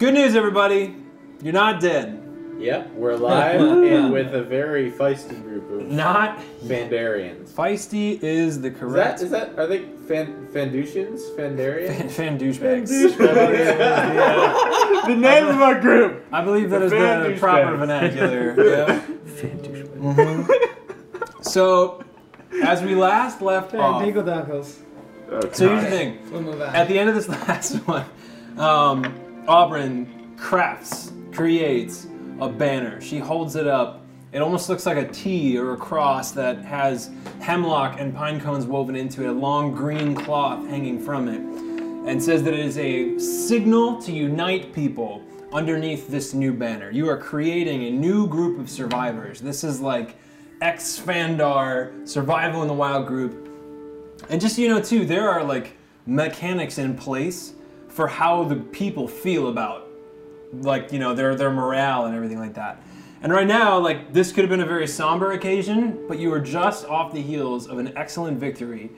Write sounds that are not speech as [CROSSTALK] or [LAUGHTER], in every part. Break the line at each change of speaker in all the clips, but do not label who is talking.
Good news, everybody. You're not dead.
Yep, we're live and with a very feisty group of
Not
Fandarians.
feisty is the
Is that
correct
is that are they fan, Fandusians?
[LAUGHS]
Fandarians?
[LAUGHS] fan douchebags.
Yeah.
The name of our group.
I believe that is
fan
the proper
douchebags.
vernacular. [LAUGHS] yeah. So, as we last left off,
Dingle Donkles.
so here's the thing. At the end of this [LAUGHS] last one, um, Auburn crafts, creates a banner. She holds it up. It almost looks like a T or a cross that has hemlock and pine cones woven into it, a long green cloth hanging from it, and says that it is a signal to unite people underneath this new banner. You are creating a new group of survivors. This is like ex Fandar survival in the wild group and just so you know too, there are like mechanics in place for how the people feel about like, you know, their their morale and everything like that. And right now, like this could have been a very somber occasion, but you were just off the heels of an excellent victory.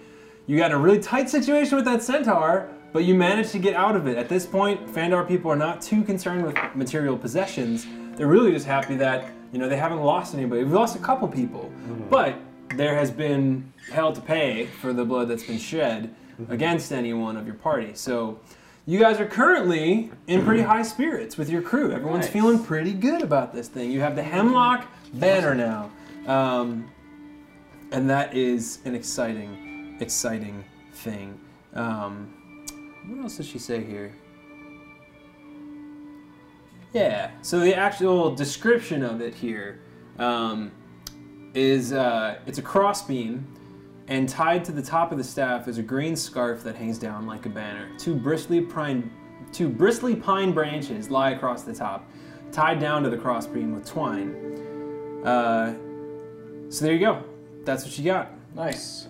You got in a really tight situation with that centaur, but you managed to get out of it. At this point, Fandar people are not too concerned with material possessions. They're really just happy that, you know, they haven't lost anybody. We've lost a couple people, but there has been hell to pay for the blood that's been shed against anyone of your party. So you guys are currently in pretty high spirits with your crew. Everyone's
Nice.
feeling pretty good about this thing. You have the hemlock banner now. Um, and that is an exciting, exciting thing. Um, what else does she say here? Yeah. So the actual description of it here um, is uh, it's a crossbeam, and tied to the top of the staff is a green scarf that hangs down like a banner. Two bristly pine, two bristly pine branches lie across the top, tied down to the crossbeam with twine. Uh, so there you go. That's what you got.
nice.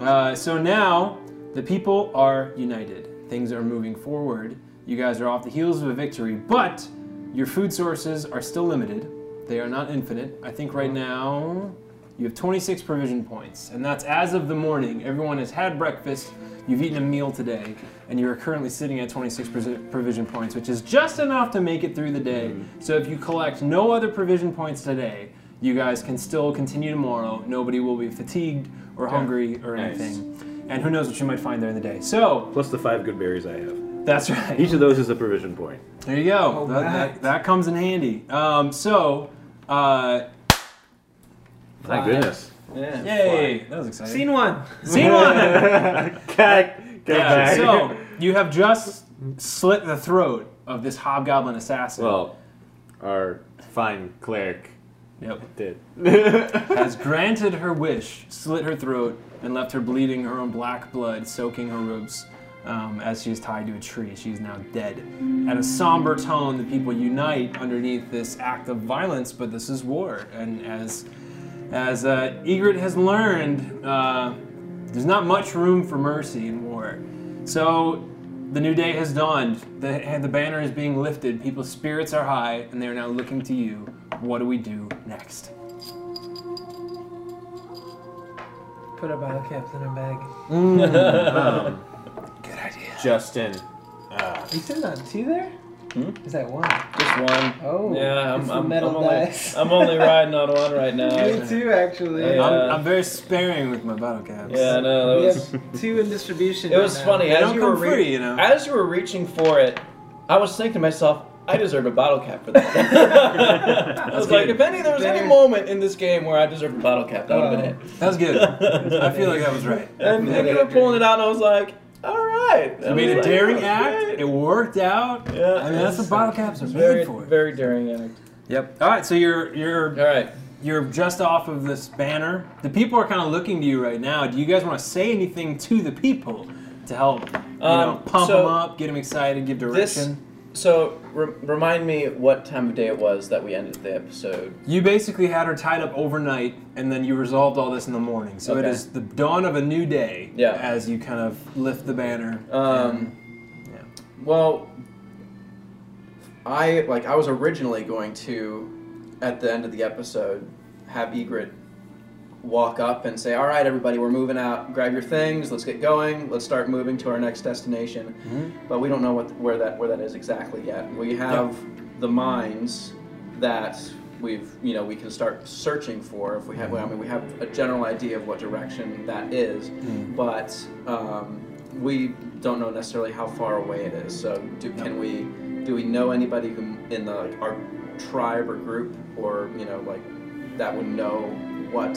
Uh, so now the people are united. Things are moving forward. You guys are off the heels of a victory, but your food sources are still limited. They are not infinite. I think right now you have 26 provision points, and that's as of the morning. Everyone has had breakfast. You've eaten a meal today, and you are currently sitting at 26 provi- provision points, which is just enough to make it through the day. So if you collect no other provision points today, you guys can still continue tomorrow. Nobody will be fatigued or hungry or
Nice.
anything. And who knows what you might find there in the day. So
Plus the five good berries I have.
that's [LAUGHS] right.
Each of those is a provision point.
There you go.
All
that, that-
right.
that comes in handy. Um, so, uh,
My [LAUGHS] goodness.
yay! That was exciting.
[LAUGHS]
Scene one.
Scene
[LAUGHS]
one.
Cat, go
Yeah,
back.
so you have just slit the throat of this hobgoblin assassin.
well, our fine cleric
yep.
did.
has granted her wish, slit her throat, and left her bleeding her own black blood, soaking her robes um, as she is tied to a tree. She is now dead. At a somber tone, the people unite underneath this act of violence, but this is war. And as as uh, Egret has learned, uh, there's not much room for mercy in war. So the new day has dawned. The, the banner is being lifted. People's spirits are high, and they are now looking to you. What do we do next?
Put our bottle caps in our bag.
um,
Good idea.
[LAUGHS] Justin.
You said not two there? Is that one?
Just one.
Oh.
Yeah,
it's
I'm,
the
I'm,
metal
I'm, only,
dice.
I'm
[LAUGHS]
only riding on one right now.
Me too, actually.
Yeah.
I'm, I'm very sparing with my bottle caps.
Yeah, no,
We
that was.
have two in
[LAUGHS]
distribution.
It was
right now.
funny.
They
As
don't
you, were
come
re-
free, you know.
as you were reaching for it, I was thinking to myself, I deserve a bottle cap for that. [LAUGHS] I was like,
good.
if any there was any
There.
moment in this game where I deserved a bottle cap, that would have been it.
That was good. I feel like [LAUGHS] that was right.
And I kept pulling it out, and I was like, all right.
You made a daring act. It worked out.
Yeah,
I mean, that's what bottle caps are
Very,
made for.
very daring act.
Yep. All right. So you're you're
All right.
you're just off of this banner. The people are kind of looking to you right now. Do you guys want to say anything to the people to help, you know,
Um,
pump
so-
them up, get them excited, give
This-
direction?
So re- remind me what time of day it was that we ended the episode.
You basically had her tied up overnight, and then you resolved all this in the morning. So it
Okay.
is the dawn of a new day.
Yeah.
As you kind of lift the banner.
Um, Well, I like I was originally going to, at the end of the episode, have Egret
walk up and say, "All right, everybody, we're moving out. Grab your things. Let's get going. Let's start moving to our next destination." But we don't know what where that where that is exactly yet. We have the mines that we've you know we can start searching for if we have. I mean, we have a general idea of what direction that is, but um, we don't know necessarily how far away it is. So, do, can we? Do we know anybody who in the like, our tribe or group or you know like that would know what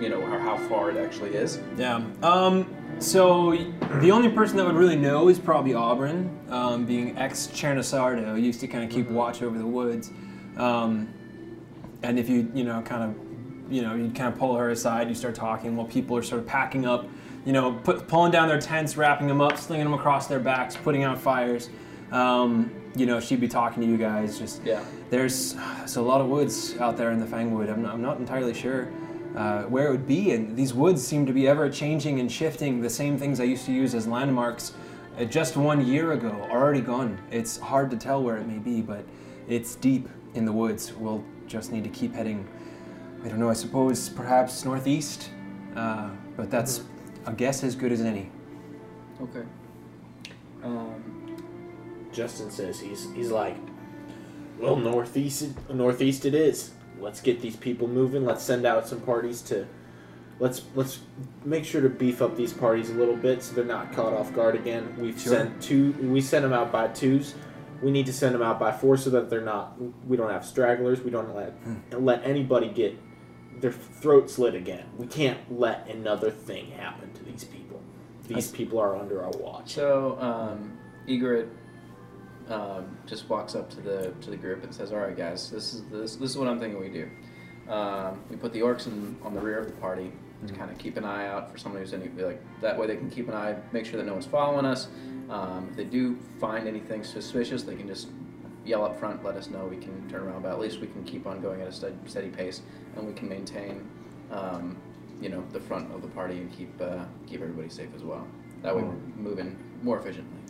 you know or how far it actually is.
Yeah. Um, so the only person that would really know is probably Auburn, um, being ex Chernasardo, used to kind of
Mm-hmm.
keep watch over the woods. Um, and if you, you know, kind of, you know, you kind of pull her aside, you start talking while people are sort of packing up, you know, put, pulling down their tents, wrapping them up, slinging them across their backs, putting out fires. Um, you know, she'd be talking to you guys. Just
Yeah.
there's, there's a lot of woods out there in the Fangwood. I'm not, I'm not entirely sure uh, where it would be, and these woods seem to be ever changing and shifting. The same things I used to use as landmarks uh, just one year ago are already gone. It's hard to tell where it may be, but it's deep in the woods. We'll just need to keep heading. I don't know. I suppose perhaps northeast, uh, but that's a guess as good as any.
Okay. Um,
Justin says he's he's like, well, northeast northeast it is. Let's get these people moving. Let's send out some parties to, let's let's make sure to beef up these parties a little bit so they're not caught off guard again. We've
Sure.
sent two. We sent them out by twos. We need to send them out by four so that they're not. We don't have stragglers. We don't let let anybody get their throat slit again. We can't let another thing happen to these people. These people are under our watch.
so um, Egret um, just walks up to the to the group and says, "All right, guys, this is this this is what I'm thinking we do. Um, we put the orcs in, on the rear of the party." To kind of keep an eye out for someone who's any like that way they can keep an eye, make sure that no one's following us. Um, if they do find anything suspicious, they can just yell up front, let us know. We can turn around, but at least we can keep on going at a steady, steady pace, and we can maintain, um, you know, the front of the party and keep uh, keep everybody safe as well. That way, we're moving more efficiently.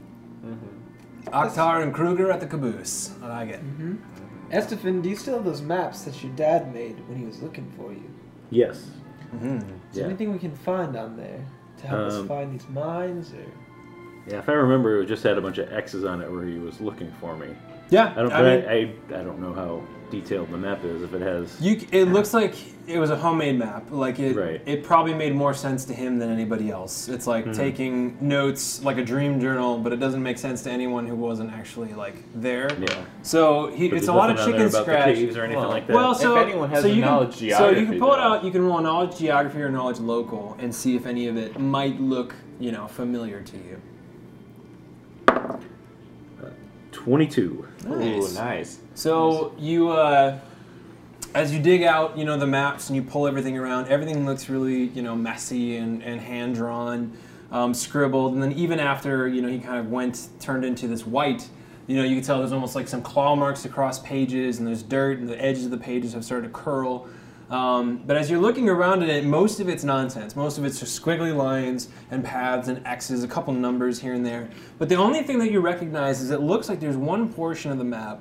Akhtar and Kruger at the caboose. I like it.
Mm-hmm. Estefan, do you still have those maps that your dad made when he was looking for you?
Yes.
Mm-hmm.
Is there
Yeah.
anything we can find on there to help us
Um,
find these mines? Or
Yeah, if I remember, it just had a bunch of X's on it where he was looking for me.
Yeah.
I don't.
I
but
mean-
I, I, I don't know how detailed the map is. If it has.
You, c- it looks like it was a homemade map. Like it,
Right. Hmm.
it probably made more sense to him than anybody else. It's like taking notes like a dream journal, but it doesn't make sense to anyone who wasn't actually like there.
yeah.
So he,
But
it's
there's
a lot of
nothing on there
chicken
about the
scratch.
caves or anything
Well,
like that.
Well, so
If anyone has
so
a
you
knowledge
can, so you can
geography,
pull it
though.
out. You can roll a knowledge geography or knowledge local and see if any of it might look you know familiar to you.
twenty-two.
Nice.
Ooh, nice.
So you, uh, as you dig out, you know the maps and you pull everything around. Everything looks really, you know, messy and, and hand drawn, um, scribbled. And then even after, you know, he kind of went turned into this white. You know, you can tell there's almost like some claw marks across pages, and there's dirt, and the edges of the pages have started to curl. Um, but as you're looking around at it, most of it's nonsense. Most of it's just squiggly lines and paths and X's, a couple numbers here and there. But the only thing that you recognize is it looks like there's one portion of the map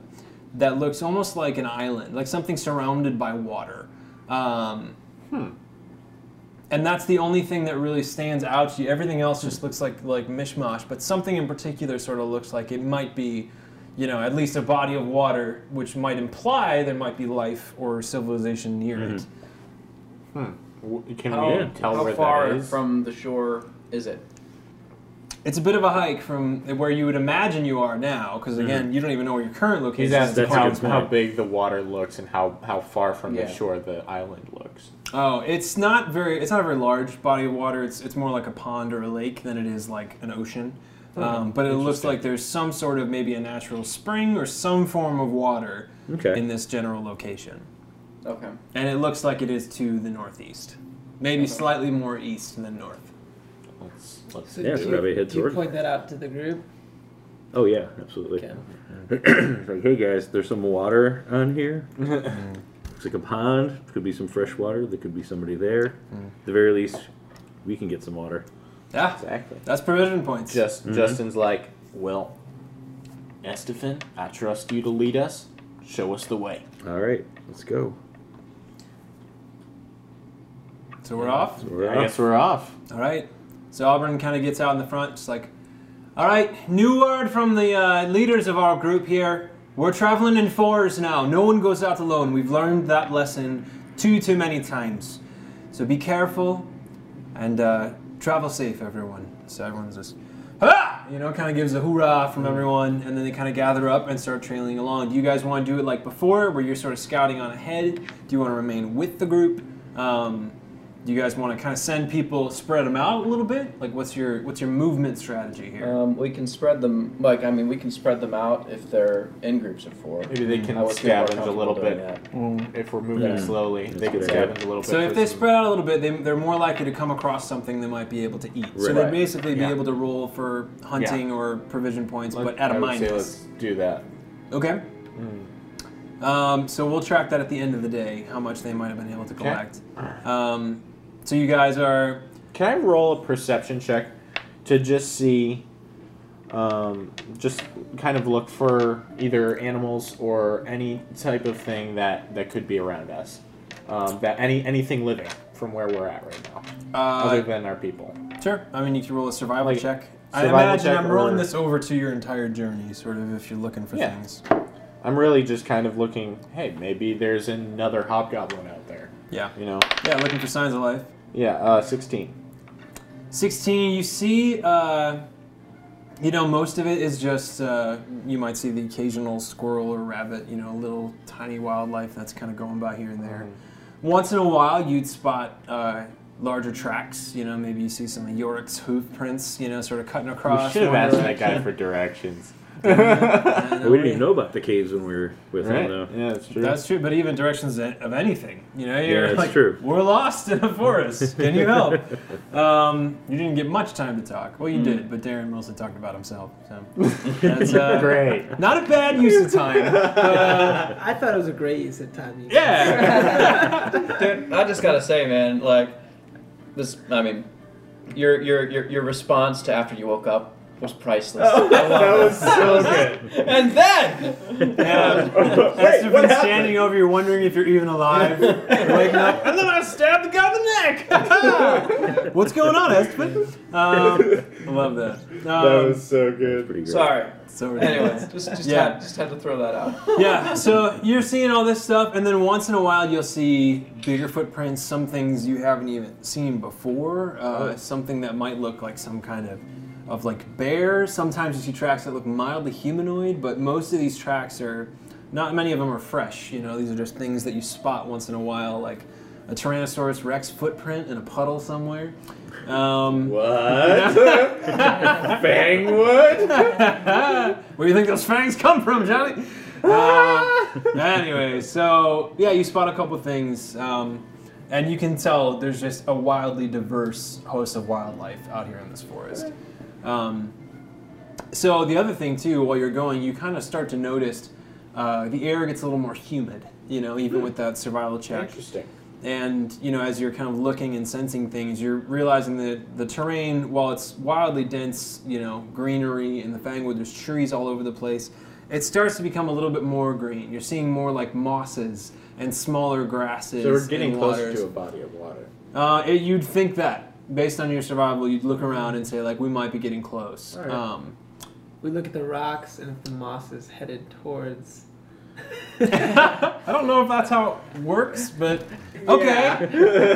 that looks almost like an island, like something surrounded by water. Um, And that's the only thing that really stands out to you. Everything else just looks like like mishmash, but something in particular sort of looks like it might be, you know, at least a body of water, which might imply there might be life or civilization near it.
W- Can
How,
we tell
Oh, how
where
far
that is?
from the shore is it?
It's a bit of a hike from where you would imagine you are now, because again, you don't even know where your current location
He's
is.
asking
That's a
how,
good
how
point.
big the water looks and how, how far from
Yeah.
the shore the island looks.
Oh, it's not very. It's not a very large body of water. It's it's more like a pond or a lake than it is like an ocean. Um, but it looks
Interesting.
like there's some sort of maybe a natural spring or some form of water
Okay.
in this general location,
Okay.
and it looks like it is to the northeast, maybe slightly more east than north.
Let's, let's
so
Yeah,
do
so
you,
probably head
do you
toward-
point that out to the group?
Oh yeah, absolutely.
Okay.
It's like, hey guys, there's some water on
[LAUGHS]
here.
Mm-hmm.
Looks like a pond. Could be some fresh water. There could be somebody there.
Mm.
At the very least, we can get some water.
Yeah,
exactly.
that's provision points.
Just
Mm-hmm.
Justin's like, well, Estefan, I trust you to lead us. Show us the way.
All right, let's go.
So we're off.
We're
I
off.
guess we're off.
All right. So Auburn kind of gets out in the front, just like, all right, new word from the uh, leaders of our group here. We're traveling in fours now. No one goes out alone. We've learned that lesson too, too many times. So be careful and uh, travel safe, everyone. So everyone's just, ah! You know, kind of gives a hoorah from everyone, and then they kind of gather up and start trailing along. Do you guys want to do it like before, where you're sort of scouting on ahead? Do you want to remain with the group? Um, do you guys want to kind of send people, spread them out a little bit? Like, what's your what's your movement strategy here?
Um, we can spread them. Like I mean, we can spread them out if they're in groups of four.
Maybe they can
I would feel more
scavenge a little
comfortable doing
bit
that.
if we're moving
Yeah.
slowly. they
Mm-hmm. a
can
good
scavenge
idea.
a little bit.
so if
for
they
some-
spread out a little bit, they, they're more likely to come across something they might be able to eat. So
Right.
they'd basically
Yeah.
be able to roll for hunting or provision points, but at a
I would say
minus.
let's Hmm. do that.
Okay. Um, so we'll track that at the end of the day, how much they might have been able to collect. Um, so you guys are.
Can I roll a perception check to just see, um, just kind of look for either animals or any type of thing that that could be around us, um, that any anything living from where we're at right now, other
Uh,
than our people.
sure. I mean, you can roll a survival
Like,
check.
survival
I imagine
check
I'm rolling
or-
this over to your entire journey, sort of, if you're looking for
Yeah.
things.
I'm really just kind of looking. Hey, maybe there's another hobgoblin out there.
Yeah.
You know?
Yeah, looking for signs of life.
Yeah. Uh, Sixteen.
16 you see uh, you know most of it is just uh, you might see the occasional squirrel or rabbit you know little tiny wildlife that's kind of going by here and there
Mm-hmm.
once in a while you'd spot uh, larger tracks you know maybe you see some of yorick's hoof prints you know sort of cutting across
we should have
one
asked that
direction.
guy
[LAUGHS]
for directions.
And, uh,
We didn't even know about the caves when we were with
Right?
him, though.
Yeah, that's true.
that's true but even directions of anything you know you're
that's
like,
true.
we're lost in a forest can you
[LAUGHS]
help Um, you didn't get much time to talk. Well, you did, but Darren mostly talked about himself. So that's uh,
Hmm. [LAUGHS]
[LAUGHS]
great.
Not a bad use of time.
[LAUGHS]
but, uh,
I thought it was a great use of time. you guys. [LAUGHS]
yeah.
Dude, I just gotta say, man, like this. I mean, your your your, your response to after you woke up was priceless. I
Oh,
love
that
it.
was
[LAUGHS]
so good.
And then,
yeah. After uh,
Wait, what
been
happened?
standing over you, wondering if you're even alive, waking up, and then I stabbed the guy in the neck. What's going on,
[LAUGHS]
Esteban? Um, I love that. Um,
That was so good.
Pretty
[LAUGHS]
great.
sorry.
so ridiculous.
Anyways, just just
Yeah.
had just had to throw that out.
yeah, so you're seeing all this stuff, and then once in a while you'll see bigger footprints, some things you haven't even seen before, uh, something that might look like some kind of of like bear. Sometimes you see tracks that look mildly humanoid, but most of these tracks are not many of them are fresh. You know, these are just things that you spot once in a while, like a Tyrannosaurus Rex footprint in a puddle somewhere. Um,
What? Bangwood?
[LAUGHS] Where do you think those fangs come from, Johnny? Um, anyway, so yeah, you spot a couple things, um, and you can tell there's just a wildly diverse host of wildlife out here in this forest. Um, so the other thing too, while you're going, you kind of start to notice uh, the air gets a little more humid. You know, even with that survival check
Interesting.
and you know as you're kind of looking and sensing things you're realizing that the terrain while it's wildly dense you know greenery in the fangwood there's trees all over the place it starts to become a little bit more green you're seeing more like mosses and smaller grasses
So we're getting
and
closer
waters.
to a body of water.
Uh, it, you'd think that based on your survival you'd look around and say like we might be getting close
All right.
um,
We look at the rocks and if the moss is headed
[LAUGHS]
towards.
[LAUGHS] i don't know if that's how it works but okay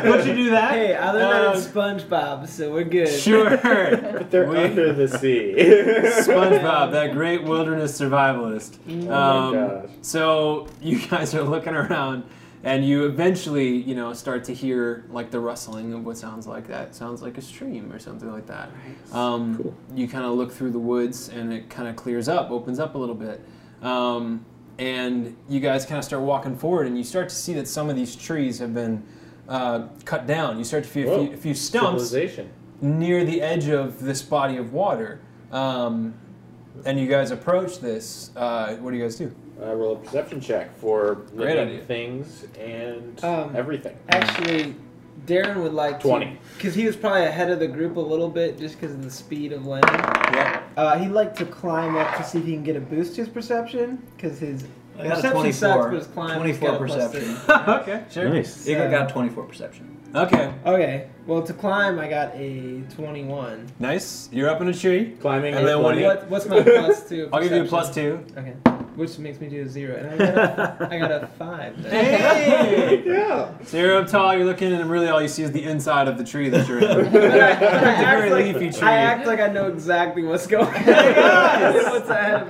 would you do that
Hey, I learned
Uh,
that in SpongeBob, so we're good.
sure
But they're
We-
under the sea. [LAUGHS]
SpongeBob, that great wilderness survivalist.
Oh my
Um,
gosh.
so you guys are looking around, and you eventually, you know, start to hear like the rustling of what sounds like that sounds like a stream or something like that. Um,
Cool.
You kind of look through the woods, and it kind of clears up, opens up a little bit. Um, and you guys kind of start walking forward, and you start to see that some of these trees have been uh, cut down. You start to see a
Whoa.
few, a few stumps
Civilization.
near the edge of this body of water. Um, and you guys approach this. Uh, what do you guys do?
I roll a perception check for
Great
living
idea.
things and
Um,
everything.
[LAUGHS] Actually, Darren would like
20.
Because he was probably ahead of the group a little bit just because of the speed of land.
Yeah.
Uh, he'd like to climb up to see if he can get a boost to his perception because his
I got a
Perception sucks,
24.
but it's climb. It's
24
got a plus
perception.
[LAUGHS] three.
okay, sure.
Nice.
Igor
So-
got 24 perception.
Okay,
Okay, well to climb I got a twenty-one.
nice. You're up in a tree.
Climbing
And
is
then what do
funny.
you-
What, what's my plus two?
I'll give you a
perception?
plus two.
Okay, which makes me do a zero, and I got a, I got [LAUGHS] a five. then.
Hey! [LAUGHS]
Yeah.
So you're up tall, you're looking, and really all you see is the inside of the tree that you're in.
[LAUGHS] But I, [LAUGHS] but
It's
I
a very
act like,
leafy tree.
I act like I know exactly what's [LAUGHS] going on. what's ahead of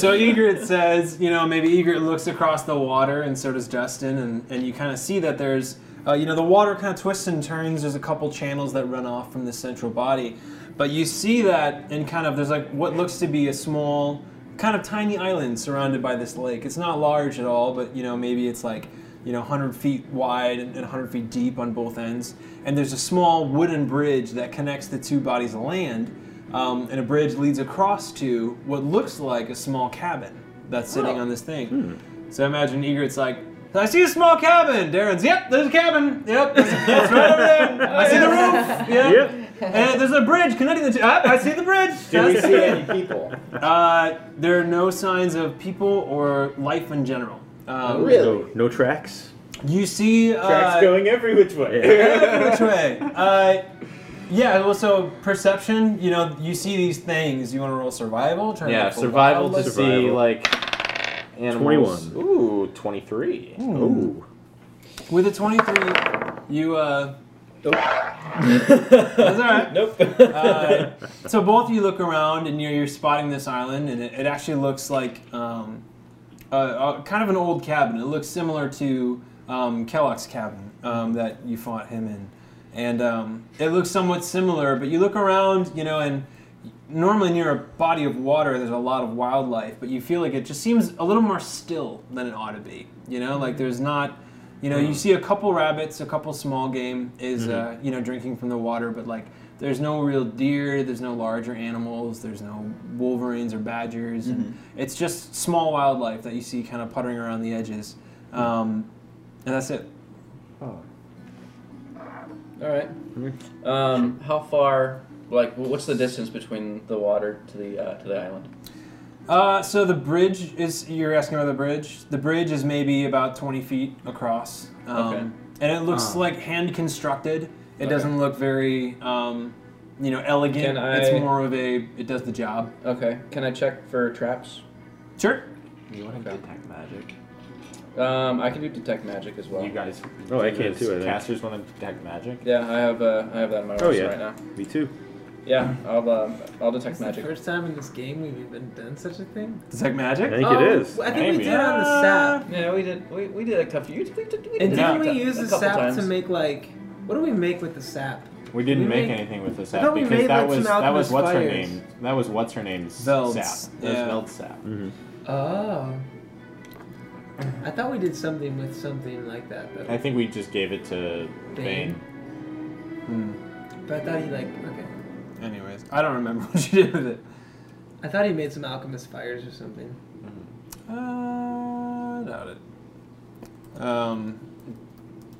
[LAUGHS] so Egret says, you know, maybe Egret looks across the water, and so does Justin, and, and you kind of see that there's, uh, you know, the water kind of twists and turns. There's a couple channels that run off from the central body, but you see that, and kind of there's like what looks to be a small, kind of tiny island surrounded by this lake. It's not large at all, but you know, maybe it's like. You know, 100 feet wide and 100 feet deep on both ends. And there's a small wooden bridge that connects the two bodies of land um, and a bridge leads across to what looks like a small cabin that's sitting
Oh.
on this thing.
Hmm.
So I imagine Egret's like, I see a small cabin. Darren's, yep, there's a cabin. Yep, it's right over there. I see the roof. Yeah.
Yep.
And there's a bridge connecting the two. Ah, I see the bridge.
Do [LAUGHS] we
That's-
see any people?
Uh, there are no signs of people or life in general. Um,
Really?
No, no tracks.
You see uh,
Oh. Tracks going every which way.
[LAUGHS]
[LAUGHS]
Which way? Uh, yeah. Well, so perception. You know, you see these things. You want to roll survival? Try to
Yeah,
make a
survival
wild
to
look?
see
Survival.
like animals.
21.
Ooh, 23.
Ooh.
With a twenty-three, you. Uh,
Nope.
That's all right.
[LAUGHS] Nope.
Uh, so both of you look around, and you're, you're spotting this island, and it, it actually looks like um, a, a, kind of an old cabin. It looks similar to um, Kellogg's cabin um, that you fought him in, and um, it looks somewhat similar. But you look around, you know, and normally near a body of water, there's a lot of wildlife, but you feel like it just seems a little more still than it ought to be. You know, like there's not. You know,
Mm.
you see a couple rabbits, a couple small game is,
Mm-hmm.
uh, you know, drinking from the water, but like there's no real deer, there's no larger animals, there's no wolverines or badgers, and
Mm-hmm.
it's just small wildlife that you see kind of puttering around the edges,
Mm.
um, and that's it.
All right.
Mm-hmm.
Um, how far? Like, wh- what's the distance between the water to the uh, to the island?
Uh, so the bridge is you're asking about the bridge. The bridge is maybe about 20 feet across, um,
Okay.
and it looks
Ah.
like hand constructed. It
Okay.
doesn't look very, um, you know, elegant.
Can I-
It's more of a it does the job.
Okay. Can I check for traps?
Sure.
You want to detect magic?
Um, I can do detect magic as well.
You guys.
Oh, I can too, I think.
Casters want to detect magic.
yeah, I have uh, I have that in my
Oh,
roster
yeah.
right now.
Me too.
Yeah, I'll uh, I'll
This
detect
is the
magic.
first time in this game we've even done such a thing.
Detect
I
magic.
think
oh,
Um,
it is.
I think
Maybe.
we did on the sap.
Yeah, we did we, we did a couple. You did, we did
And
a
didn't
couple-
we use
a
the
couple
sap
times.
to make like what do we make with the sap?
We didn't
We
make,
made-
anything with this
I
app
thought we
because
made,
that
like,
was
some
that was
alchemist
what's her
fires.
name. That was what's her name's
Veld's,
sap. That
yeah.
was Veld's sap.
Mm-hmm.
Oh. I thought we did something with something like that, but
I think we just gave it to Vane.
Vane. but I thought he like okay.
Anyways, I don't remember [LAUGHS] what you did with it.
I thought he made some alchemist fires or something.
Uh, doubt it. Um,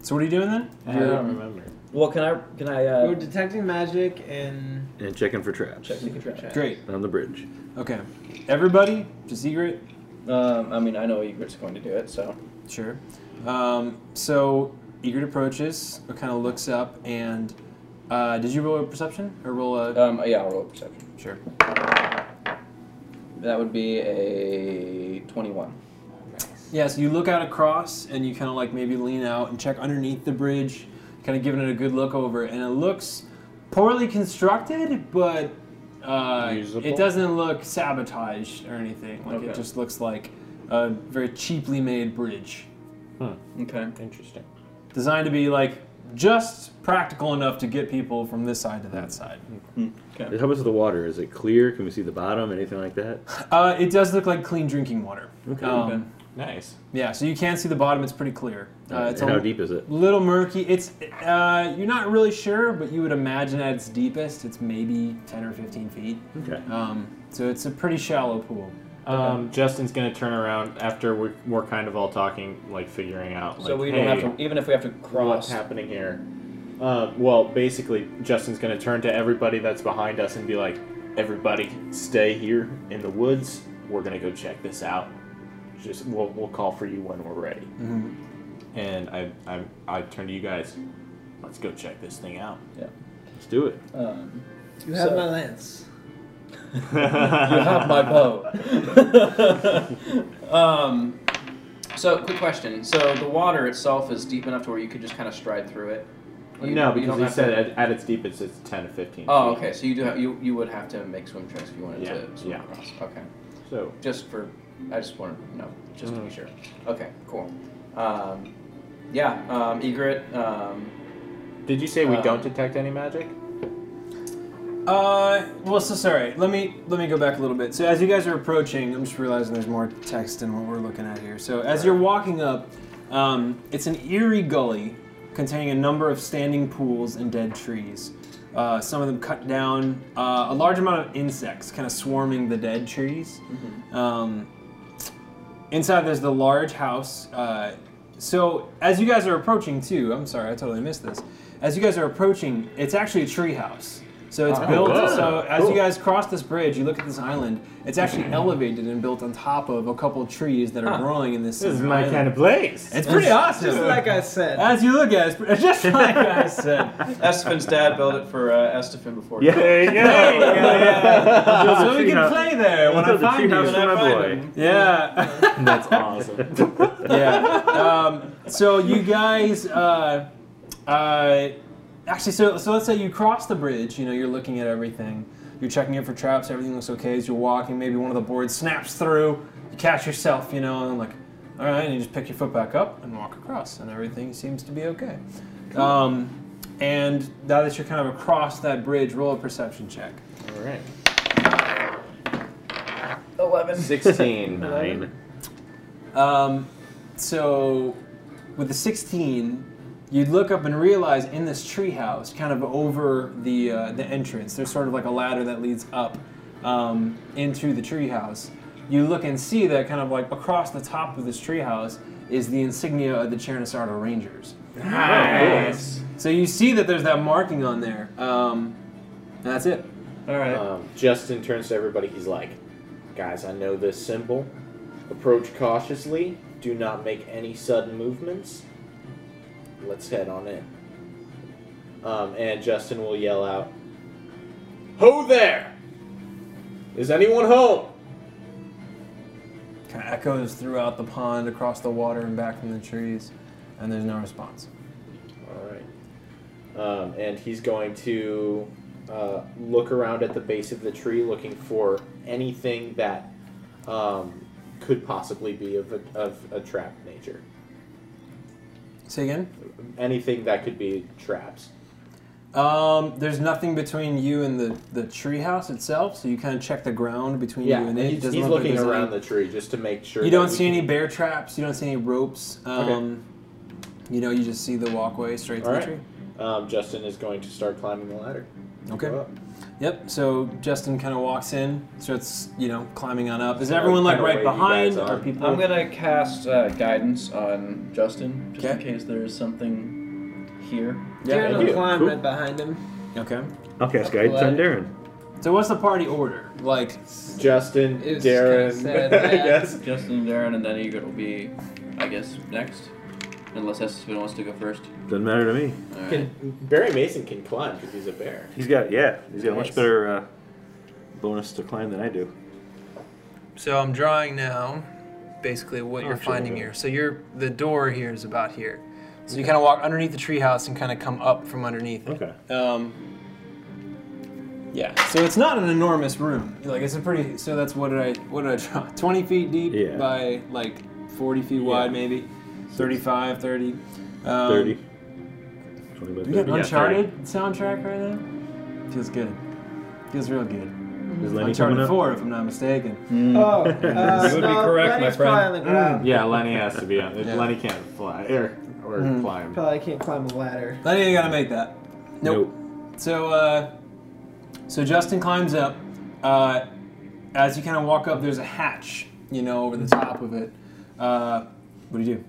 so what are you doing then?
I don't remember.
Well, can I can I
We
uh,
were detecting magic and
And checking for traps.
check for traps?
Great.
On the bridge.
Okay. Everybody, just Egret.
Um, I mean, I know Egret's going to do it, so
Sure. Um, so Egret approaches, kind of looks up, and uh, did you roll a perception or roll a?
um, yeah, I'll roll a perception.
sure.
That would be a twenty-one.
Yeah, so you look out across and you kind of like maybe lean out and check underneath the bridge, kind of giving it a good look over, and it looks poorly constructed, but uh,
Usable?
it doesn't look sabotaged or anything. Like
Okay.
it just looks like a very cheaply made bridge,
Okay.
Interesting.
designed to be like just practical enough to get people from this side to that side.
Okay.
How much of the water? Is it clear? Can we see the bottom? Anything like that?
Uh, it does look like clean drinking water.
Okay.
Um,
Okay.
Nice.
Yeah, so you can see the bottom. It's pretty clear. Uh, it's
and
a
how deep
[LAUGHS]
is it?
little murky. It's uh, you're not really sure, but you would imagine at its deepest, it's maybe 10 or 15 feet.
Okay.
Um, so it's a pretty shallow pool.
Um, Justin's gonna turn around after we're, we're kind of all talking, like figuring out.
So
like,
we
hey,
don't have to, even if we have to
what's
cross.
happening here. Uh, well, basically, Justin's going to turn to everybody that's behind us and be like, everybody, stay here in the woods. We're going to go check this out. Just we'll, we'll call for you when we're ready. And I, I I turn to you guys. Let's go check this thing out.
Let's do it.
Um,
You have
So-
my lance.
you have my [LAUGHS] bow. um, so, quick question. So, the water itself is deep enough to where you could just kind of stride through it. You-
no,
you
because
don't
he
have
said
to-
at, at its deepest it's ten to fifteen.
Oh,
feet.
okay. So you do have, you you would have to make swim tricks if you wanted
Yeah,
to swim
yeah.
across. Okay.
So Mm.
Just for, I just want to know, just to be sure. Okay. Cool. Um, yeah. Um, egret. Um,
did you say we
Um,
don't detect any magic?
Uh, well, so sorry. Let me let me go back a little bit. So as you guys are approaching, I'm just realizing there's more text than what we're looking at here. So as you're walking up, um, it's an eerie gully containing a number of standing pools and dead trees. Uh, some of them cut down. Uh, a large amount of insects kind of swarming the dead trees. Um, Inside there's the large house. Uh, so as you guys are approaching, too, I'm sorry, I totally missed this. As you guys are approaching, it's actually a tree house. So it's
Oh,
built.
wow.
So as
Cool.
you guys cross this bridge, you look at this island. It's actually elevated and built on top of a couple trees that are growing in this. center island.
place.
It's pretty awesome.
Just like I said.
as you look at it, it's pre- [LAUGHS] just like I said.
Estefan's dad built it for uh, Estefan before.
[LAUGHS] There you go.
[LAUGHS]
so we can play there when I find you.
treehouse. when I find him.
Yeah.
That's awesome.
[LAUGHS]
yeah. Um, so you guys, uh, uh, actually, so so let's say you cross the bridge. You know, you're looking at everything. You're checking in for traps. Everything looks okay as you're walking. Maybe one of the boards snaps through. You catch yourself. You know, and like, all right, and you just pick your foot back up and walk across, and everything seems to be okay. Um, and now that you're kind of across that bridge, roll a perception check.
All right.
Eleven.
Sixteen.
Nine.
Um, so, with the 16, you'd look up and realize in this treehouse, kind of over the uh, the entrance, there's sort of like a ladder that leads up um, into the treehouse. You look and see that kind of like across the top of this treehouse is the insignia of the Chernisardo Rangers.
Nice.
So you see that there's that marking on there. Um, and that's it.
All right.
Um, Justin turns to everybody. He's like, "Guys, I know this symbol. Approach cautiously. Do not make any sudden movements. Let's head on in." Um, and Justin will yell out, "Ho there! Is anyone home?"
Kind of echoes throughout the pond, across the water, and back from the trees, and there's no response.
All right. Um, and he's going to uh, look around at the base of the tree, looking for anything that um, could possibly be of a, of a trap nature.
Say again.
anything that could be traps.
Um, there's nothing between you and the the treehouse itself, so you kind of check the ground between you and it. It
he's,
doesn't
he's
look like
looking
there's
around
any-
the tree just to make sure.
You
that
don't
we
see any
can-
bear traps. You don't see any ropes.
Okay.
Um, You know, you just see the walkway straight to
All
the
right.
tree.
Um, Justin is going to start climbing the ladder.
Okay.
Go up.
Yep. So Justin kind of walks in, starts you know climbing on up. Is
Kinda-
everyone like
kinda
right
wave you
behind?
guys
Are
on.
people?
I'm gonna cast uh, guidance on Justin just
Okay.
in case there is something here.
yeah.
Jared
thank
will
you.
climb
Cool.
right behind him.
Okay.
I'll cast guidance on Darren.
So what's the party order? Like,
Justin,
It was
Darren, [LAUGHS]
kinda sad,
I
yeah.
guess.
Justin, Darren, and then Egret will be, I guess, next. Unless Estefan wants to go first.
Doesn't matter to me.
All right.
Can, Barry Mason can climb because he's a bear.
He's got yeah. He's got a
Nice.
much better uh, bonus to climb than I do.
So I'm drawing now, basically what you're
Actually,
finding
okay.
here. So you're the door here is about here. So you kind of walk underneath the treehouse and kind of come up from underneath it.
Okay.
um, yeah. So it's not an enormous room. Like it's a pretty. So that's what did I what did I draw? [LAUGHS] Twenty feet deep
Yeah.
by like forty feet wide, maybe 35, 30. Um,
Thirty. Twenty by
Do we got
thirty.
Uncharted soundtrack right now? Feels good. Feels real good.
Is Lenny
Uncharted
coming up?
4, if I'm not mistaken.
[LAUGHS]
Oh, uh,
You Mm. would be
no,
correct, my friend. Mm.
Lenny's probably on the ground.
Yeah, Lenny has to be on.
Yeah.
Lenny can't fly or, or
Hmm.
climb.
Probably can't climb a ladder.
I think you gotta make that.
Nope.
So, uh, so Justin climbs up. Uh, as you kind of walk up, there's a hatch, you know, over the top of it. Uh, what do you do?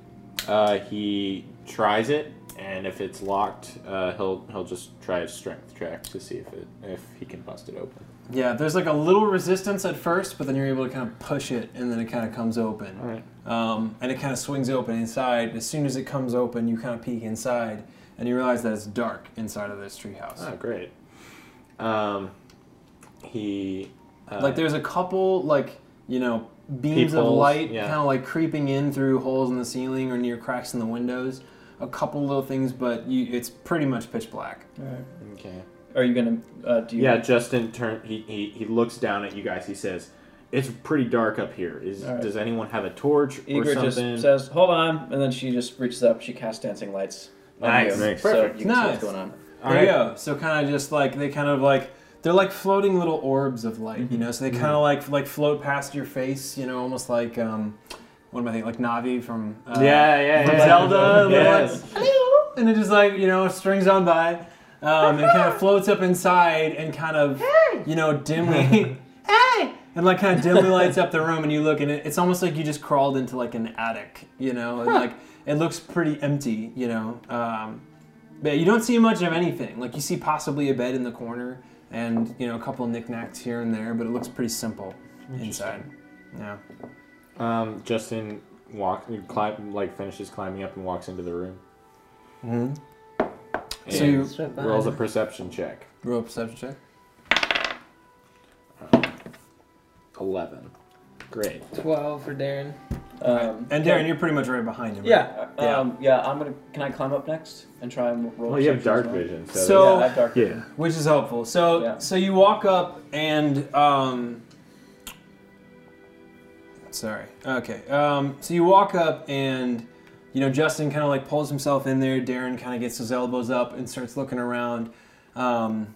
Uh, he tries it, and if it's locked, uh, he'll he'll just try his strength check to see if it if he can bust it open.
Yeah, there's like a little resistance at first, but then you're able to kind of push it, and then it kind of comes open.
Alright.
Um, and it kind of swings open inside. As soon as it comes open, you kind of peek inside, and you realize that it's dark inside of this treehouse.
Oh, great. Um, he. Uh,
like there's a couple like you know beams of
Peepholes,
light
yeah.
kind of like creeping in through holes in the ceiling or near cracks in the windows. A couple little things, but you, it's pretty much pitch black.
Okay.
Are you gonna uh, do? You,
Yeah, Justin turn. He, he he looks down at you guys. He says, "It's pretty dark up here. Is
All right.
does anyone have a torch or
Igor just
something?"
says, "Hold on," and then she just reaches up. She casts dancing lights. on
Nice.
you,
Nice.
So
Perfect.
You can see
Nice.
what's going on.
There you go. So kind of just like they kind of like they're like floating little orbs of light,
Mm-hmm.
you know. So they kind of like like float past your face, you know, almost like um, what am I thinking? Like Navi from uh,
yeah, yeah,
from
yeah.
Zelda, little
Yes.
and it just like you know strings on by, um, and kind of floats up inside and kind of you know dimly, hey, and like kind of dimly lights up the room, and you look, and it, it's almost like you just crawled into like an attic, you know, and like it looks pretty empty, you know. Um, but you don't see much of anything. Like you see possibly a bed in the corner, and you know a couple knickknacks here and there, but it looks pretty simple inside. Yeah.
Um, Justin walk climb like finishes climbing up and walks into the room.
Mm-hmm.
And
So you
Straight behind
rolls a
him.
perception check.
roll a perception check.
Eleven. Great.
twelve for Darren.
Um,
And Darren, you're pretty much right behind him. right?
Yeah,
Yeah.
um, yeah. I'm gonna. Can I climb up next and try and roll?
Well, you have
perception as
dark
well?
vision, so,
So-
yeah, I have dark
Yeah.
which is helpful. So
Yeah.
so you walk up and um, sorry, okay. Um, so you walk up and you know Justin kind of like pulls himself in there. Darren kind of gets his elbows up and starts looking around. Um,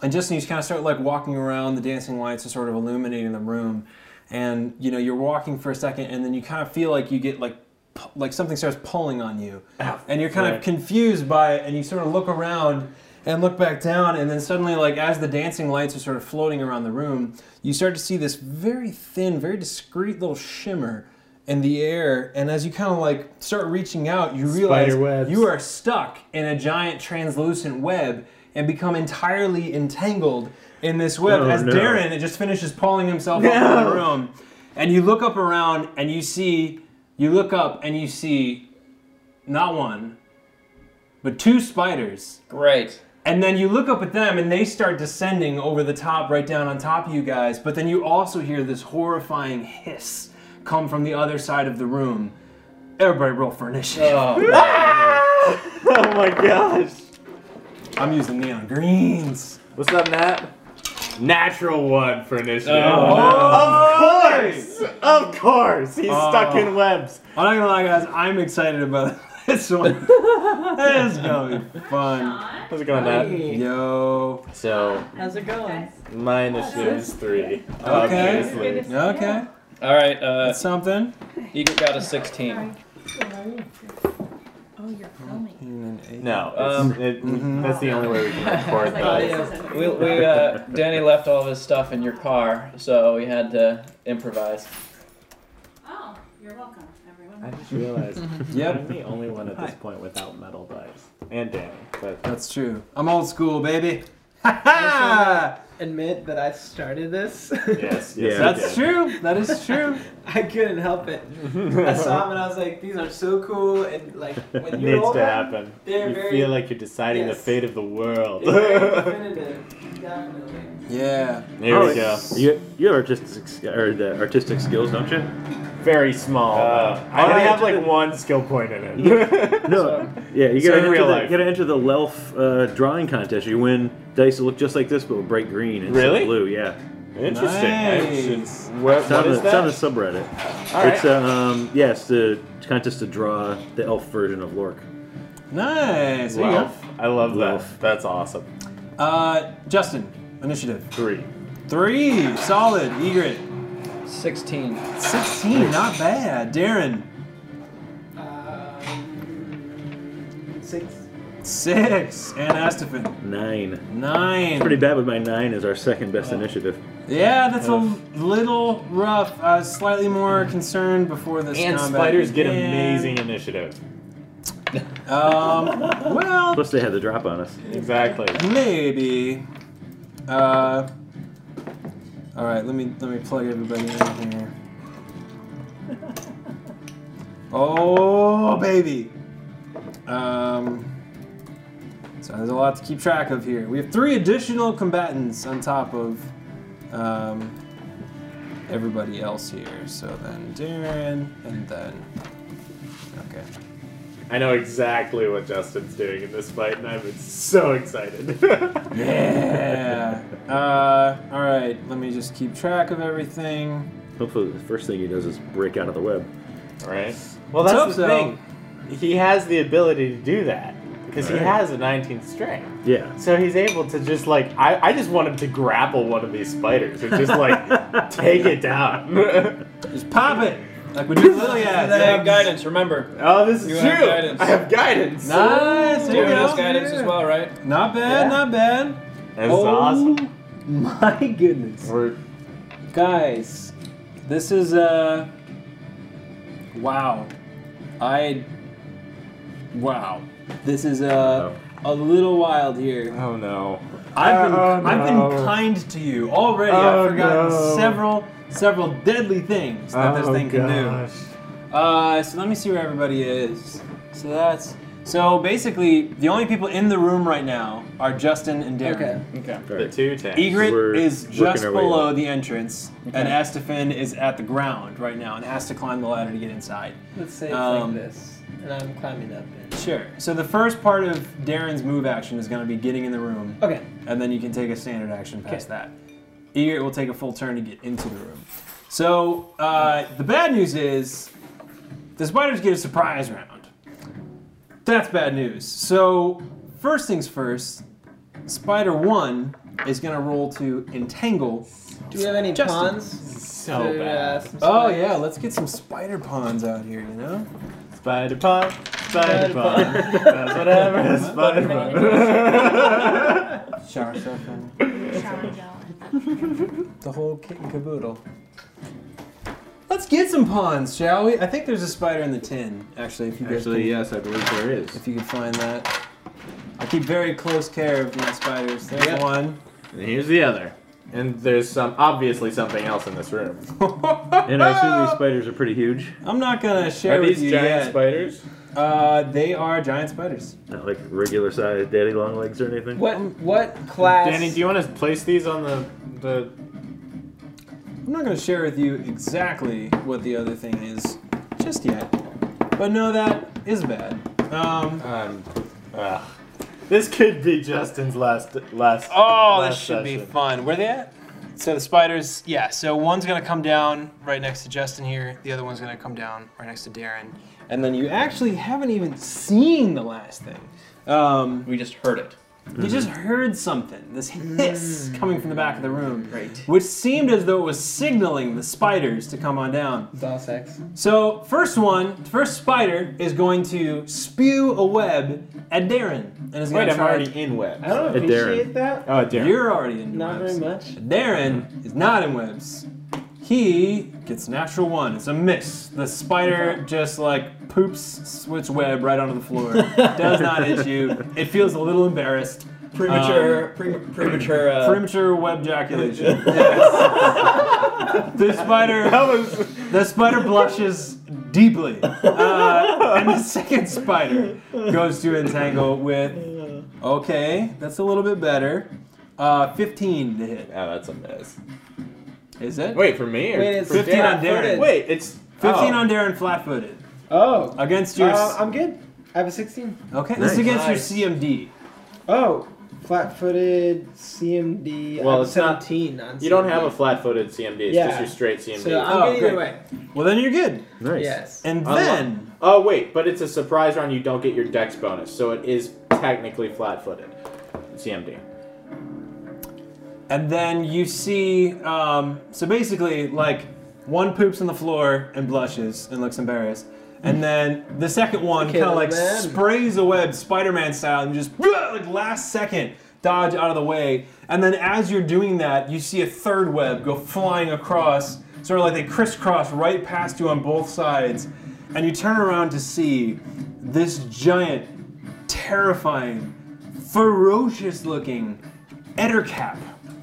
and Justin, you just kind of start like walking around. The dancing lights are sort of illuminating the room, and you know you're walking for a second, and then you kind of feel like you get like pu- like something starts pulling on you, and you're kind of
Ah, right.
confused by it, and you sort of look around and look back down, and then suddenly like as the dancing lights are sort of floating around the room, you start to see this very thin, very discreet little shimmer in the air, and as you kind of like start reaching out, you realize
Spider webs.
you are stuck in a giant translucent web and become entirely entangled in this web
Oh,
as
no.
Darren it just finishes pulling himself up in the room. And you look up around and you see you look up and you see not one, but two spiders.
Great.
And then you look up at them and they start descending over the top, right down on top of you guys. But then you also hear this horrifying hiss come from the other side of the room. Everybody roll for initiative.
Um,
oh my gosh.
I'm using neon greens.
What's up, Nat? Natural one for initiative. Of course! Of course! He's stuck in webs.
I'm not gonna lie, guys. I'm excited about [LAUGHS] this one. this is gonna be fun.
How's it going, Nat?
Hey,
Yo.
So,
How's it going?
my initiative is three.
Okay.
Obviously.
Okay.
All right. Uh,
That's something.
Eagle got a 16.
Oh, you're filming.
No, it's-
Um,
it- that's the only way we can
[LAUGHS]
record that.
We, we uh, Danny left all of his stuff in your car, so we had to improvise.
Oh, you're welcome, everyone.
I [LAUGHS] just realized I'm
Yep.
the only one at this point without metal dice. And Danny. But
That's true. I'm old school, baby. [LAUGHS] Ha ha!
Admit that I started this.
yes, yes,
Yeah.
you
That's
did.
true. That is true.
[LAUGHS] I couldn't help it.
[LAUGHS]
I saw them and I was like, these are so cool. And like,
It
um, when you
needs
roll
to
them,
happen.
they're
You
very-
feel like you're deciding the
Yes.
fate of the world. [LAUGHS]
it's very
Here
definitive. Definitely.
Yeah.
we
Oh,
go.
You, you have artistic, sk- or the artistic skills, don't you?
Very small. though. Uh, I only
I-
have like one skill point in [LAUGHS] it.
No, yeah, you
So in
gotta, enter
real
the,
life.
you gotta enter the Lelf uh, drawing contest. You win dice that look just like this, but with bright green instead
Really?
of blue. Yeah,
Interesting. I should-
Nice.
What,
it's,
what
on, the,
is
it's on the
that?
subreddit.
All right.
It's uh, um, yeah, it's the contest to draw the elf version of Lork.
Nice. There you go.
Love. I love
Love.
that. That's awesome.
Uh, Justin, initiative.
Three.
Three. Solid. Egret.
16.
16. Not bad. Darren.
Um, six.
Six. And Astafin.
Nine.
Nine.
Pretty bad with my nine is our second best
Uh-huh.
initiative.
Yeah, that's a little rough. I was slightly more concerned before this
And
combat
spiders get
began.
amazing initiative.
Um, well,
Plus they had the drop on us.
Exactly.
maybe. Uh, All right, let me let me plug everybody in here. Oh baby. Um. So there's a lot to keep track of here. We have three additional combatants on top of um, everybody else here. So then Darren, and then okay.
I know exactly what Justin's doing in this fight, and I've been so excited. [LAUGHS]
Yeah. Uh, all right. Let me just keep track of everything.
Hopefully, the first thing he does is break out of the web.
Right. Well,
Let's
that's
hope
the
so.
thing. He has the ability to do that because he
Right.
has a 19th strength.
Yeah.
So he's able to just like I, I just want him to grapple one of these spiders and
[LAUGHS]
just like take it down. [LAUGHS]
Just pop it like we do Liliad.
And then I have guidance, remember.
oh, this is
You
true.
have guidance.
I have guidance.
Nice. Ah, There
David
we
has
go.
guidance as well, right?
Not bad.
Yeah.
Not bad.
That's awesome.
My goodness.
We're-
Guys, this is uh wow. I wow. This is uh a little wild here.
oh no.
I've been
Oh,
I've
no.
been kind to you already.
Oh,
I've forgotten
no.
several several deadly things that this
Oh,
thing can
gosh.
do. Uh, so let me see where everybody is. So that's so basically the only people in the room right now are Justin and Darren.
Okay.
Okay.
The two tanks.
Egret
We're
is
working
just
our way
below
up.
the entrance, and Astafin is at the ground right now and has to climb the ladder to get inside.
Let's say it's
Um,
like this, and I'm climbing up. And...
Sure. So the first part of Darren's move action is going to be getting in the room,
Okay.
and then you can take a standard action past that. Egret will take a full turn to get into the room. So uh, the bad news is the spiders get a surprise round. That's bad news. So first things first, Spider One is going to roll to entangle.
Do we have any
Justin.
pawns?
so
to, uh,
bad.
some
Oh
spiders?
yeah, let's get some spider pawns out here, you know?
Spider pop, spider
Spider
pop. That's
[LAUGHS]
whatever. Spider [LAUGHS] pop.
Shower stuff and
Shower gel.
the whole kit and caboodle. Let's get some pawns, shall we? I think there's a spider in the tin, actually, if you guys
Actually,
can,
yes, I believe there is.
if you can find that. I keep very close care of my spiders. There's
Yeah. [LAUGHS]
one.
and here's the other. And there's some obviously something else in this room.
And I assume
Ah!
these spiders are pretty huge.
I'm not gonna share
Are
with
these
you
giant
yet.
spiders?
uh, they are giant spiders.
Not like regular sized daddy long legs or anything.
What what class?
Danny, do you want to place these on the the?
I'm not gonna share with you exactly what the other thing is just yet. But no, that is bad. Um,
Um, ugh. This could be Justin's last last.
Oh,
last
this should be
session.
fun. Where they at? So the spiders, yeah. So one's gonna come down right next to Justin here. The other one's gonna come down right next to Darren.
and then you actually haven't even seen the last thing. Um,
We just heard it.
You just heard something, this hiss coming from the back of the room,
Great.
which seemed as though it was signaling the spiders to come on down.
It's all sex.
So, first one, the first spider is going to spew a web at Darren. And is going
Wait,
to
I'm
try.
already in webs.
I don't
Hey, Darren.
appreciate that.
Oh, Darren.
You're already in
Not
webs.
very much.
Darren is not in webs. He gets a natural one. It's a miss. The spider just like poops its web right onto the
[LAUGHS]
floor. Does not hit you. It feels a little embarrassed.
Um,
Premature, pre- premature. Uh,
premature web
[LAUGHS]
ejaculation. Yes. the spider,
That was.
the spider blushes deeply, uh, and the second spider goes to entangle with. Okay, that's a little bit better. Uh, 15 to hit.
Oh, that's a mess.
Is it?
Wait, for me? Or
Wait, it's
for
15 on
flat-footed.
Darren.
Wait, it's.
15
oh.
on Darren flat-footed
Oh,
against your.
uh,
s
I'm good. I have a 16.
okay, this is
Nice.
against
Nice.
your CMD.
Oh, flat-footed CMD. I
Well,
have
it's not-
17 on.
You don't
CMD.
have a flat footed CMD, it's
Yeah.
just your straight CMD.
So I'm
Oh,
good
great.
either way.
Well, then you're good.
Nice.
Yes.
And
I love-
then
oh, wait, but it's a surprise round, you don't get your dex bonus, so it is technically flat footed CMD.
And then you see, um, so basically, like one poops on the floor and blushes and looks embarrassed, and then the second one
Okay,
kind of like
man.
sprays a web Spider-Man style and just like last second dodge out of the way. And then as you're doing that, you see a third web go flying across, sort of like they crisscross right past you on both sides, and you turn around to see this giant, terrifying, ferocious-looking Ettercap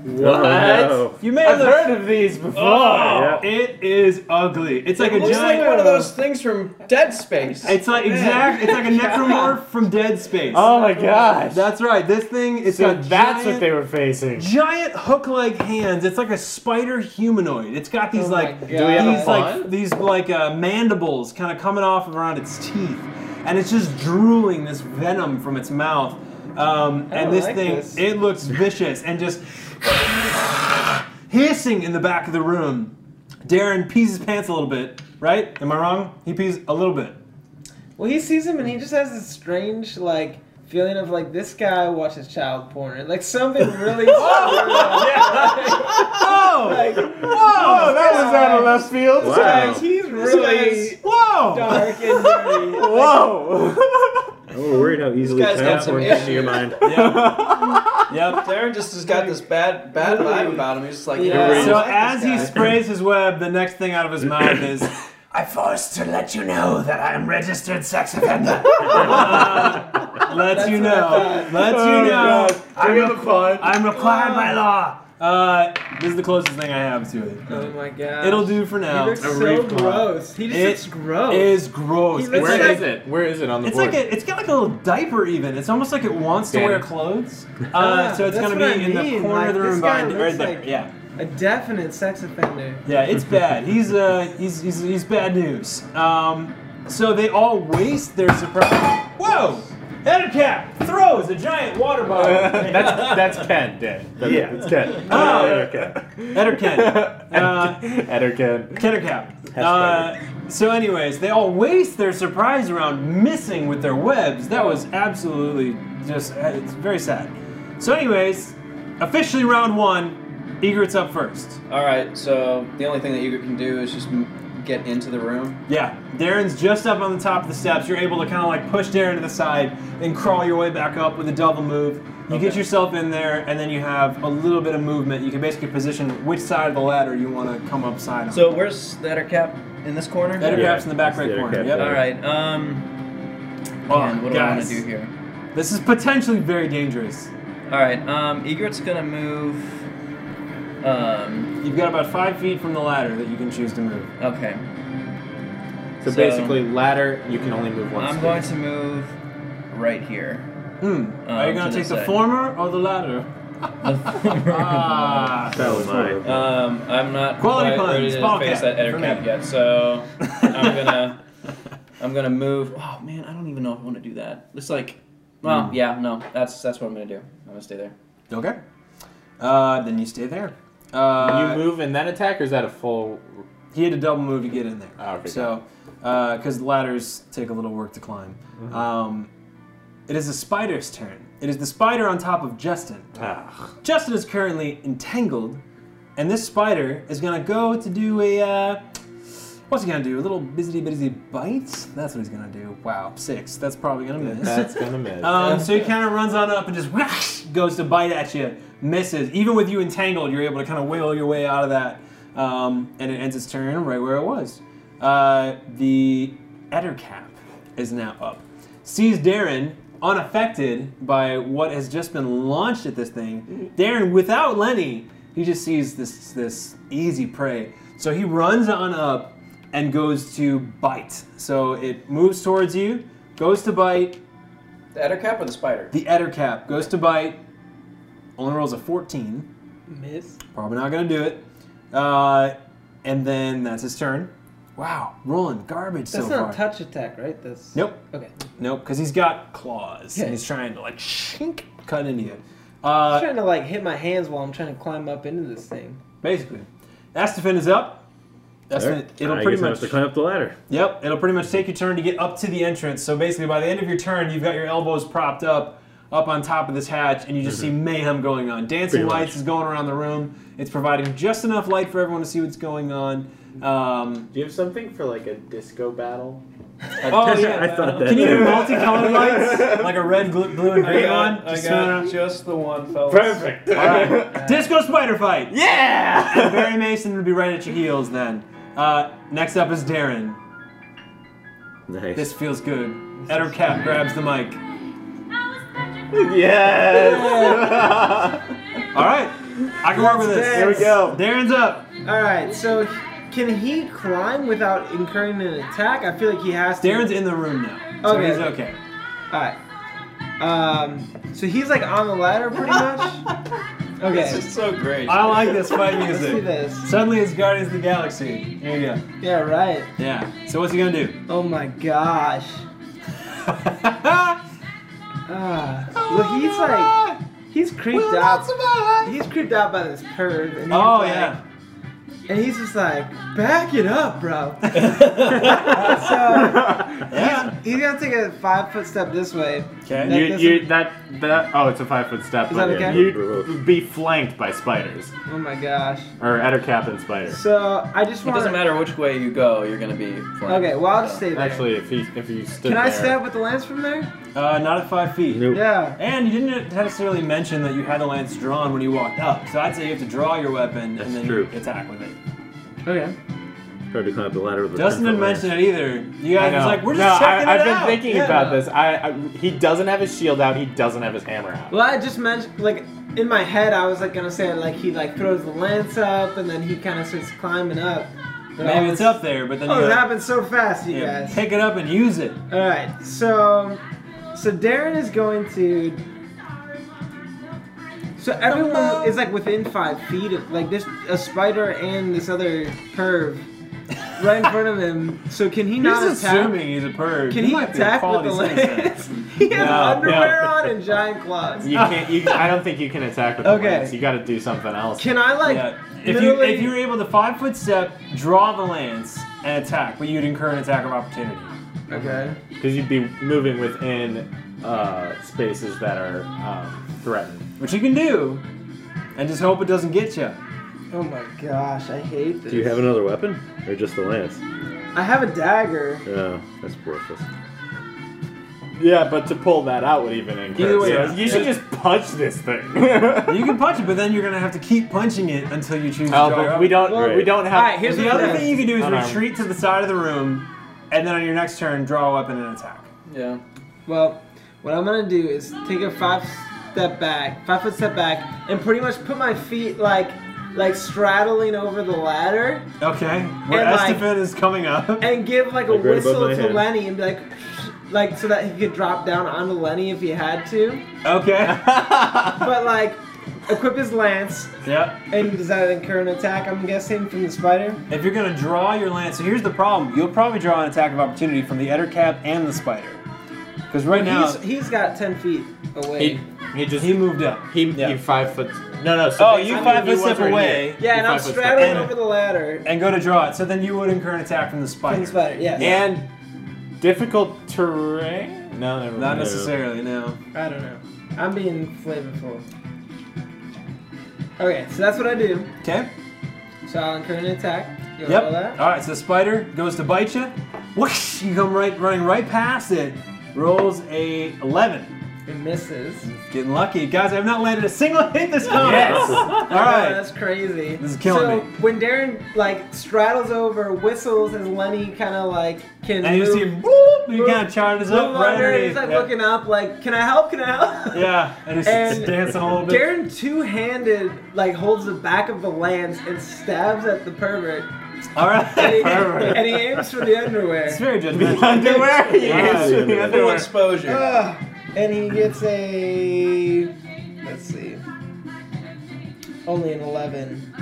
What?
no.
You may
I've
have looked-
heard of these before.
Oh, it is ugly. It's like
It
a
looks like
giant.
one of those things from Dead Space.
it's like exact. It's
[LAUGHS]
like a necromorph from Dead Space.
Oh my gosh.
That's right. This thing. It's
so
got
that's what
giant-
they were facing.
giant hook-like hands. It's like a spider humanoid. It's got these
Oh
like
my
these
Do we
have a
like
pond?
these like uh, mandibles kind of coming off of around its teeth, and it's just drooling this venom from its mouth. Um,
don't
and this
like
thing,
this.
it looks vicious and just [LAUGHS] hissing in the back of the room. Darren pees his pants a little bit, right? Am I wrong? He pees a little bit.
Well, he sees him and
Mm.
he just has this strange, like, feeling of, like, this guy watches child porn. or, Like, something
[LAUGHS]
really.
Oh!
Like, like,
Oh, that was out of left field.
Wow.
he's
is-
really
Whoa!
dark and dirty.
Whoa.
I'm a little Oh, worried how easily
guy's got
child
some
porn gets into your
issues.
mind.
[LAUGHS] Yep. yep.
Darren just has got this bad bad vibe about him. He's just like,
Yeah.
yeah.
So
I like
as
this
he
guy.
sprays his web, the next thing out of his mouth is, "I forced to let you know that I am registered sex offender." Uh, let you
what I
know.
thought.
Let
Oh,
you know.
God.
I'm,
Bring in the pun.
I'm required by law. Uh, this is the closest thing I have to it.
Oh my god.
It'll do for
He
now. It
looks so gross. He just
It
looks gross.
is gross.
He
It's
looks
like
like-
a-
is
it? Where is it on
it's like a, it's got like a little diaper even. It's almost like it wants to
Danny.
wear [LAUGHS] clothes. Uh,
Ah,
so it's
that's
gonna
what I
be in the
mean.
corner of the
Like, this
room
guy
behind right
looks
there.
like-
yeah.
a definite sex offender.
Yeah, it's bad. He's uh, he's, he's he's bad news. Um, so they all waste their surprise. Whoa! Edicap throws a giant water [LAUGHS] bottle.
that's that's Ken, Dan. That's,
Yeah.
it's Ken.
Oh.
Ken.
Edercan. [LAUGHS] Uh,
Eder Ken.
Kettercap. Uh, so, anyways, they all waste their surprise round missing with their webs. That was absolutely just uh, it's very sad. So, anyways, officially round one. Egert's up first.
All right, so the only thing that you can do is just m- get into the room.
Yeah, Darren's just up on the top of the steps. You're able to kind of like push Darren to the side and crawl your way back up with a double move. You get
Okay.
yourself in there, and then you have a little bit of movement. You can basically position which side of the ladder you want to come up side on.
So where's the header cap in this corner?
Better
Yeah,
grabs in the back
it's
right
the
corner.
other
Yep.
cap.
All right. Um.
Oh,
man, what do I want
guys.
to do here?
This is potentially very dangerous.
All right. Um. Egret's gonna move. Um.
You've got about five feet from the ladder that you can choose to move.
Okay.
So,
So-
basically, ladder. You can only move one.
I'm
space.
going to move right
[LAUGHS]
here.
Hmm. Are
to
you going to
the
take the
side.
former or the latter?
The former.
Ah.
Oh my.
um. I'm not
Quality
quite ready
puns,
to
ball
face
cap
that header
for
cap
me.
yet,
[LAUGHS]
so I'm gonna. I'm gonna move. Oh man, I don't even know if I want to do that. It's like, well, yeah, no. That's that's what I'm gonna do. I'm gonna stay there.
Okay. Uh, then you stay there. Uh,
you move and then attack, or is that a full?
He had a double move to get in there.
Oh, okay.
So, because ladders take a little work to climb. Um, it is the spider's turn. It is the spider on top of Justin.
Ah.
Justin is currently entangled, and this spider is gonna go to do a. Uh, what's he gonna do? A little busy busy bite? That's what he's gonna do. Wow, six. That's probably gonna
[LAUGHS]
miss.
That's gonna miss.
Um, so he kind of runs on up and just whoosh, goes to bite at you, misses. Even with you entangled, you're able to kind of wiggle your way out of that, um, and it ends its turn right where it was. Uh, the Ettercap is now up. Sees Darren unaffected by what has just been launched at this thing. Darren, without Lenny, he just sees this this easy prey. So he runs on up and goes to bite. So it moves towards you, goes to bite,
The header cap or the
[LAUGHS]
spider?
the Eder cap goes to bite. Only rolls a 14.
Miss.
Probably not gonna do it. Uh, and then that's his turn. Wow, rolling garbage
That's
so
not
far.
touch attack, right? That's
nope,
Okay.
nope, because he's got claws
Yeah.
and he's trying to like shink cut into you.
I'm
Uh,
trying to like hit my hands while I'm trying to climb up into this thing.
basically, Astafin is up. That's
Alright.
it. It'll
I
pretty
guess I have
much.
to climb up the ladder.
Yep, it'll pretty much take your turn to get up to the entrance. So basically, by the end of your turn, you've got your elbows propped up, up on top of this hatch, and you just see mayhem going on. Dancing
Pretty much.
lights is going around the room. It's providing just enough light for everyone to see what's going on. Um,
Do you have something for like a disco battle?
[LAUGHS] oh yeah,
[LAUGHS] I thought that.
Can you do multicolored lights, like a red, gl- blue, and green one? Just going around.
just the one, fellas.
Perfect.
Disco spider fight.
yeah.
Barry Mason would be right at your heels then. Uh, next up is Darren.
Nice. [LAUGHS]
This feels good. Edder Cap grabs the mic.
I was such a
yes.
All right. I can work with this.
There we
go.
Darren's up.
All right, so can he climb without incurring an attack? I feel like he has to.
Darren's in the room now. So
Okay.
he's okay.
All right. Um, so he's like on the ladder pretty much. Okay.
[LAUGHS] This is so great.
I like this fight
[LAUGHS] Let's do
music.
this.
Suddenly it's Guardians of the Galaxy. There you go.
Yeah, right.
Yeah. So what's he
[LAUGHS]
gonna do?
Oh my gosh. Ah. well,
[LAUGHS]
he's like he's creeped out. He's creeped out by this perv. And he's
oh
like-
yeah.
And he's just like, back it up, bro. so
[LAUGHS] Yeah.
he's gonna take a five foot step this way.
Okay.
That
You, you,
doesn't-
that, that, oh, it's a five foot step.
Is that
but
okay?
You'd be flanked by spiders.
Oh my gosh.
Or Ettercap and spider.
So I just
It
want.
doesn't matter which way you go, you're gonna be. flying.
Okay, well I'll just stay there.
Actually, if he if you stood
Can I
there-
stab with the lance from there?
Uh, not at five feet.
Nope.
Yeah.
And you didn't necessarily mention that you had the lance drawn when you walked up, so I'd say you have to draw your weapon
That's
and then
true.
attack with it.
Okay.
Tried to climb up the ladder with a
Dustin
10 -foot
didn't mention it either. You
I
guys was
know.
like, we're
no,
just checking
I,
it
I've been
out.
thinking
Yeah.
about this. I, I he doesn't have his shield out. He doesn't have his hammer out.
Well, I just mentioned like in my head I was like gonna say like he like throws the lance up and then he kind of starts climbing up. But I
Maybe
was-
it's up there, but then
Oh,
you
it
gotta,
happened so fast, you
yeah,
guys.
pick it up and use it.
All right, so so Darren is going to. So everyone is like within five feet of like this a spider and this other perv right in front of him. So can he not
He's
attack?
assuming he's a perv.
Can he
might be a
attack with
quality
the
citizen.
lance? [LAUGHS] he has
No,
underwear
no.
on and giant claws.
You can't. You, I don't think you can attack with the
Okay.
lance. You got to do something else.
Can I like
Yeah. If you
literally?
if you're able to five foot step, draw the lance and attack, but you'd incur an attack of opportunity.
okay.
Because you'd be moving within uh, spaces that are um, threatened.
Which you can do, and just hope it doesn't get you.
Oh my gosh, I hate this.
Do you have another weapon? Or just the lance?
I have a dagger.
Oh, that's worthless.
Yeah, but to pull that out would even increase.
Either way, yeah.
you should just punch this thing. [LAUGHS]
You can punch it, but then you're gonna have to keep punching it until you choose to
Oh,
draw your
but we don't.
Right.
We don't have.
Alright, here's
The other thing you can do is
Unarmed.
retreat to the side of the room, and then on your next turn, draw a weapon and attack.
Yeah.
Well, what I'm gonna do is take a five step back, five foot step back, and pretty much put my feet like, like straddling over the ladder,
Okay. Where
And, like-
Estefan is coming up.
and give like a
Like right above
whistle
my
to
head.
Lenny and be like, like so that he could drop down onto Lenny if he had to,
[LAUGHS]
Okay.
but like, equip his lance.
yep.
And does that incur an attack? I'm guessing from the spider.
If you're gonna draw your lance, so here's the problem: you'll probably draw an attack of opportunity from the Ettercap and the Spider, because right now
he's, he's got ten feet away.
He, he just.
he moved up.
He,
Yeah.
he five foot. No, no. So
Oh, you
basically
five
he
foot
was
step
right
away.
here.
yeah,
He
and I'm
five foot step-
straddling
and-
over the ladder.
and go to draw it. So then you would incur an attack from the spider.
From the spider, yes.
And difficult terrain. No, never
Not
mind.
necessarily, no.
I don't know. I'm being flavorful. Okay, so that's what I do.
Okay.
So I'll incur an attack. You
Yep.
roll that?
All right. So the spider goes to bite you. Whoosh! You come right, running right past it. Rolls a 11.
It misses.
Getting lucky, guys. I've not landed a single hit this time. [LAUGHS]
[LAUGHS]
Yes.
All
Oh,
right.
that's crazy.
This is killing
so
me.
when Darren like straddles over, whistles as Lenny kind of like can
And you
move,
see him. [LAUGHS] Whoop! He
move-
kind of charges
move
up right
under, and
underneath.
He's like
Yep.
looking up, like, can I help? Can I help?
Yeah, and it's
And
dancing a little bit.
Darren two-handed like holds the back of the lance and stabs at the pervert,
All right.
and he,
Pervert.
and he aims for the underwear.
It's very judgmental. [LAUGHS]
The [LAUGHS] underwear. He
[LAUGHS]
Wow.
is with the
Full
Full
underwear.
exposure.
Ugh. and he gets a. Let's see. Only an 11.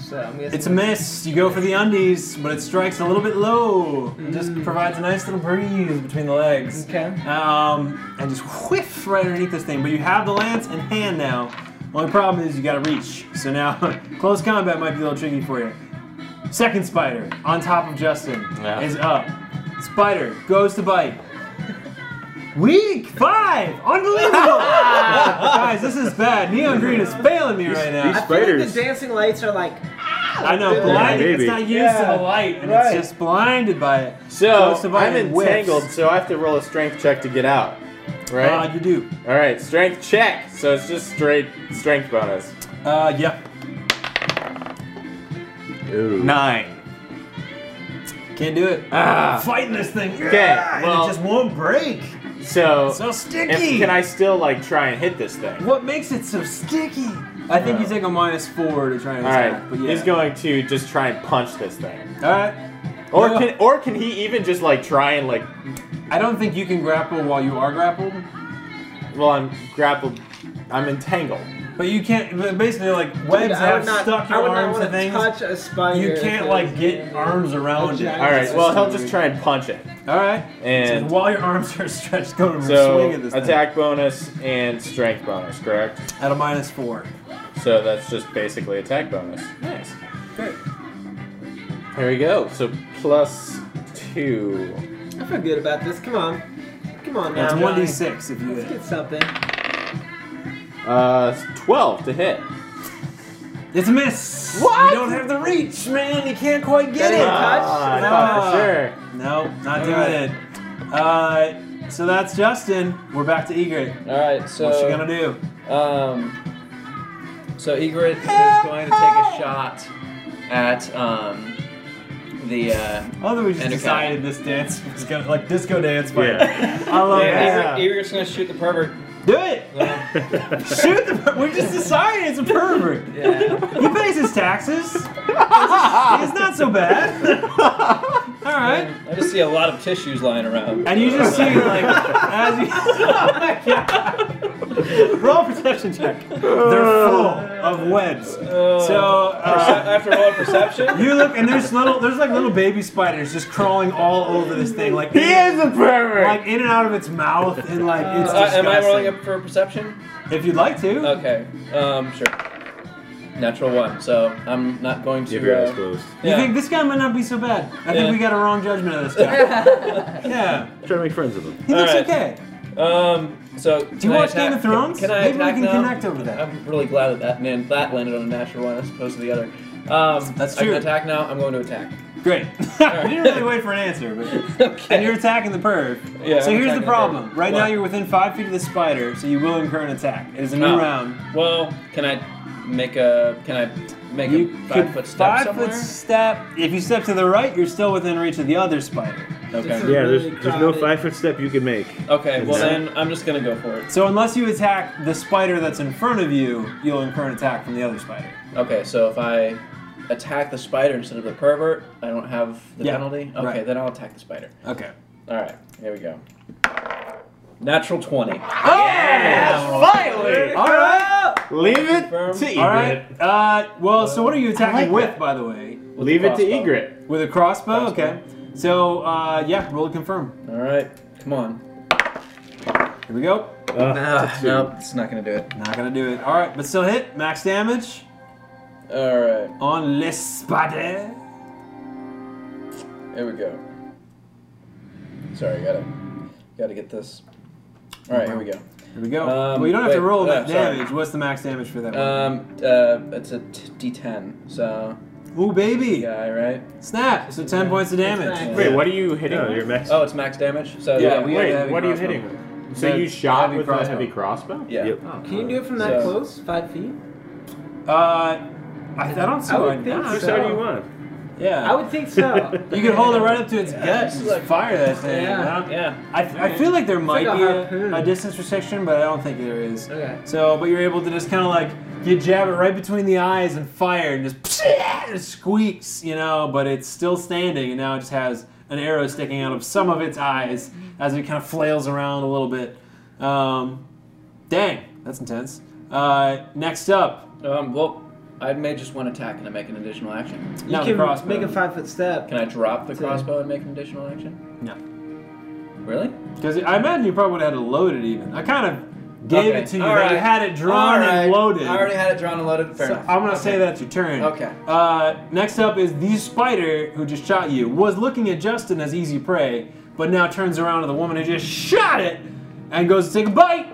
So I'm guessing.
It's a miss. You go for the undies, but it strikes a little bit low. It Just provides a nice little breeze between the legs.
Mm. Okay.
Um, and just whiff right underneath this thing. But you have the lance in hand now. Only problem is you gotta reach. So now, [LAUGHS] close combat might be a little tricky for you. Second spider on top of Justin
Yeah.
is up. Spider goes to bite. Week five, unbelievable! Guys, this is bad. Neon green is failing me right now.
these
I feel like
spiders.
the dancing lights are like.
I know,
Yeah,
blinded. It's
maybe.
not used
Yeah,
to the light, and
right.
it's just blinded by it.
So
Close to bite
I'm
and whiffs.
entangled, so I have to roll a strength check to get out. Right.
Uh, you do.
All right, strength check. So it's just straight strength bonus.
Uh, yeah.
Ooh.
Nine.
Can't do it.
Ah.
Fighting this thing. Okay.
well-
it just won't break.
So,
So sticky.
if, can I still like try and hit this thing?
What makes it so sticky? I think
Uh,
you take a minus four to try and
All
attack.
right,
But yeah.
he's going to just try and punch this thing,
All right.
or
No.
can or can he even just like try and like?
I don't think you can grapple while you are grappled,
Well, I'm grappled, I'm entangled.
but you can't. but Basically, like webs
Dude, I would
have
not-
stuck
I
your
would not
arms
wanna
and things.
touch a spider.
You
if
can't
it
like
was-
get arms around it.
giant-
All right, well he'll just try and punch it,
All right. So
and
while your arms are stretched, go to
so
swing at this
attack bonus and strength bonus, correct?
thing. at a minus four.
So that's just basically attack bonus. Nice.
Great.
There we go. So plus two.
I feel good about this. Come on, come on
That's
now.
one d six if you
Let's
hit.
get something.
Uh, 12 to hit.
It's a miss.
What?
You don't have the reach, man. You can't quite
That
get
ain't
it.
I
touch.
thought for
Ah.
sure.
No, not doing it. Uh, so that's Justin. We're back to Egret.
All right, so
What's she gonna do?
Um, so Egret is going to take a shot at um, the. Uh,
I love that Oh, we just
And a
decided this dance [LAUGHS] was gonna like disco dance. But
Yeah.
I love
yeah,
that.
Egret- Egret's going to shoot the pervert.
Do it. Shoot the. per- We just decided it's a pervert.
Yeah.
He pays his taxes. It's not so bad. All right.
I just see a lot of tissues lying around.
And you just see
[LAUGHS]
like as you [LAUGHS] roll a perception check. They're full of webs. So uh,
after
[LAUGHS]
all perception.
you look and there's little there's like little baby spiders just crawling all over this thing like
He is a pervert!
like in and out of its mouth and like it's
Uh,
disgusting.
am I rolling Uh, up for perception?
If you'd like to.
Okay. Um, sure. Natural one. So I'm not going to.
Keep your eyes
uh,
closed.
You
yeah.
think this guy might not be so bad? I think
Yeah.
we got a wrong judgment of this
[LAUGHS]
guy. yeah,
Try to make friends with him.
he looks
Alright.
okay.
Um. So.
Do you watch Game of Thrones?
Can, I
Maybe we
attack
can
now?
connect over that.
I'm really glad that that man that landed on a natural one as opposed to the other. Um,
That's
I can
true.
attack now. I'm going
[LAUGHS]
to attack.
Great. we didn't really wait for an answer, but.
okay.
And you're attacking the perv.
Yeah,
so
I'm
here's
attacking
the
the
problem.
perv.
right now
What?
you're within five feet of the spider, so you will incur an attack. It is a new
Oh.
round.
well, can I make a can I make
You
a
could
five foot step
five
somewhere?
foot step. If you step to the right, you're still within reach of the other spider.
okay.
It's
Yeah, there's,
Really
there's no
crowded.
five foot step you can make.
Oh,
Okay. Well
Yeah.
then, I'm just gonna go for it.
So unless you attack the spider that's in front of you, you'll incur an attack from the other spider.
Okay. So if I attack the spider instead of the pervert, I don't have the
Yeah,
penalty. Okay.
right.
Then I'll attack the spider.
Okay.
All right. Here we go. Natural twenty.
Oh, All right.
Leave it
Firm.
to Egret.
All right. Uh, well, so what are you attacking with, by the way?
Leave it to
Crossbow.
Egret.
With a crossbow. Okay. So uh, yeah, roll to confirm.
All right. Come on.
Here we go.
Ah, nope. It's not gonna do it.
Not gonna do it. All right, but still hit max damage
All right.
on le spider.
Here we go. Sorry, gotta gotta get this. All right, here we go.
Here we go.
Um,
well, you don't have to
wait,
roll
uh,
that
sorry.
damage. What's the max damage for that
Um, uh, it's a t- D10. So
one? Ooh, baby!
yeah, right.
Snap! So 10 points of damage.
max.
Wait, what are you hitting?
No,
with?
you're max.
Oh, it's max damage. So
Yeah,
yeah,
we- had a
Wait,
heavy
what are you
crossbow.
hitting? with? So
The
you shot
heavy
with
crossbow.
a heavy crossbow?
yeah.
Yep.
Oh,
Can you do it from that
So-
close? Five feet?
Uh, I, I don't see
I
why
would think
not.
so.
Just how do you want him?
Yeah.
I would think so.
you could hold it right up to its gut and just
like-
fire that thing.
Yeah.
I, don't-
Yeah.
I, I feel like there might
like a
be
harpoon.
a, a distance restriction, but I don't think there is.
Okay.
So, but you're able to just kind of like you jab it right between the eyes and fire and just [LAUGHS] it squeaks, you know, but it's still standing and now it just has an arrow sticking out of some of its eyes as it kind of flails around a little bit. Um, dang, that's intense. Uh, next up,
Um, well, I made just one attack and I make an additional action.
now
you
the crossbow.
can make a five foot step.
Can I drop the
Two.
crossbow and make an additional action?
No.
Really?
Because I imagine you probably would have had to load it even. I kind of gave
Okay,
it to you,
all
but you
right.
had it drawn
All right,
and loaded.
I already had it drawn and loaded. Fair
So
enough.
I'm gonna
Okay.
say that's your turn.
Okay.
Uh, next up is the spider who just shot you. Was looking at Justin as easy prey, but now turns around to the woman who just shot it and goes to take a bite.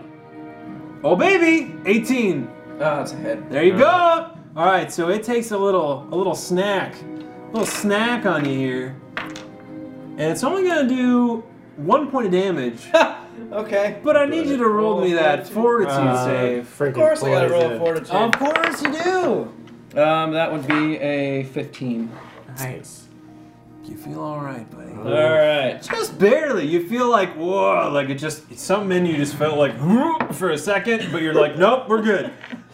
Oh baby, 18.
Oh, it's a hit.
There you go. All right, so it takes a little a little snack, a little snack on you here, and it's only gonna do one point of damage.
[LAUGHS] Okay.
but I need you to roll me that fortitude
Uh,
save.
freaking
Of course, I gotta roll a
poison.
fortitude.
Of course you do.
Um, that would be a 15.
Nice.
You feel all right, buddy.
All right.
Just barely. You feel like whoa, like it just something in you just felt like "Whoop," for a second, but you're like, nope, we're good.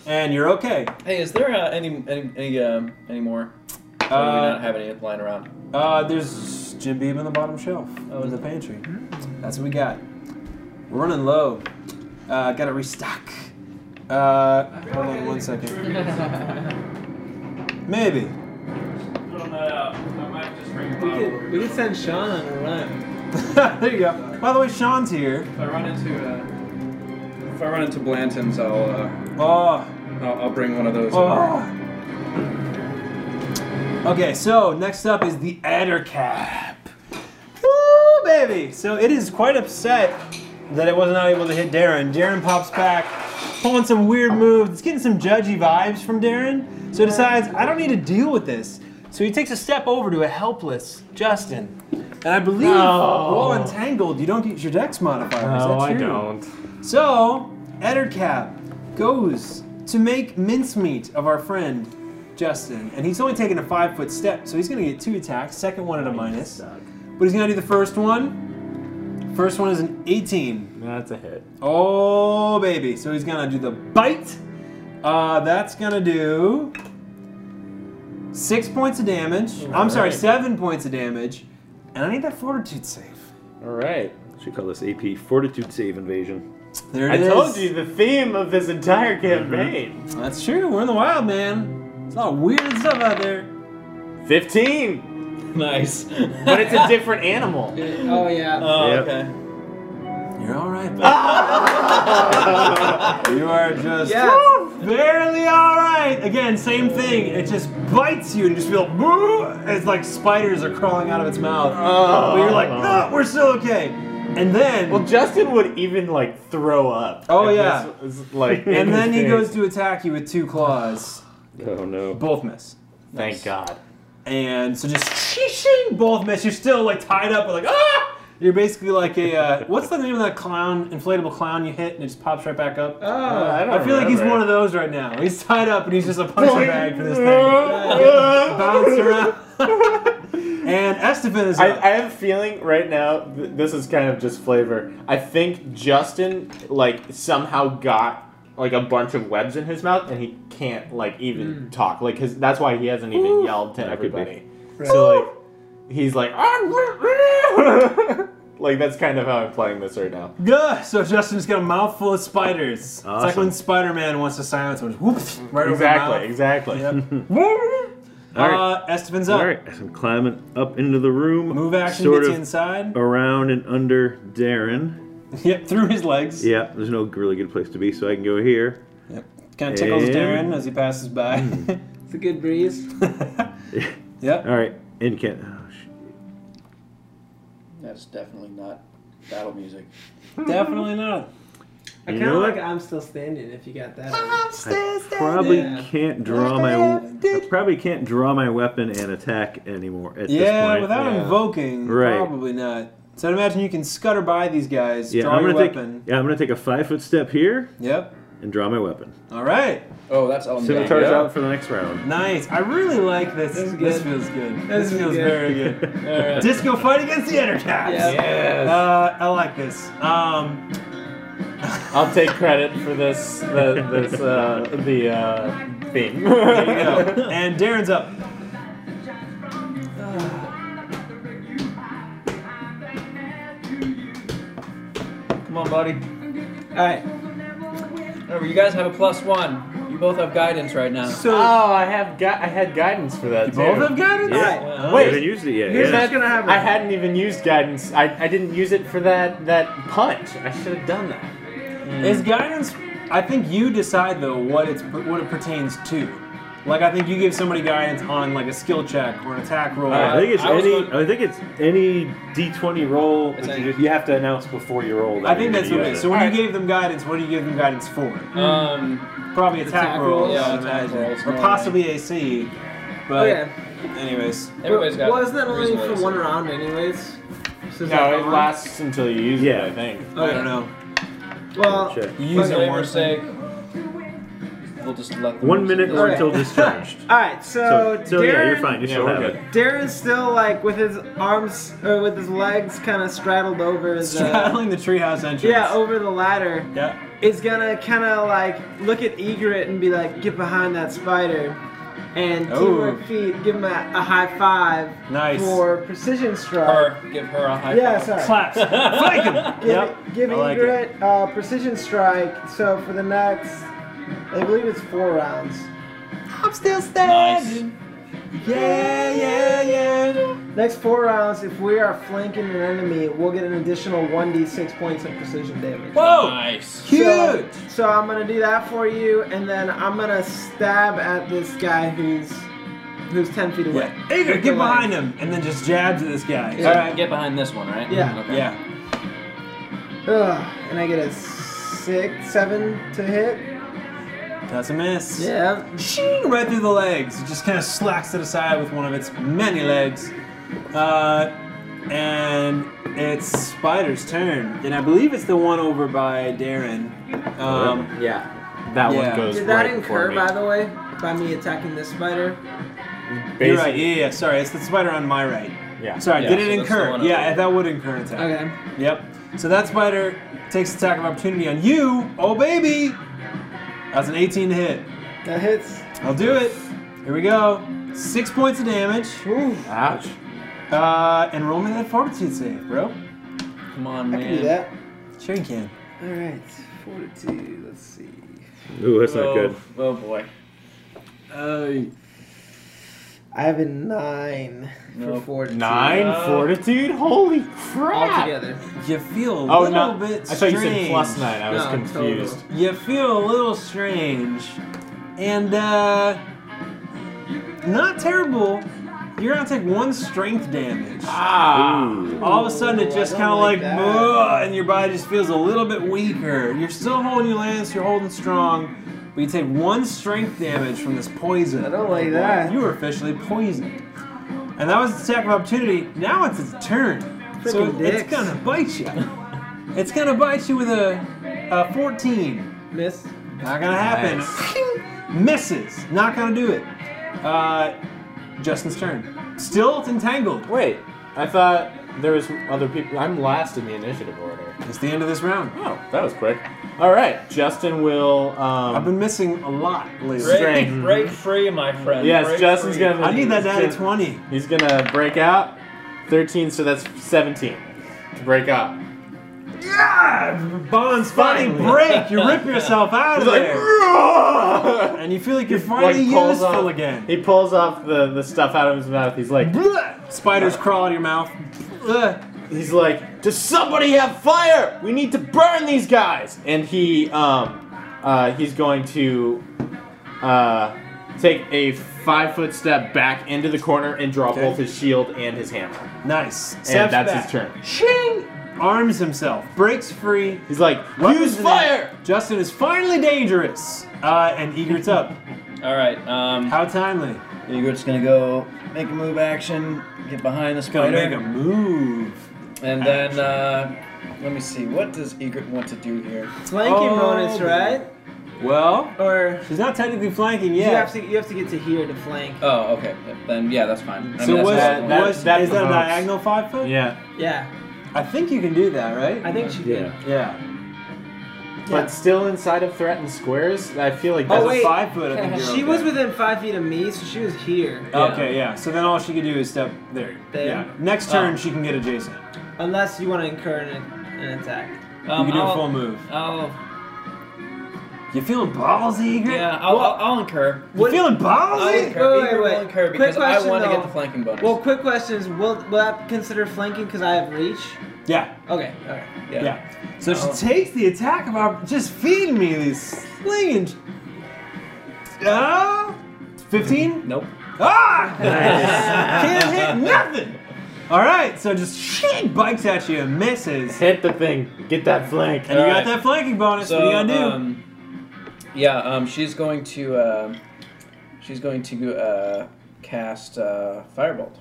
and you're okay.
Hey, is there uh, any any any um, any more? Or do we not
Uh,
have any lying around?
uh, there's Jim Beam in the bottom shelf oh, in the pantry. That's what we got. We're running low. Uh, gotta restock. Uh, hold on one second. Maybe. [LAUGHS]
We could, we could send Sean on a run.
there you go. By the way, Sean's here.
If I run into uh,
If I run into Blanton's, I'll uh,
Oh,
I'll, I'll bring one of those.
oh. Mm. Okay, so next up is the adder cap. Woo, baby! So it is quite upset that it was not able to hit Darren. Darren pops back, pulling some weird moves. It's getting some judgy vibes from Darren. So he decides, I don't need to deal with this. So he takes a step over to a helpless Justin. And I believe while entangled, you don't get your dex modifier. is that
No, I
true?
don't.
So, Edercap goes to make mincemeat of our friend Justin, and he's only taken a five foot step, so he's gonna get two attacks. Second one at a minus, but he's gonna do the first one. First one is an 18.
That's a hit.
Oh baby! So he's gonna do the bite. Uh, that's gonna do six points of damage. I'm sorry, seven points of damage, and I need that fortitude save.
All right.
Should call this AP Fortitude Save Invasion.
There
I
it is.
told you the theme of this entire campaign.
That's true. We're in the wild, man. There's a lot of weird stuff out there.
Fifteen,
nice.
but it's a different
[LAUGHS]
animal.
Oh yeah.
Uh,
Oh,
Yep.
okay.
You're all right, bud. you are just
Yes.
woo, barely all right. Again, same thing. It just bites you, and you just feel "Boo!" It's like spiders are crawling out of its mouth. but
Oh.
you're like, no, we're still okay. And then,
Well, Justin would even like throw up.
Oh,
if
yeah.
this was, like,
[LAUGHS]
in
and then
his
he
face.
goes to attack you with two claws.
Oh no.
Both miss.
Thank God.
And so just shing, both miss. You're still like tied up, but like ah. You're basically like a uh, [LAUGHS] what's the name of that clown inflatable clown you hit and it just pops right back up.
oh,
don't
Uh, I feel like he's one of those right now. He's tied up and he's just a punching bag for this
[LAUGHS]
thing. Bounced around. and Estefan is
I,
up.
I have a feeling right now. Th- this is kind of just flavor. I think Justin like somehow got like a bunch of webs in his mouth, and he can't like
Mm.
even talk. Like his that's why he hasn't even yelled to
That could be.
everybody. So like he's like [LAUGHS] like that's kind of how I'm playing this right now.
Gah! So Justin's got a mouthful of spiders. It's like
Awesome.
when Spider-Man wants to silence him. Whoop, right
Exactly,
over
exactly.
the mouth. Yep.
All right.
Uh, Estefan's up.
All right. So I'm climbing up into the room.
Move action
sort
gets
of
you inside. [LAUGHS]
around and under Darren.
Yep, through his legs.
Yeah. There's no really good place to be, so I can go here.
Kind of tickles
And-
Darren as he passes by.
Hmm.
it's a good breeze.
yep.
All right. And can't. Oh, shit.
That's definitely not battle music.
[LAUGHS] Definitely not.
I
You
kind of
know
like
what?
I'm still standing. If you got that. on.
I probably
Yeah.
can't draw my. I probably can't draw my weapon and attack anymore at this
Yeah,
point.
without
yeah.
invoking,
Right.
probably not. So I'd imagine you can scutter by these guys,
yeah,
draw
I'm
your
gonna take.
weapon.
Yeah, I'm gonna take a five foot step here
Yep.
and draw my weapon.
All right.
Oh, that's all.
Scimitar's
Yeah.
out for the next round.
Nice. I really like this. This,
is good.
feels good.
This
This,
is
feels
good.
very
[LAUGHS]
good. Disco fight against the Entercats.
Yeah.
Uh, I like this. Um,
I'll take credit for this the this uh, the uh, theme.
there you
[LAUGHS]
[LAUGHS]
go. and Darren's up.
Come on, buddy.
All right.
Remember, you guys have a plus one. You both have guidance right now.
So
oh, I have got I had guidance for that.
you
too.
both have guidance.
Yeah.
Uh,
I
Wait.
haven't used it yet.
Here's
yeah.
what's gonna happen.
I hadn't even used guidance. I, I didn't use it for that that punch. I should have done that.
Is guidance? I think you decide though what it's what it pertains to. Like I think you give somebody guidance on like a skill check or an attack roll.
I think it's
I was
any. I think it's any D20 roll. that
like-
you, just, you have to announce before you roll.
I think that's what it
okay.
is. So when you gave them guidance, what do you give them guidance for?
Um,
Probably attack,
Attack
rolls,
rolls.
I would
Yeah, attack
imagine.
rolls,
or
normally.
possibly AC. But
Okay.
anyways.
everybody's got.
Wasn't that only
reasonable AC.
for one round, anyways? So is that
No, it
on?
lasts until you use
Yeah.
it. I think.
I don't know.
Well,
You
Check.
For
use it
flavor's
once.
sake, we'll just let the
One
music
minute
go.
or
Okay.
until discharged.
all right. So,
so, so yeah, you're
Darren-
fine. You
Yeah,
still
we're
have
good.
it.
Darren's still like with his arms or with his legs kind of straddled over the
Straddling the treehouse entrance.
oh. yeah over the ladder,
Yeah.
is gonna kind of like look at Egret and be like, "Get behind that spider," and
Oh.
teamwork feet give him a, a high five
Nice.
for precision strike.
Her, give her a high
Yeah,
five.
sorry.
Claps. Flank him.
Give,
Yep.
give
I like
Egret uh, precision strike. So for the next, I believe it's four rounds. I'm still
Nice.
Yeah, yeah, yeah. Next four rounds, if we are flanking an enemy, we'll get an additional 1d6 points of precision damage.
Whoa.
Nice.
Huge.
So, so I'm gonna do that for you, and then I'm gonna stab at this guy who's who's 10 feet away.
Yeah. Egret, get behind him, and then just jabs at this guy.
All right, get behind this one, right?
Yeah.
Okay.
Yeah.
Ugh, and I get a six, seven to hit.
That's a miss.
Yeah.
Shing, right through the legs. It just kind of slacks to the side with one of its many legs. Uh, and it's Spider's turn. And I believe it's the one over by Darren. Um,
Yeah, that
Yeah.
one goes
Did that
right before
incur,
me.
by the way, by me attacking this spider?
you're
Basi-
right. Yeah, yeah, yeah. Sorry, it's the spider on my right.
Yeah.
Sorry,
Yeah,
did it
so that's the
incur?
one
Yeah,
over.
that would incur an attack.
Okay.
Yep. So that spider takes attack of opportunity on you. Oh, baby! That's an 18 to hit.
That hits.
I'll do it. Here we go. Six points of damage.
Ouch.
Uh, and roll me that fortitude save, bro.
Come on,
I
man.
can do that.
Sure you can.
Alright, 42, let's see.
Ooh, that's not good.
Oh boy.
Uh,
I have a nine for
Nope.
fortitude.
Nine fortitude? Holy crap!
Altogether.
You feel a
Oh,
little
no.
bit strange.
I thought you said plus nine. I was
No,
confused.
total.
You feel a little strange. And, uh, not terrible. You're gonna take one strength damage.
Ah!
Ooh.
All of a sudden, it
Ooh, I
just
don't
kind of like,
like that.
"Ugh," and your body just feels a little bit weaker. You're still holding your lance, you're holding strong, but you take one strength damage from this poison.
I don't like that.
You were officially poisoned. And that was its attack of opportunity. Now it's its turn. so
Frickin'
it's
dicks.
gonna bite you. it's gonna bite you with a, a 14.
Miss.
Not gonna happen. [LAUGHS] Misses. Not gonna do it. Uh, Justin's turn. Still, it's entangled.
Wait, I thought there was other people. I'm last in the initiative order.
It's the end of this round.
Oh, that was quick. All right, Justin will.
I've
Um,
been missing a lot lately.
Right.
Break,
Strength.
break free, my friend.
yes,
Break
Justin's
free.
gonna.
I need that down to
he's
20.
He's gonna break out. Thirteen, so that's seventeen to break out.
Yeah! Bonds finally
Finally.
break. You rip [LAUGHS] yourself out
He's
of
like,
there.
"Rawr!"
And you feel like you're
He,
finally
pulls
useful
off-
again.
He pulls off the, the stuff out of his mouth. He's like,
Blech! Spiders crawl out of your mouth. Blech.
He's like, "Does somebody have fire? We need to burn these guys!" And he, um, uh, he's going to, uh, take a five foot step back into the corner and draw
Okay.
both his shield and his hammer.
Nice. Steps
and that's
back.
his turn.
Shing! Arms himself. Breaks free.
He's like,
Weapons
"Use
in
fire!"
hand. Justin is finally dangerous. Uh, and Egret's up.
All right. Um,
How timely.
Egret's gonna go make a move action, get behind the
Gonna
spider,
make a move.
and then uh, let me see. What does Egret want to do here?
Flanking
Oh,
bonus,
boy.
right?
Well,
Or
she's not technically flanking
you have
yet.
to you have to get to here to flank.
Oh, okay. Then yeah, that's fine. I mean,
So
that's
was,
not-
that-
was
that
is that a
promotes.
diagonal five foot?
Yeah,
Yeah.
I think you can do that, right?
I think she did.
yeah.
Yeah.
but still inside of threatened squares. I feel like
As
that's
Oh, wait.
a five foot,
[LAUGHS]
I think you're
She was
okay.
within five feet of me, so she was here.
Yeah.
Okay, yeah. So then all she could do is step there.
There.
Yeah. Next turn,
Oh.
she can get adjacent.
Unless you want to incur an, an attack.
um,
you can do
I'll,
a full move.
I'll,
You feeling ballsy, Egret?
yeah, Oh, I'll, I'll, I'll incur.
You feeling
I'll
ballsy?
incur.
Wait, wait,
Egret will
wait.
incur
Quick
because I
question,
want to
though.
get the flanking bonus.
Well, quick question is will, will I consider flanking because I have reach?
Yeah,
Okay, alright.
yeah.
yeah.
So
Oh.
she takes the attack of our. Just feed me these slinging. Ah, fifteen.
Nope.
Ah, can't hit nothing. All right, so just she bikes at you and misses,
hit the thing, get that flank.
and you
All
got
right.
that flanking bonus. what are you gonna do?
Um, yeah, um, she's going to uh, she's going to uh, cast uh, firebolt.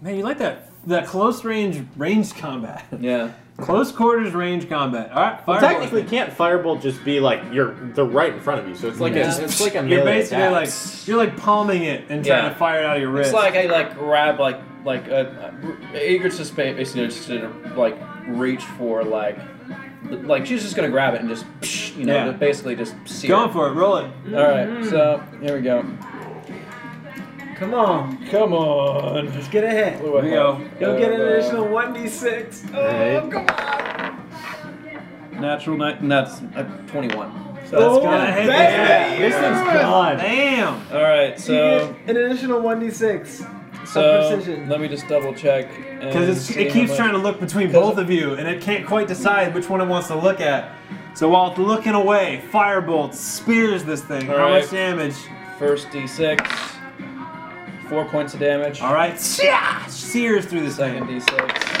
Man, you like that that close range range combat. [LAUGHS]
Yeah.
Close quarters range combat. All right,
Well,
firebolt.
technically, can't firebolt just be like you're they're right in front of you? So it's like
Yeah.
a, it's like a
you're
melee
basically
attack.
like you're like palming it and
Yeah.
trying to fire it out of your wrist.
It's like I like grab like like uh, uh, Egret's just ba- basically just gonna, like reach for like like she's just gonna grab it and just, psh, you know,
Yeah.
to basically just see.
Going for it, roll it.
All right, so here we go.
Come on,
Come on.
let's get a hit.
What do I
We
have?
You'll get an
Uh,
additional 1d6. Oh, come on.
Natural night. Nuts.
uh, Twenty-one.
So that's
Oh,
good.
hit
baby!
This thing's [LAUGHS] gone.
Damn.
All right. So
You get an additional 1d6.
so
precision.
let me just double check.
Because it keeps trying to look between both of you, and it can't quite decide which one it wants to look at. So while it's looking away, firebolt spears this thing. How
Alright.
much damage?
First d6. Four points of damage.
All right, Shia! sears through this
Second
thing.
d6.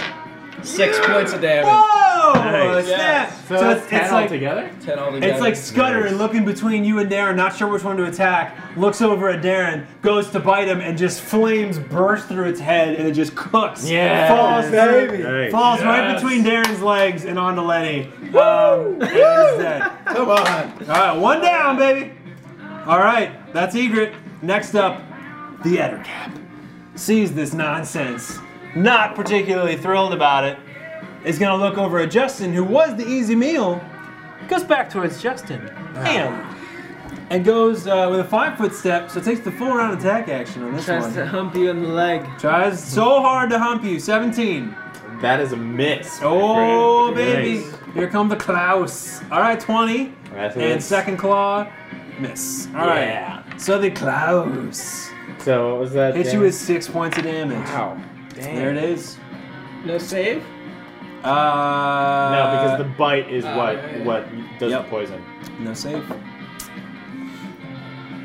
Six points of damage.
Whoa!
Nice.
Snap!
So,
So
that's
it's,
ten
it's like
altogether.
Ten all together.
It's like scuttering,
Nice.
looking between you and Darren, not sure which one to attack. Looks over at Darren, goes to bite him, and just flames burst through its head, and it just cooks.
Yeah.
falls,
Baby.
Nice.
falls right between Darren's legs and onto Lenny. Um, and he's dead.
Come on.
All right, one down, baby. All right, that's Egret. Next up, the Ettercap sees this nonsense, not particularly thrilled about it. Is gonna look over at Justin, who was the easy meal, goes back towards Justin, bam, and goes uh, with a five foot step, so takes the full round attack action on this
Tries
one.
to hump you in the leg.
Tries so hard to hump you, 17.
That is a miss.
Oh,
Great.
baby,
Nice.
here come the Klaus. All right, 20.
That's a
And
miss.
second claw, miss. All right.
Yeah.
So the Klaus
So what was that?
hits you
damage?
with six points of damage.
Wow. Damn.
There it is.
No save?
Uh,
No,
no,
because the bite is what what does
Yep.
the poison.
no save.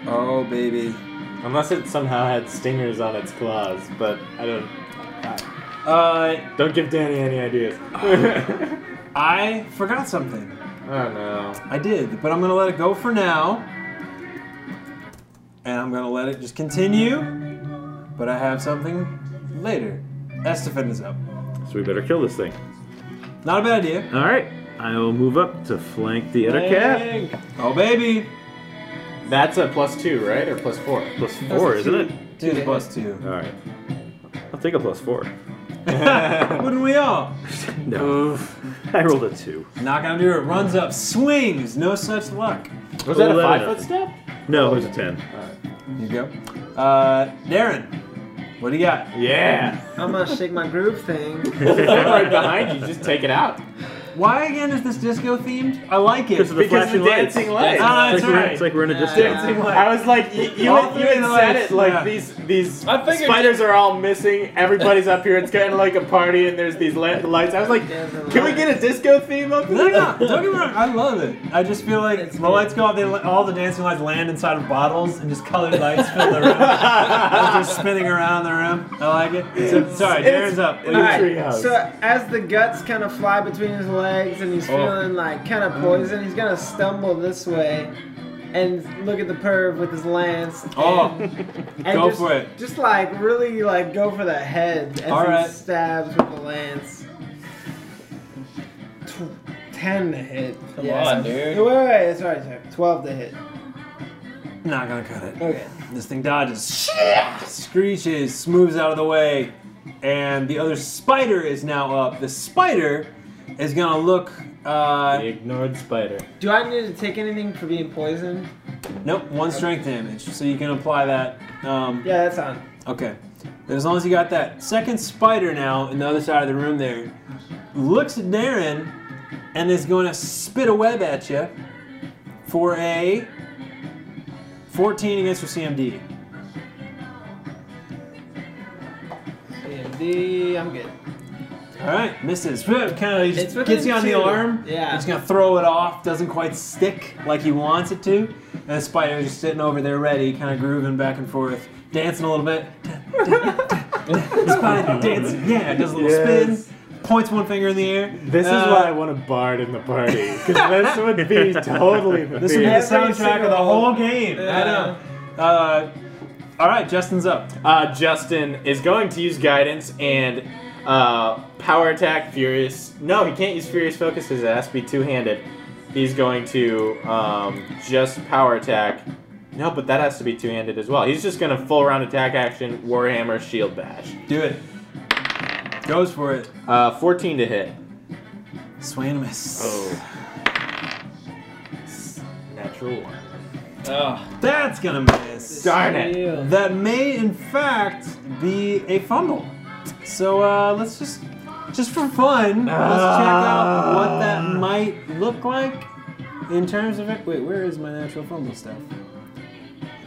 Oh baby.
Unless it somehow had stingers on its claws, but I don't.
Uh,
Don't give Danny any ideas.
I forgot something.
oh no.
I did, but I'm gonna let it go for now. And I'm gonna let it just continue. But I have something later. Estefan is up.
So we better kill this thing.
Not a bad idea.
All right. I will move up to flank the other cat.
Oh baby.
That's a plus two, right, or plus four?
Plus four, isn't it?
Dude, plus two.
All right. I'll take a plus four.
Wouldn't we all?
No. [LAUGHS] I rolled a two.
Not gonna do it. Runs up, swings. No such luck.
Was that a
Eleven.
five foot step?
No, it was
[LAUGHS]
a ten.
You go. Uh, Darren, what do you got?
[LAUGHS] Yeah.
I'm gonna shake my groove thing.
right behind you. Just take it out.
Why again is this disco themed? I like it.
Because of the
Because
flashing
the dancing lights.
lights.
Ah,
it's,
that's
like we're,
right.
it's like we're in a
Yeah.
disco.
Dancing
I was like, you, you,
All
had-
three
you had
of the
said
lights,
it like
yeah.
these these
I figured
spiders are all missing. Everybody's up here. It's kind of like a party, and there's these li- lights. I was like,
Yeah, the
can we get a disco theme
[LAUGHS]
up?
No, no, don't
[LAUGHS]
get me wrong. I love it. I just feel like
It's
the
good.
lights go off. They let- all the dancing lights land inside of bottles, and just colored lights fill the room. They're just spinning around the room. I like it. So, sorry,
It's-
Darren's up. What do you-
Alright.
Alright,
Treehouse.
so as the guts kind of fly between his legs and
Oh.
he's feeling like kind of poisoned, he's gonna stumble this way and look at the perv with his lance.
Oh,
and
go
just,
for it.
Just like really like go for the head as
Alright.
he stabs with the lance. Tw- Ten to hit.
Come on,
Wait,
dude.
wait, wait. Sorry, sorry. Twelve to hit.
not gonna cut it.
Okay.
This thing dodges, screeches, smooths out of the way, and the other spider is now up. The spider is gonna look.
The
Uh,
ignored spider.
Do I need to take anything for being poisoned?
nope, one strength damage. So you can apply that. Um,
Yeah, that's on.
okay. As long as you got that. Second spider now, in the other side of the room there, looks at Darren and is gonna spit a web at you for a 14 against your CMD.
AMD, I'm good.
All right, misses. Kind of
It's
just
within
gets you on
two.
the arm.
Yeah.
It's gonna throw it off. Doesn't quite stick like he wants it to. And the spider's just sitting over there, ready, kind of grooving back and forth, dancing a little bit. [LAUGHS] the spider dancing. Yeah, does a little
Yes.
spin. Points one finger in the air.
This is
Uh,
why I want a bard in the party. Because this would be totally the
This would be the
theme.
Every
soundtrack of the
single-
whole game. I know. Uh, all right, Justin's up.
uh, Justin is going to use guidance and uh, power attack furious. No, he can't use furious focus. His ass be two handed. He's going to um, just power attack. No, but that has to be two handed as well. He's just going to full round attack action warhammer shield bash.
Do it. Goes for it.
Uh, 14 to hit.
Sway and a miss.
Oh. Natural one.
Oh,
That's gonna miss.
Darn it.
That may, in fact, be a fumble. So uh, let's just, just for fun, let's check out what that might look like in terms of it. Wait, where is my natural fumble stuff?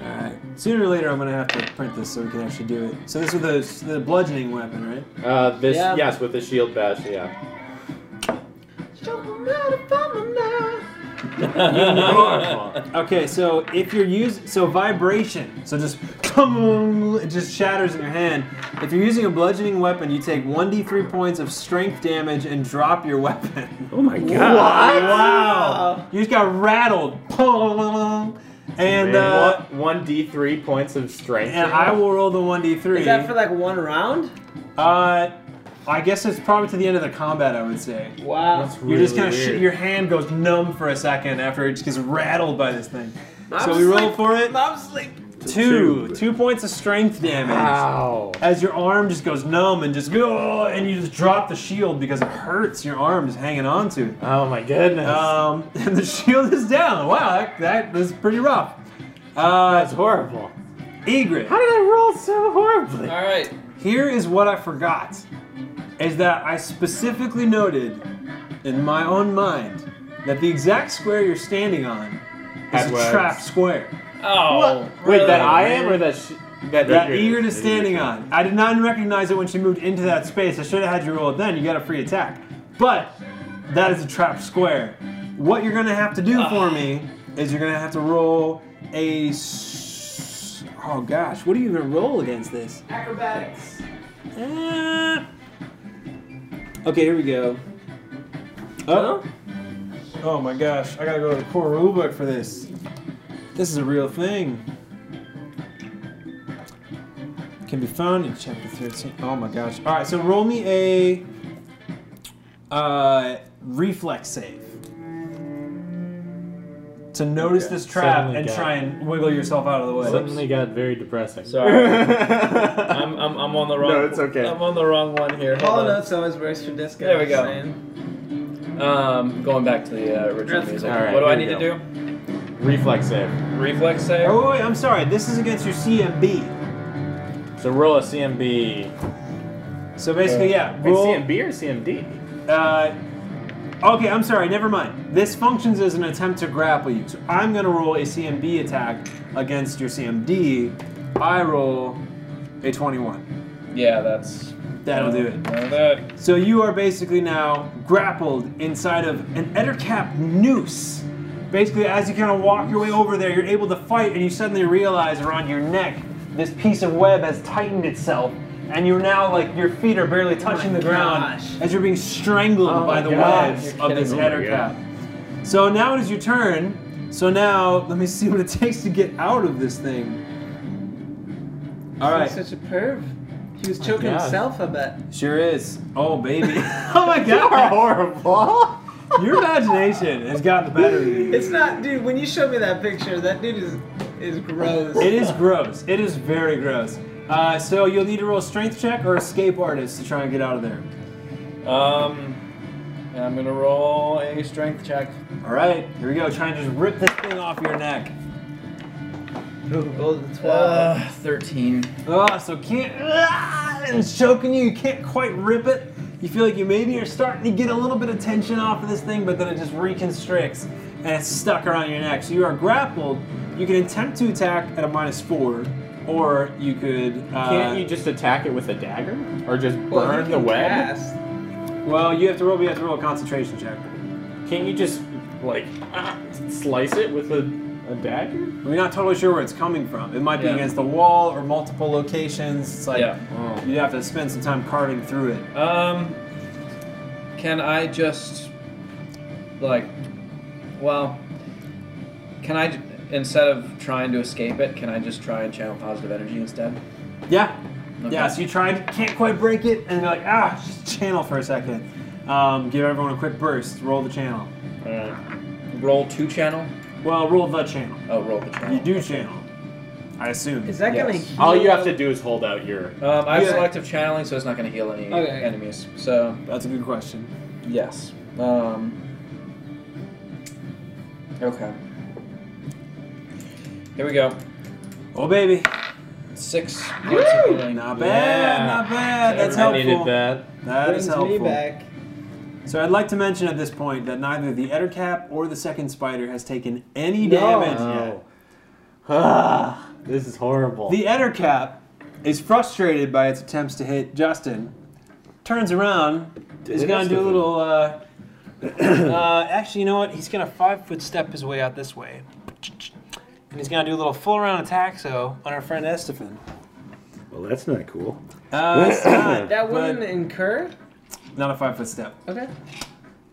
All right. Sooner or later, I'm gonna have to print this so we can actually do it. So this is the the bludgeoning weapon, right?
Uh, this
Yeah.
yes with the shield bash. Yeah.
Okay, so if you're using so vibration, so just come it just shatters in your hand. If you're using a bludgeoning weapon, you take 1d3 points of strength damage and drop your [LAUGHS] weapon.
Oh my god.
Wow! You just got rattled. And uh,
one one d three points of strength.
and I will roll the 1d3.
Is that for like one round?
uh I guess it's probably to the end of the combat, I would say.
Wow.
You're just kind of
Really
sh-
weird.
your hand goes numb for a second after it just gets rattled by this thing.
I'm
so we roll
asleep.
for it.
I'm asleep.
Two,
Two.
two points of strength damage.
Ah. Wow.
As your arm just goes numb and just go, and you just drop the shield because it hurts. Your arm is hanging on to it.
Oh my goodness.
Um, [LAUGHS] and the shield is down. Wow, that, that was pretty rough. Uh,
That's horrible.
Egret,
How did I roll so horribly?
all right.
here is what I forgot, is that I specifically noted in my own mind that the exact square you're standing on is
Had
a
webs.
trap square.
Oh,
Wait, that
really?
I am or that sh- that
that
Ingrid-
Egret is standing on. I did not recognize it when she moved into that space. I should have had you roll it then. You got a free attack. But that is a trap square. What you're going to have to do for me is you're going to have to roll a. s- Oh gosh, what do you even roll against this?
Acrobatics.
Eh. Okay, here we go. Oh. Oh my gosh, I gotta go to the core rulebook for this. This is a real thing. Can be found in chapter 13. Oh my gosh. Alright, so roll me a uh, reflex save. To notice
Okay,
this trap
suddenly
and
got-
try and wiggle yourself out of the way.
Suddenly got very depressing.
Sorry,
[LAUGHS]
I'm, I'm,
[LAUGHS]
I'm on the wrong.
No, it's okay.
I'm on the wrong one here. Hold
Hollow
on.
notes always works for disco.
There we go.
man.
Um, going back to the uh, original music.
All right,
what do I need
here we
to do?
Reflex save.
Reflex save.
Oh wait, I'm sorry. This is against your CMB.
So roll a CMB.
So basically, yeah,
Wait,
roll.
CMB or CMD?
Uh, okay, I'm sorry. Never mind. This functions as an attempt to grapple you. So I'm gonna roll a CMB attack against your CMD. I roll a 21.
Yeah, that's.
That'll do it.
None of that.
So you are basically now grappled inside of an Ettercap noose. Basically, as you kind of walk your way over there, you're able to fight, and you suddenly realize around your neck, this piece of web has tightened itself, and you're now like your feet are barely touching the ground
gosh.
as you're being strangled
Oh
by the
my gosh,
webs
you're
of this
kidding me.
Ettercap. So now it is your turn. So now let me see what it [LAUGHS] takes to get out of this thing. All right.
He's such a perv. He was choking
God.
himself, I bet.
Sure is. Oh baby. [LAUGHS] oh
[LAUGHS]
my god.
horrible.
[LAUGHS] Your imagination has gotten the better of you.
It's not, dude. When you showed me that picture, that dude is is gross.
It is gross. It is very gross. Uh, so you'll need to roll a strength check or escape artist to try and get out of there.
Um, and I'm gonna roll a strength check.
All right, here we go. Try and just rip this thing off your neck.
Roll the twelve.
Uh, thirteen.
Oh, so can't. Ah, and it's choking you. You can't quite rip it. You feel like you maybe are starting to get a little bit of tension off of this thing, but then it just reconstricts and it's stuck around your neck. So you are grappled. You can attempt to attack at a minus four, or you could. Uh,
Can't you just attack it with a dagger, or just burn
Well, he
the
can
web?
cast.
Well, you have to roll. You have to roll a concentration check.
Can't you just like [LAUGHS] ah, slice it with a, a dagger?
We're not totally sure where it's coming from. It might be
Yeah.
against the wall or multiple locations. It's like
Yeah.
you'd have to spend some time carving through it.
Um, can I just like, well, can I j- instead of trying to escape it, can I just try and channel positive energy instead?
Yeah.
Okay.
Yeah, so you try and can't quite break it, and you're like, ah, [LAUGHS] just channel for a second. Um, give everyone a quick burst. Roll the channel.
Uh, Roll two channel.
Well, roll the channel.
Oh, roll the channel.
You do channel. I assume.
Is that gonna?
Yes.
Heal?
All you have to do is hold out your.
Um, I have
Yeah.
selective channeling, so it's not going to heal any
Okay.
enemies. So
That's a good question.
yes, Um, okay. Here we go.
Oh baby,
Six. points of healing.
not bad,
Yeah.
not bad. That's
I
helpful.
needed that.
That is
Brings me
helpful.
back.
So I'd like to mention at this point that neither the Eder Cap or the second spider has taken any
No.
damage yet.
[SIGHS]
Oh. Ah, this is horrible.
The Eder Cap is frustrated by its attempts to hit Justin, turns around, is going to do a little. Uh, [COUGHS]
Uh, actually, you know what? He's gonna five foot step his way out this way, and he's gonna do a little full round attack. So on our friend Estefan.
Well, that's not cool.
uh, it's not,
[COUGHS] That
but
wouldn't incur.
Not a five foot step.
Okay.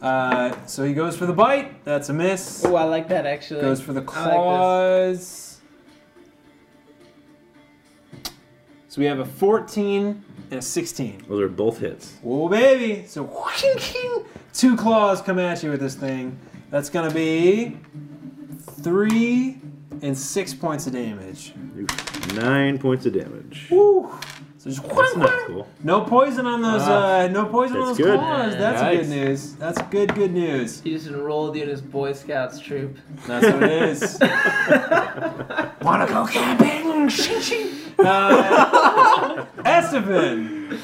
Uh, so he goes for the bite. That's a miss.
Oh, I like that actually.
Goes for the
I like
claws. so we have a 14 and a 16.
Those are both hits.
Oh baby! So two claws come at you with this thing. That's gonna be three and six points of damage.
Nine points of damage.
Woo! So just
That's not cool. Ah,
no poison on those. Uh, no poison on those
That's good.
claws. That's good
Nice.
news. That's good good news.
He just enrolled you in his Boy Scouts troop.
That's what it
[LAUGHS]
is. Wanna go camping? uh, Esteban.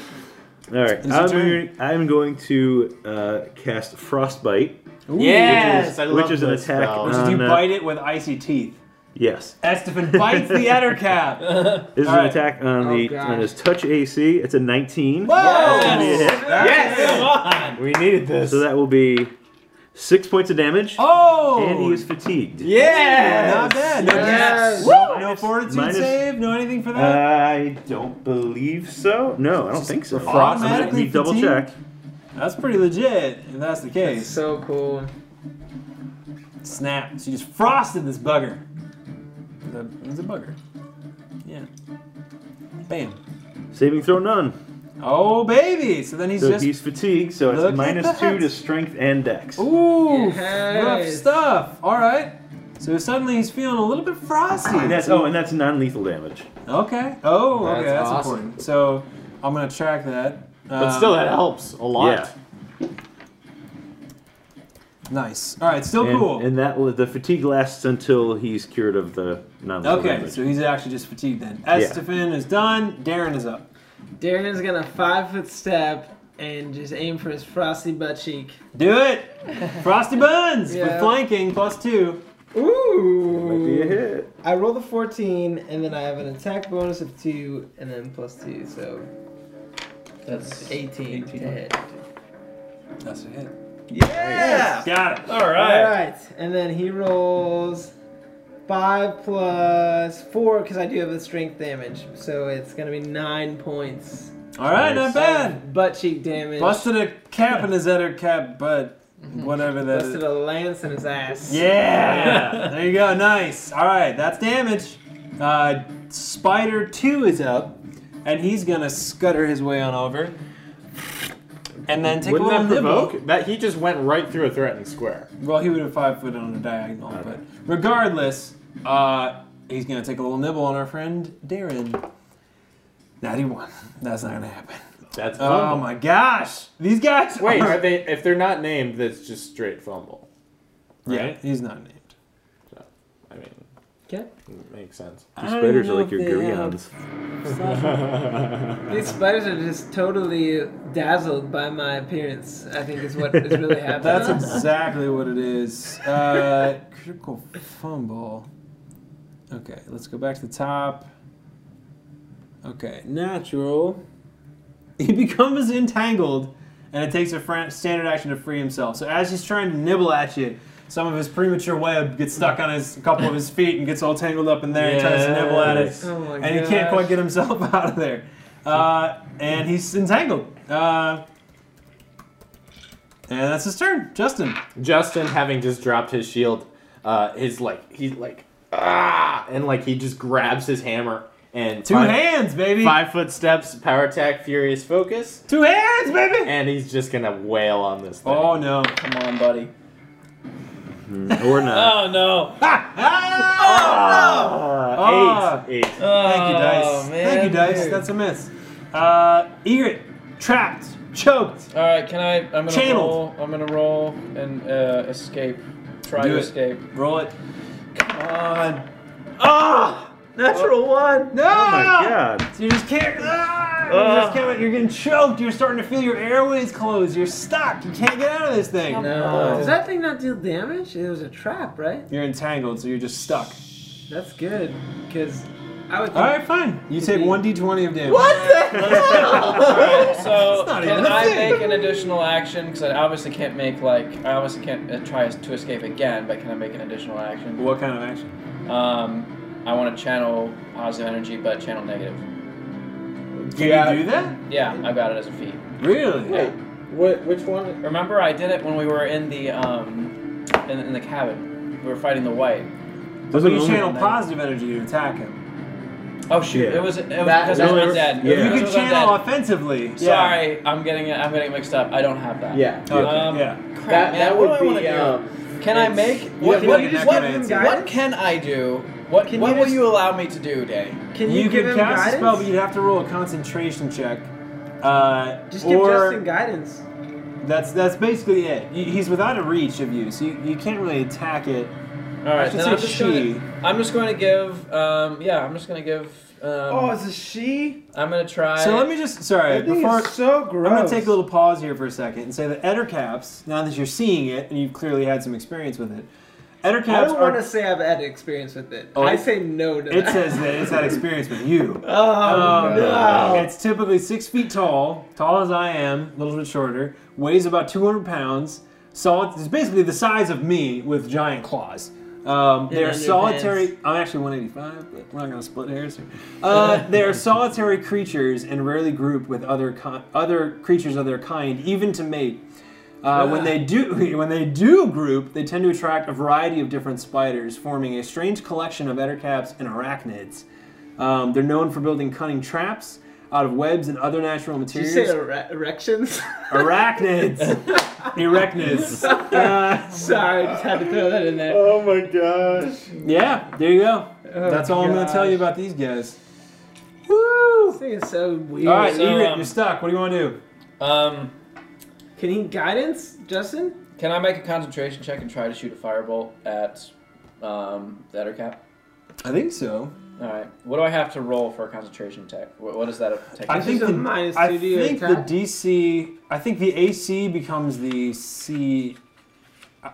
All right,
It's your
I'm,
turn.
gonna- I'm going to uh, cast Frostbite,
yes, I love
which is an
this
attack.
spell.
on,
you
uh,
bite it with icy teeth.
Yes,
Estefan bites the adder cap.
this is
All
an
right.
attack on
Oh,
the
gosh.
on his touch AC. It's a 19,
Yes!
we needed this.
so that will be six points of damage,
Oh!
and he is fatigued.
yeah,
Not bad. No,
Yes.
no, no fortitude
Minus- Uh,
save, no anything for that.
I don't believe so. No, I don't think so.
Frost-
I'm gonna- Let me double
Automatically
check.
that's pretty legit, if that's the
It's
case.
so cool.
Snap. She just frosted this bugger. It's a, it's a bugger. Yeah. Bam.
Saving throw none.
Oh, baby! So then he's
So
just.
he's fatigued, so
Look at
it's minus two
that.
to strength and dex.
Ooh, rough
Yes.
stuff. All right. So suddenly he's feeling a little bit frosty.
And that's oh, and that's non-lethal damage.
Okay. Oh, okay.
That's
That's
awesome.
important. So I'm gonna track that.
but
Um,
still, that helps a lot.
Yeah.
nice. All right. Still
and,
Oh, cool.
And that will- the fatigue lasts until he's cured of the non-lethal
Okay,
damage.
so he's actually just fatigued then. Estefan is done. Darren is up.
Darren is gonna five foot step and just aim for his frosty butt cheek.
Do it! Frosty Buns with
Yeah.
flanking plus two.
Might be a
Ooh!
hit.
I rolled a 14, and then I have an attack bonus of two, and then plus two, so
That's
18 to hit.
That's a hit.
yeah.
Got it.
All
All
right.
right, and then he rolls five plus four because I do have a strength damage, so it's gonna be nine points.
All right, not
Nice.
bad.
Butt cheek damage.
Busted a cap in his other cap, but whatever that is.
Busted a lance in his
[LAUGHS]
ass.
Yeah! there you go. Nice. All right, that's damage. Uh, Spider 2 is up, and he's going to scutter his way on over. And then [LAUGHS] take
Wouldn't
a little
that
nibble.
provoke? That he just went right through a threatened square.
Well, he would have five foot on a diagonal, but regardless, uh, he's gonna take a little nibble on our friend Darren. Ninety-one. That's not gonna happen.
That's
Oh my gosh, these guys.
Wait,
are-
are they? If they're not named, that's just straight fumble.
yeah,
right?
he's not named.
I mean,
Okay.
it makes sense.
I
These
don't
spiders
even
are
know
like
if
your
they have
Gurions.
These spiders are just totally dazzled by my appearance. I think is what is
[LAUGHS]
really happening.
That's exactly what it is. Uh, critical fumble. Okay, let's go back to the top. Okay, natural. He [LAUGHS] becomes entangled, and it takes a fran- standard action to free himself. So as he's trying to nibble at you, some of his premature web gets stuck on his a couple of his feet and gets all tangled up in there and tries to nibble at it
oh my
and he can't
gosh.
quite get himself [LAUGHS] out of there. Uh, and he's entangled. Uh, and that's his turn, Justin.
Justin, having just dropped his shield, uh, is like he's like ah, and like he just grabs his hammer and
Two
five,
hands, baby.
five foot steps, power attack, furious focus,
Two hands, baby.
and he's just gonna wail on this thing.
Oh no!
Come on, buddy.
or not.
Oh no.
[LAUGHS] Ah!
Ah, eight, eight.
Thank you, dice.
Oh, man.
Thank you, dice. That's a miss. Uh, Egret, trapped. Choked.
All right, can I? I'm gonna
Channeled.
roll. I'm gonna roll and uh, escape. Try
Do
to
it. [LAUGHS]
escape.
Roll it. Ah!
Come on.
Natural one. No.
Oh my god.
You just can't. Ah, you just can't. You're getting choked. You're starting to feel your airways close. You're stuck. You can't get out of this thing.
Does that thing not deal damage? It was a trap, right?
You're entangled, so you're just stuck.
That's good, because I would.
All right,
Think,
fine. You take one d20 of damage.
What the hell?
So
It's not
can
even a
I
thing.
make an additional action? Because I obviously can't make like I obviously can't uh, try to escape again. But can I make an additional action?
What kind of action?
Um, I want to channel positive energy, but channel negative.
Can
Yeah.
you do that?
Yeah, I've got it as a feat.
Really?
Wait, what? Which one?
Remember, I did it when we were in the um, in, in the cabin. We were fighting the white.
But you
only-
channel positive energy to attack him.
Oh shoot!
Yeah.
It was it was
That-
because I
that
was
was-
undead. It
yeah.
You can
was because I was
channel
undead.
offensively. Yeah.
Sorry, I'm getting it. I'm getting mixed up. I don't have that.
Yeah.
Okay,
Um,
yeah.
Crap,
That
man,
that
what do I
would
wanna
be.
do?
Um,
Can I
it's-
make
You
what?
can
What,
make
what,
an
what,
activate.
can I do? What
Can
what
you
will
just-
you allow me to do, Danny?
Can
you,
you, give
could
him
cast
guidance?
a spell, but you'd have to roll a concentration check. Uh,
Just give
or
Justin guidance.
that's that's basically it. You- He's without a reach of you, so you, you can't really attack it.
All right,
should
then
say
I'm just
she.
gonna I'm just going to give um yeah I'm just going to give um
Oh, it's a she.
I'm going to try.
So let me just sorry
That thing
before
is so gross.
I'm gonna take a little pause here for a second and say that Ettercaps, now that you're seeing it and you've clearly had some experience with it,
I
Ettercaps
don't want
are.
to say I've had experience with it.
Oh,
I
it-
say no to
It
that.
says that it's had experience with you.
Oh,
Um,
no.
It's typically six feet tall, tall as I am, a little bit shorter, weighs about 200 pounds. Solid, it's basically the size of me with giant claws. Um, they're
underpants.
solitary. I'm actually 185, but we're not going to split hairs here. Uh, they're solitary creatures and rarely group with other ki- other creatures of their kind, even to mate. Uh, when they do [LAUGHS] when they do group, they tend to attract a variety of different spiders, forming a strange collection of ettercaps and arachnids. Um, they're known for building cunning traps out of webs and other natural
Did you
materials.
say ere- erections? [LAUGHS]
Arachnids, arachnids. Uh,
Sorry, I just had to throw that in there.
Oh my gosh.
yeah, there you go.
Oh,
That's all I'm going to
gosh.
tell you about these guys. Woo!
This thing is so weird.
All right,
So,
Egret,
um,
you're stuck. What do you want to do?
um
Can he guidance, Justin?
can I make a concentration check and try to shoot a firebolt at um the other cap?
I think so.
All right. What do I have to roll for a concentration check? What, what does that take?
I
It's
think
just a
the-
minus
I
two to your
think the
attack.
DC. I think the AC becomes the C. I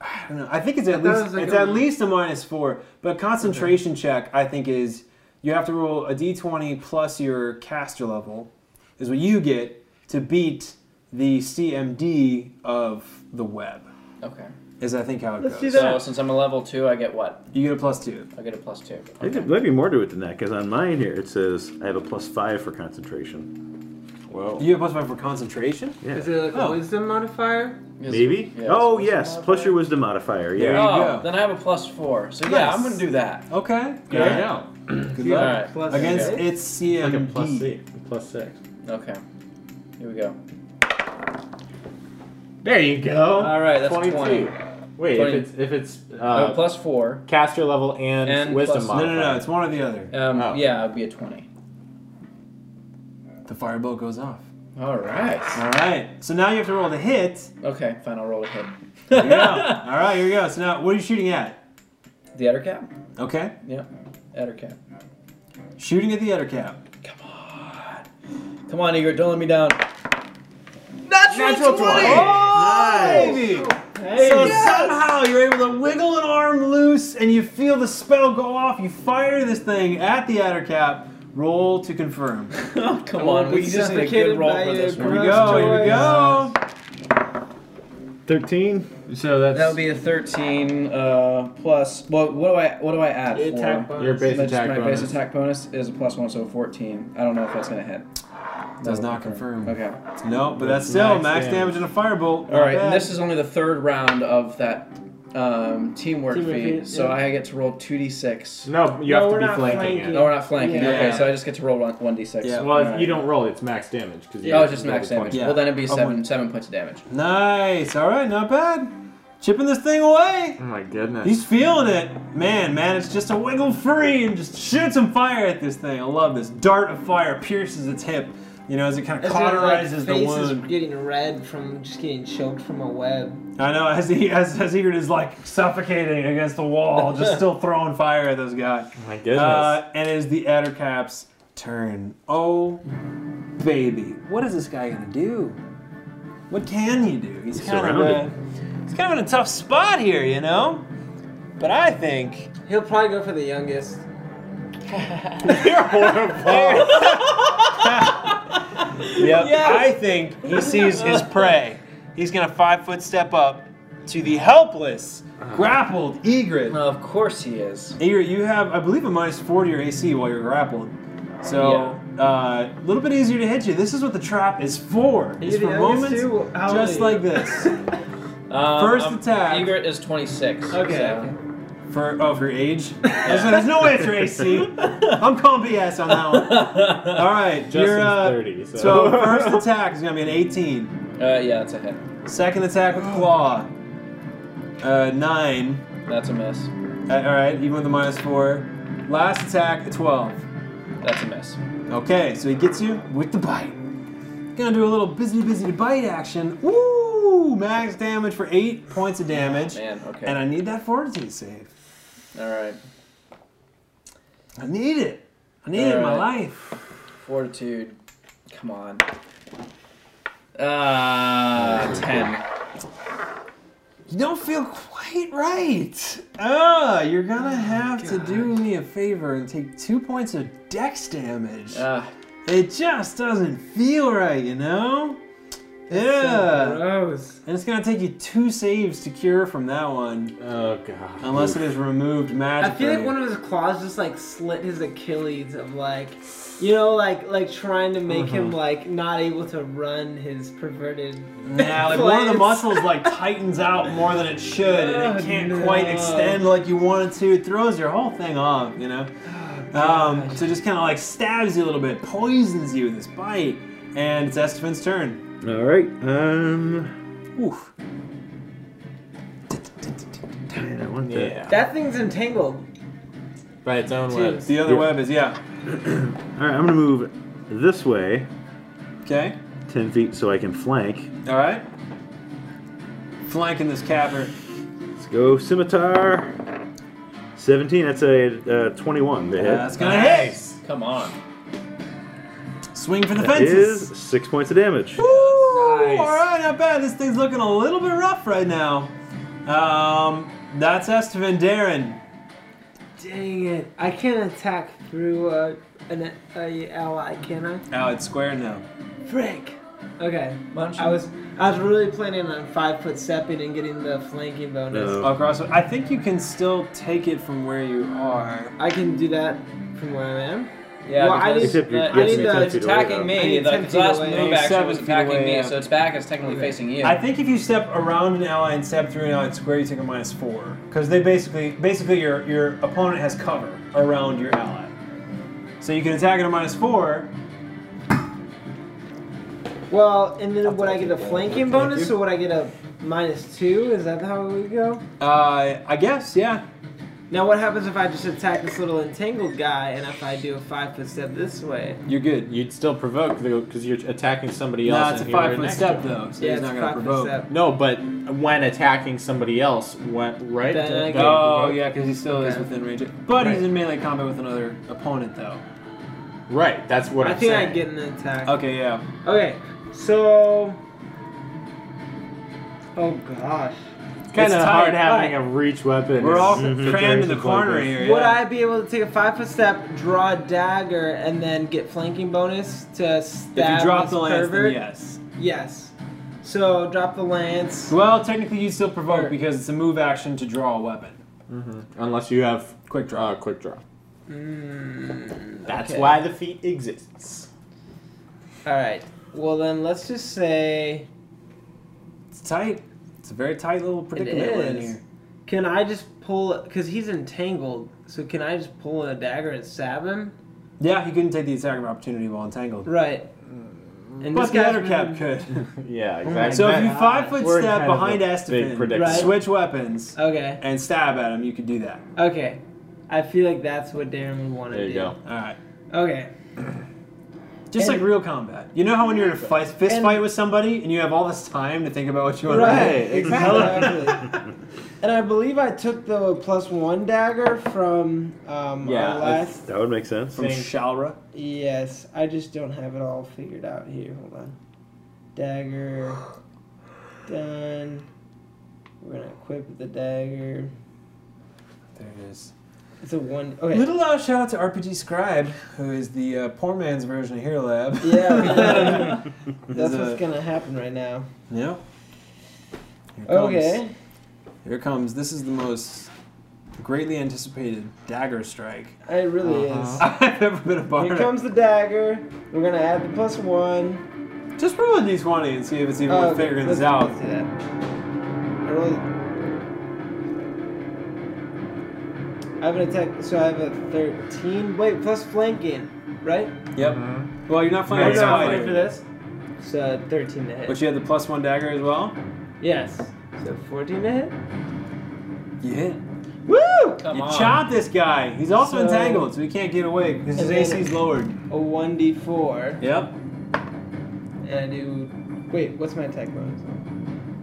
I don't know. I think it's at
thought it
least
was like
it's
a-
at least a minus four, but concentration check I think is you have to roll a d20 plus your caster level is what you get to beat the CMD of the web
Okay.
is I think how it
Let's
goes.
do
So
that.
since I'm a level two, I get what?
You get a plus two.
I get a plus two.
I think there might be more to it than that, because on mine here it says I have a plus five for concentration.
Well, you get a plus five for concentration.
Yeah.
Is it like a
Oh.
wisdom modifier?
Is-
Maybe?
yeah,
oh,
is-
yes. Plus your wisdom modifier. Yeah.
There you
Oh,
go.
then I have a plus four. So yeah, I'm
Nice.
gonna do that.
Okay.
Yeah.
There you go. Good
All
luck.
right.
Plus
Against
six?
its CMD.
Like a plus six. Plus six.
Okay. Here we go.
There you go.
All right, that's
22.
20.
Wait,
20.
if it's if it's
Uh,
uh,
plus four.
caster level and,
and
wisdom
plus-
No,
modifier.
no, no. It's one or the other.
Um,
Oh.
Yeah, it'd be a 20.
The firebolt goes off.
All right.
All right. So now you have to roll to hit.
Okay, fine, I'll roll a hit.
There you go. [LAUGHS] All right. Here we go. So now, what are you shooting at?
[LAUGHS] The Etter cap?
Okay.
Yeah, Etter cap.
Shooting at the other cap.
Come on, Igor, don't let me down. Natural, 20!
Baby. So somehow you're able to wiggle an arm loose, and you feel the spell go off. You fire this thing at the outer cap. Roll to confirm.
Oh, [LAUGHS] come on, we just need a good
Suffocated
roll
by
for
your
this
Here
one.
we
Gross
go. Here we
choice.
go.
13.
So that's
That would be a 13 uh, plus. Well, what do I what do I add? for-
attack bonus. Your base
my,
attack
my
bonus.
base attack bonus is a plus one, so 14. I don't know if that's gonna hit.
Does not confirm.
Okay.
No, but that's still max,
max
damage.
damage.
and a firebolt.
All right, and this is only the third round of that um, teamwork,
Teamwork
feat,
feat,
so
yeah.
I get to roll two d6.
No, you
No,
have
we're
to be
not
flanking,
flanking.
it.
No, we're not flanking.
Yeah.
Okay, so I just get to roll one one d6.
Yeah.
Well, if
Alright.
you don't roll, it's max damage because
Oh, it's just max damage.
Yeah.
Well, then it'd be
Oh,
seven seven points of damage.
Nice. All right. Not bad. Chipping this thing away.
Oh my goodness.
He's feeling it. Man, man, it's just a wiggle free and just shoot some fire at this thing. I love this. Dart of fire pierces its hip, You know, as it kind of
As your, like,
cauterizes the
face is
wound.
getting red from just getting choked from a web.
I know, as he as, as Egret is like suffocating against the
[LAUGHS]
wall, just still throwing fire at this guy.
My goodness.
Uh, and it is the Addercap's turn. Oh, baby, what is this guy gonna do? What can he do? He's kind of uh,
surrounded.
He's kind of in a tough spot here, you know? But I think.
He'll probably go for
[LAUGHS]
the youngest.
You're horrible.
Yep. I think he sees his prey. He's gonna five foot step up to the helpless,
Uh-huh.
grappled, Egret.
Of course he is.
Egret, you have, I believe, a minus 40 or AC while you're grappled. So, a little bit easier to hit you. This is what the trap is for. It's
you the
for
youngest
moments
too? How old
just
are you?
like
[LAUGHS]
this.
Um,
First
um,
attack.
Egret is 26.
Okay.
For oh, for age. There's, there's no way it's your AC. I'm calling BS on that one.
[LAUGHS] uh,
All right,
Justin's
you're uh,
30, so.
so
[LAUGHS]
first attack is gonna be an 18.
yeah, that's a hit.
Second attack with claw. Uh, nine.
That's a miss.
Uh, all right, even with the minus four. Last attack, a 12.
That's a miss.
Okay, so he gets you with the bite. Gonna do a little busy, busy bite action. Ooh, max damage for eight points of damage.
Man, okay.
and I need that fortitude save.
All right.
I need it. I need it in my
All right.
life.
Fortitude. Come on. Uh, 10.
You don't feel quite right. Ah, you're
Oh
gonna have to do me a favor and take two points of dex damage.
Uh,
it just doesn't feel right, you know?
So
Yeah.
gross.
and it's gonna take you two saves to cure from that one,
oh god.
unless it is removed
I
magically.
feel like one of his claws just like slit his Achilles of like, you know, like like trying to make him
Mm-hmm.
like not able to run his perverted.
Nah, like one of the
Flames.
muscles like
[LAUGHS]
tightens out more than it should, and it
Oh,
can't
no.
quite extend like you want it to. It throws your whole thing off, you know. um, so it just kind of like stabs you a little bit, poisons you with this bite, and it's Estefan's turn.
All right. Um.
Oof.
Dang, I want that.
Yeah.
That thing's entangled.
By its own
Dude.
webs.
The other
Yeah.
web is yeah.
All right, I'm gonna move this way,
Okay.
ten feet, so I can flank.
All right. Flanking this capper.
Let's go, scimitar. Seventeen. That's a uh, twenty-one. To hit.
That's gonna
come
hit.
on.
Swing for the
That
fences.
is six points of damage.
Ooh,
Nice.
All right, not bad. This thing's looking a little bit rough right now. Um, that's Estevan Darren.
Dang it! I can't attack through a, an a ally, can I?
Oh, it's square now.
Frick. Okay.
Munch.
I was I was really planning on five foot stepping and getting the flanking bonus.
No.
Across, I think you can still take it from where you are.
I can do that from where I am.
Yeah,
Well,
because
I need-
Except you're,
uh,
you're
I need
ten
to-
feet
it's
away,
attacking
though.
I
me.
need
The
10
its
feet
last
away.
move action
Seven
was
feet
attacking
away,
me,
yeah.
so its back is technically facing you.
I think if you step around an ally and step through an ally and square, you take a minus four because they basically, basically your your opponent has cover around your ally, so you can attack at a minus four.
Well, and then would I get a flanking bonus or would I get a minus two? Is that how we go?
Uh, I guess, yeah.
Now, what happens if I just attack this little entangled guy and if I do a five foot step this way?
You're good.
You'd still provoke because you're attacking somebody else.
Nah, it's a
and you're
five foot
next
step
to him.
though, so
yeah,
he's
it's
not gonna
a five foot
provoke.
step.
No, but when attacking somebody else, went right?
Then I
Don't
get-
get
Oh
provoked.
yeah, because he still is
Okay.
within range. But he's
Right.
in melee combat with another opponent though.
Right, that's what
I
I'm
think
saying.
I get an attack.
Okay, yeah.
Okay, so. Oh gosh.
It's kind
It's
of
tight,
hard having
tight.
a reach weapon.
We're
in [LAUGHS]
all
situations
crammed in the
like
corner
this.
here.
Would
yeah.
I be able to take a five foot step, draw a dagger, and then get flanking bonus to
If
stab
you drop
this
the lance,
pervert?
then yes.
Yes. So drop the lance.
Well, technically you still provoke
Or-
because it's a move action to draw a weapon.
Unless you have
Quick draw.
uh, quick draw.
Mm,
That's
okay.
why the feat exists.
All right. Well then, let's just say,
It's tight. It's a very tight little predicament we're in
is.
here.
can I just pull? Because he's entangled. So can I just pull a dagger and stab him?
Yeah, he couldn't take the attack of opportunity while entangled.
Right. And
But the
guy's
other cap
been-
could. [LAUGHS]
Yeah,
my
exactly.
so if you
God.
five foot
We're in
step
kind of
behind
a
Astaphin,
big predicament.
Right.
switch weapons,
Okay.
and stab at him, you could do that.
Okay. I feel like that's what Darren would want to
There
do.
you go.
All right.
Okay.
Just
And-
like real combat. You know how when you're in a fight, fist
And-
fight with somebody and you have all this time to think about what you want
Right,
to do?
exactly. [LAUGHS] and I believe I took the plus one dagger from um,
Yeah,
our
I-
last.
That would make sense.
From Shalra.
Yes, I just don't have it all figured out here. Hold on. Dagger. Done. We're gonna equip the dagger.
There it is.
It's a one. Okay.
Little uh, shout out to RPG Scribe, who is the uh, poor man's version of Hero Lab. [LAUGHS]
[LAUGHS] Yeah. That's
There's
what's
a-
gonna happen right now.
Yeah. Here comes.
Okay.
Here it comes. This is the most greatly anticipated dagger strike
It really
Uh-huh. [LAUGHS] I've ever been a
is.
part
Here
of.
comes the dagger. We're gonna add the plus one.
Just roll a d20 and see if it's even
Oh,
worth
okay,
figuring
let's-
this out.
let's do that. I rolled. I have an attack, so I have a 13. Wait, plus flanking, right?
Yep. Well, you're not
Or
flanking
no,
a
I'm
spider,
flanking for this. So 13 to hit.
but you had the plus one dagger as well.
yes. So 14 to hit.
You hit.
Woo!
you chop this guy. He's also
So-
entangled, so he can't get away. His
And then-
AC's lowered.
A 1d4,
Yep.
and I do. Wait, what's my attack bonus?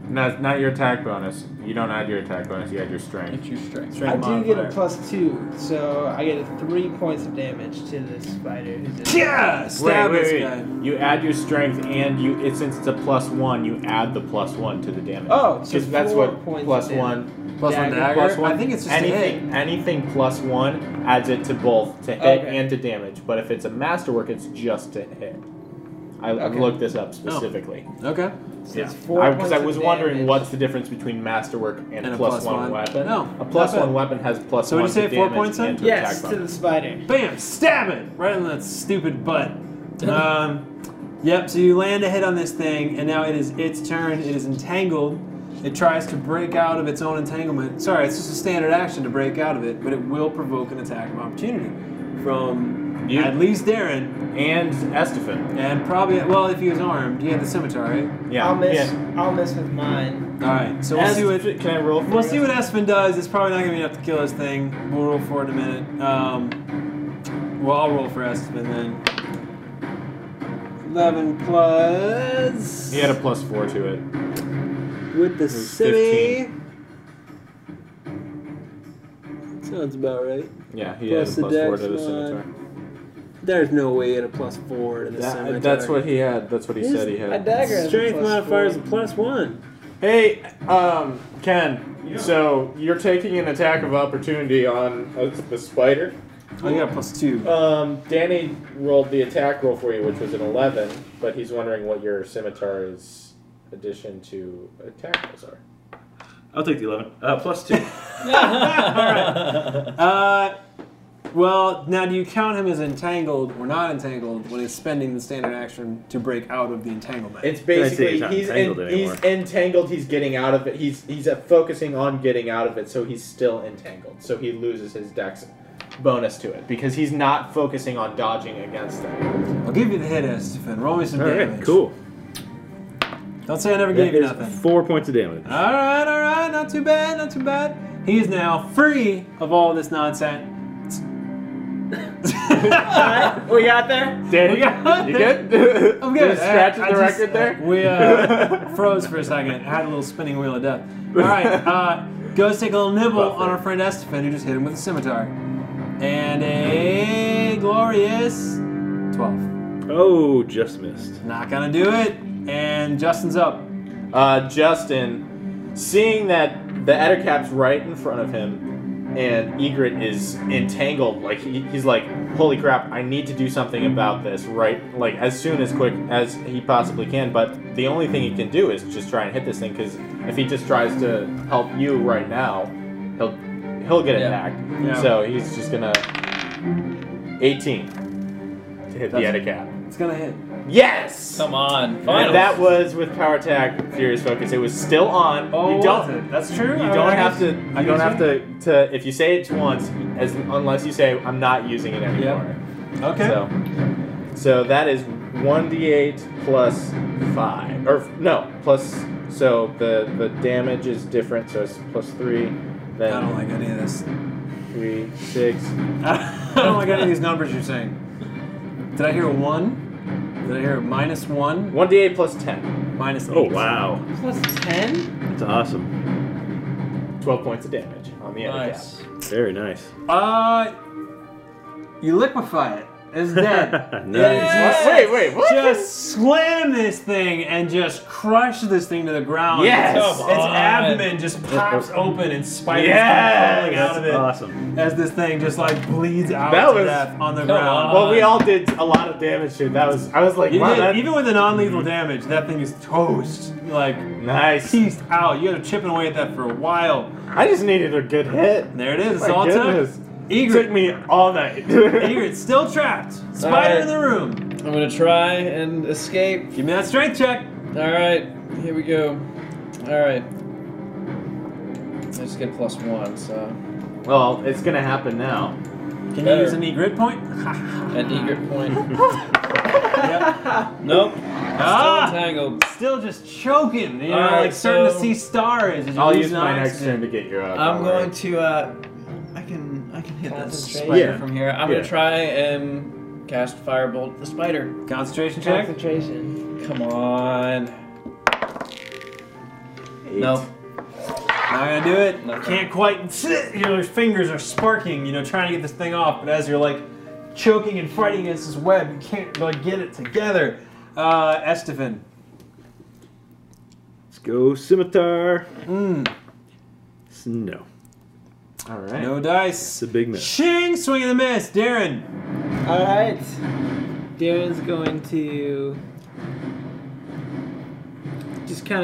No, it's not your attack bonus. You don't add your attack bonus. You add your strength.
It's your strength.
Strength
I do get a
modifier.
plus two, so I get three points of damage to this spider. Who's in
Yeah. Stab
wait,
this
wait,
guy.
wait. You add your strength and you. It, since it's a plus one, you add the plus one to the damage.
Oh, so
'Cause that's
four
what
points
plus
of damage.
one.
Plus one
Dagger,
dagger.
Plus one.
I think it's just a hit.
anything. Anything plus one adds it to both to hit
Okay.
and to damage. But if it's a masterwork, it's just to hit. I I
Okay.
looked this
Oh.
up specifically.
Okay.
So
Yeah,
it's four
because I,
points
was
of
wondering
damage.
what's the difference between masterwork and,
And a
plus
plus
one,
one.
weapon.
No,
a plus
not bad.
one weapon has plus
So
one.
what'd you
to
say, four
damage
points
and
then?
to
Yes,
attack
to
bonus.
the spider.
Bam! Stab it right in that stupid butt. Um, yep. So you land a hit on this thing, and now it is its turn. It is entangled. It tries to break out of its own entanglement. Sorry, it's just a standard action to break out of it, but it will provoke an attack of opportunity from
You-
at least Darren
And Estefan.
and probably well if he was armed. He had the scimitar, right?
Yeah.
I'll miss.
yeah.
I'll miss with mine.
All right. So we'll see what
Est- can I roll? For
We'll
you?
see what Espen does. It's probably not gonna be enough to kill his thing. We'll roll for it in a minute. Um, well, I'll roll for Espen then. Eleven plus.
He had a plus four to it.
with the
was
city. Sounds about right.
Yeah, he
Plus the
had a plus four
dex
to the
mod.
scimitar.
There's no way he had a plus four to the scimitar.
that's what he had. That's what he
His-
said he
A
had.
dagger. has a
Strength
plus
modifier is a
four.
plus one.
Hey, um, Ken. So you're taking an attack of opportunity on uh, the spider.
I got a plus two.
Um, Danny rolled the attack roll for you, which was an 11, but he's wondering what your scimitar's addition to attack rolls are.
I'll take the 11. Uh, plus [LAUGHS] 2.
Uh, well, now do you count him as entangled or not entangled when he's spending the standard action to break out of the entanglement?
It's
I'd say
basically
he's not
he's
entangled
en-
anymore.
he's entangled. He's getting out of it. He's he's uh, focusing on getting out of it, so he's still entangled. So he loses his dex bonus to it because he's not focusing on dodging against them.
I'll give you the hit, Estefan. Roll me some damage.
Alright, cool.
Don't say I never
That
gave you
is
nothing.
four points
[LAUGHS]
of damage.
All right, all right, not too bad, not too bad. He is now free of all this nonsense.
Alright, we got there.
We [LAUGHS] got
you
there.
[LAUGHS] good?
I'm good.
Just scratching
I- I
the
just- [LAUGHS]
record there.
We uh, [LAUGHS] froze for a second. Had a little spinning wheel of death. All right, uh, goes take a little nibble
Buffer.
on our friend Estefan, who just hit him with a scimitar, and a glorious twelve.
Oh, just missed.
Not gonna do it. And Justin's up.
uh, Justin, seeing that the Ettercap's right in front of him, and Egret is entangled, like he, he's like, "Holy crap! I need to do something about this!" Right, like as soon as quick as he possibly can. But the only thing he can do is just try and hit this thing, because if he just tries to help you right now, he'll he'll get
Yeah.
attacked.
Yeah.
So he's just gonna 18 to
That's-
hit the Ettercap.
It's gonna hit.
Yes.
Come on,
And
finals.
that was with power attack Furious Focus. It was still on. you
Oh, was
don't.
it? That's true.
You
I-
don't
I
have
guess-
to.
I
You don't
guess
have to, to. If you say it once, as unless you say I'm not using it anymore.
Okay.
So, so that is one d8 plus five, or no, plus. So the the damage is different. So it's plus
I
three,
don't
then
like any of this. [LAUGHS]
three, six.
I don't like any of these numbers you're saying. Did I hear a one? Did I hear minus one?
One d eight plus 10.
Minus
Oh
eight.
wow,
Plus 10?
that's awesome.
12 points of damage on the other cap.
Nice.
Very nice.
Uh,
You liquefy it. It's dead.
[LAUGHS]
[LAUGHS] nice.
Yes.
Wait, wait, what?
just slam this thing and just crush this thing to the ground.
Yes.
Its,
Come
its
on.
abdomen just pops open and spiders come
Yes.
falling out of it
Awesome.
as this thing just like bleeds out
That
to
was-
death on the ground.
Well, we all did a lot of damage here. That was I was like,
You
wow,
did-
that-
even with the non-lethal damage, that thing is toast. Like
nice.
teased out. You gotta chipping away at that for a while.
I just needed a good hit.
And there it is. It's
My
all it
goodness.
took.
It
Egret.
took me all night. [LAUGHS]
Egret still trapped. Spider in the room.
I'm gonna try and escape.
Give me that strength check.
All right, here we go. All right. I just get plus one, so
well, it's gonna happen now.
Can
Better.
you use an egret point?
an eager point.
Yep. [LAUGHS]
Nope.
Ah!
Still entangled.
Still just choking. You know,
All right,
like starting to
so-
see stars. as you
I'll
lose
use
an
my
eye.
next turn to get you out. don't
I'm going
worry.
to. Uh, I can. I can hit that
Concentrate.
spider
Yeah.
from here. I'm
Yeah.
gonna try and cast firebolt at the spider.
Concentration check.
Concentration.
Come on. Nope.
Not gonna do it.
Not
Can't quite. Your fingers are sparking. You know, trying to get this thing off, but as you're like choking and fighting against this web, you can't like get it together. Uh, Estefan.
Let's go scimitar.
Mm,
S- No,
All right.
no
it's
dice.
a big miss.
Shing, swing and a miss. Darren.
Alright. Darren's going to just kind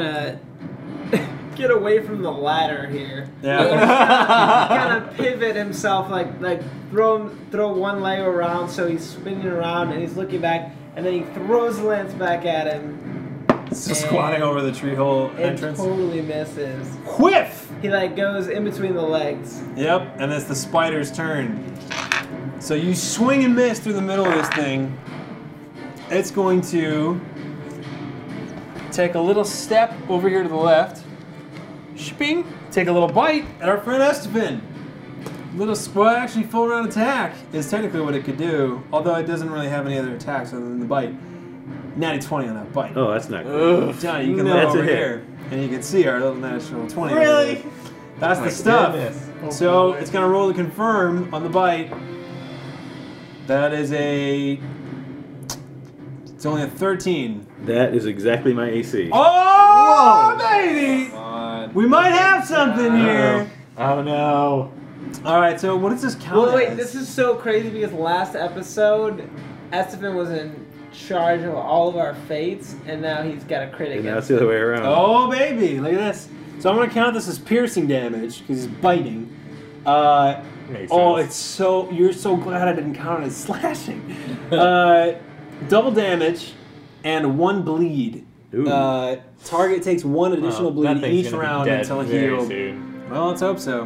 of [LAUGHS] get away from the ladder here. kind of pivot himself, like like throw him, throw one leg around so he's spinning around and he's looking back, and then he throws the lance back at him.
Still squatting over the tree hole
It
entrance.
totally misses.
Whiff.
He like goes in between the legs.
Yep, and it's the spider's turn. So you swing and miss through the middle of this thing. It's going to take a little step over here to the left. Shping! Take a little bite at our friend Estefan. Little squat, actually, full round attack is technically what it could do, although it doesn't really have any other attacks other than the bite. Natty 20 on that bite.
Oh, that's not good.
Ugh.
Johnny, you can
No.
look
That's a
over
hit.
here, and you can see our little national 20. over
Really?
there. That's
My
the stuff.
goodness.
Oh,
So it's gonna roll to confirm on the bite. That is a. It's only a 13.
That is exactly my AC.
Oh, baby!
On.
We might have something here.
Oh no.
All right. So what does this count?
Well, wait,
as?
this is so crazy because last episode, Estefan was in charge of all of our fates, and now he's got a crit
And
again.
now it's the other way around.
Oh baby, look at this. So I'm gonna count this as piercing damage because he's biting. Uh,
Makes
oh,
sense.
it's so you're so glad I didn't count it as slashing. uh, double damage and one bleed.
Ooh.
Uh, target takes one additional
Well, that
bleed
thing's
each
gonna be
round
dead
until
very
healed.
soon.
Well, let's hope so.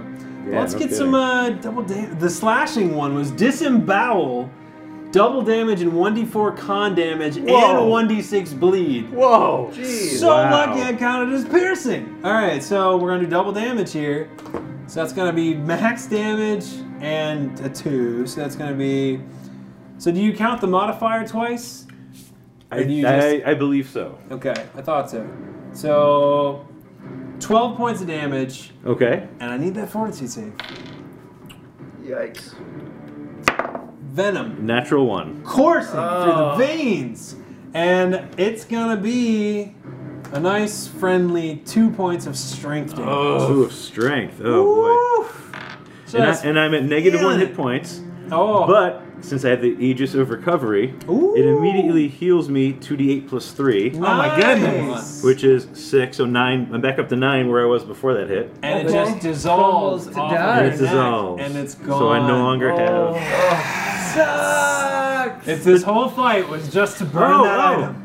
Yeah,
let's
no
get
kidding.
some uh, double damage. The slashing one was disembowel, double damage and 1d4 con damage
Whoa.
and 1d6 bleed.
Whoa.
So
Wow.
lucky I counted as piercing. All right, so we're gonna do double damage here. So that's gonna be max damage and a two. So that's gonna be. So do you count the modifier twice?
I,
Or do you
I, I believe so.
Okay, I thought so. So, twelve points of damage,
Okay.
and I need that fortitude save.
Yikes.
Venom
Natural one.
coursing
Oh.
through the veins, and it's gonna be a nice, friendly two points of strength damage.
Two of strength. Oh
Woof.
boy. Oh, And, I,
Just-
and I'm at negative one
feeling
hit
it.
points.
oh,
But since I have the Aegis of Recovery, it
Ooh.
immediately heals me 2d8 plus 3,
Oh my
goodness.
which is 6, so 9. I'm back up to 9 where I was before that hit.
and it
Okay.
just dissolves off
Crumbles to
of
dust.
your
And
neck,
it dissolves.
and it's gone. Oh.
So I no longer have.
Sucks!
If this whole fight was just to burn
Oh,
that
oh.
item.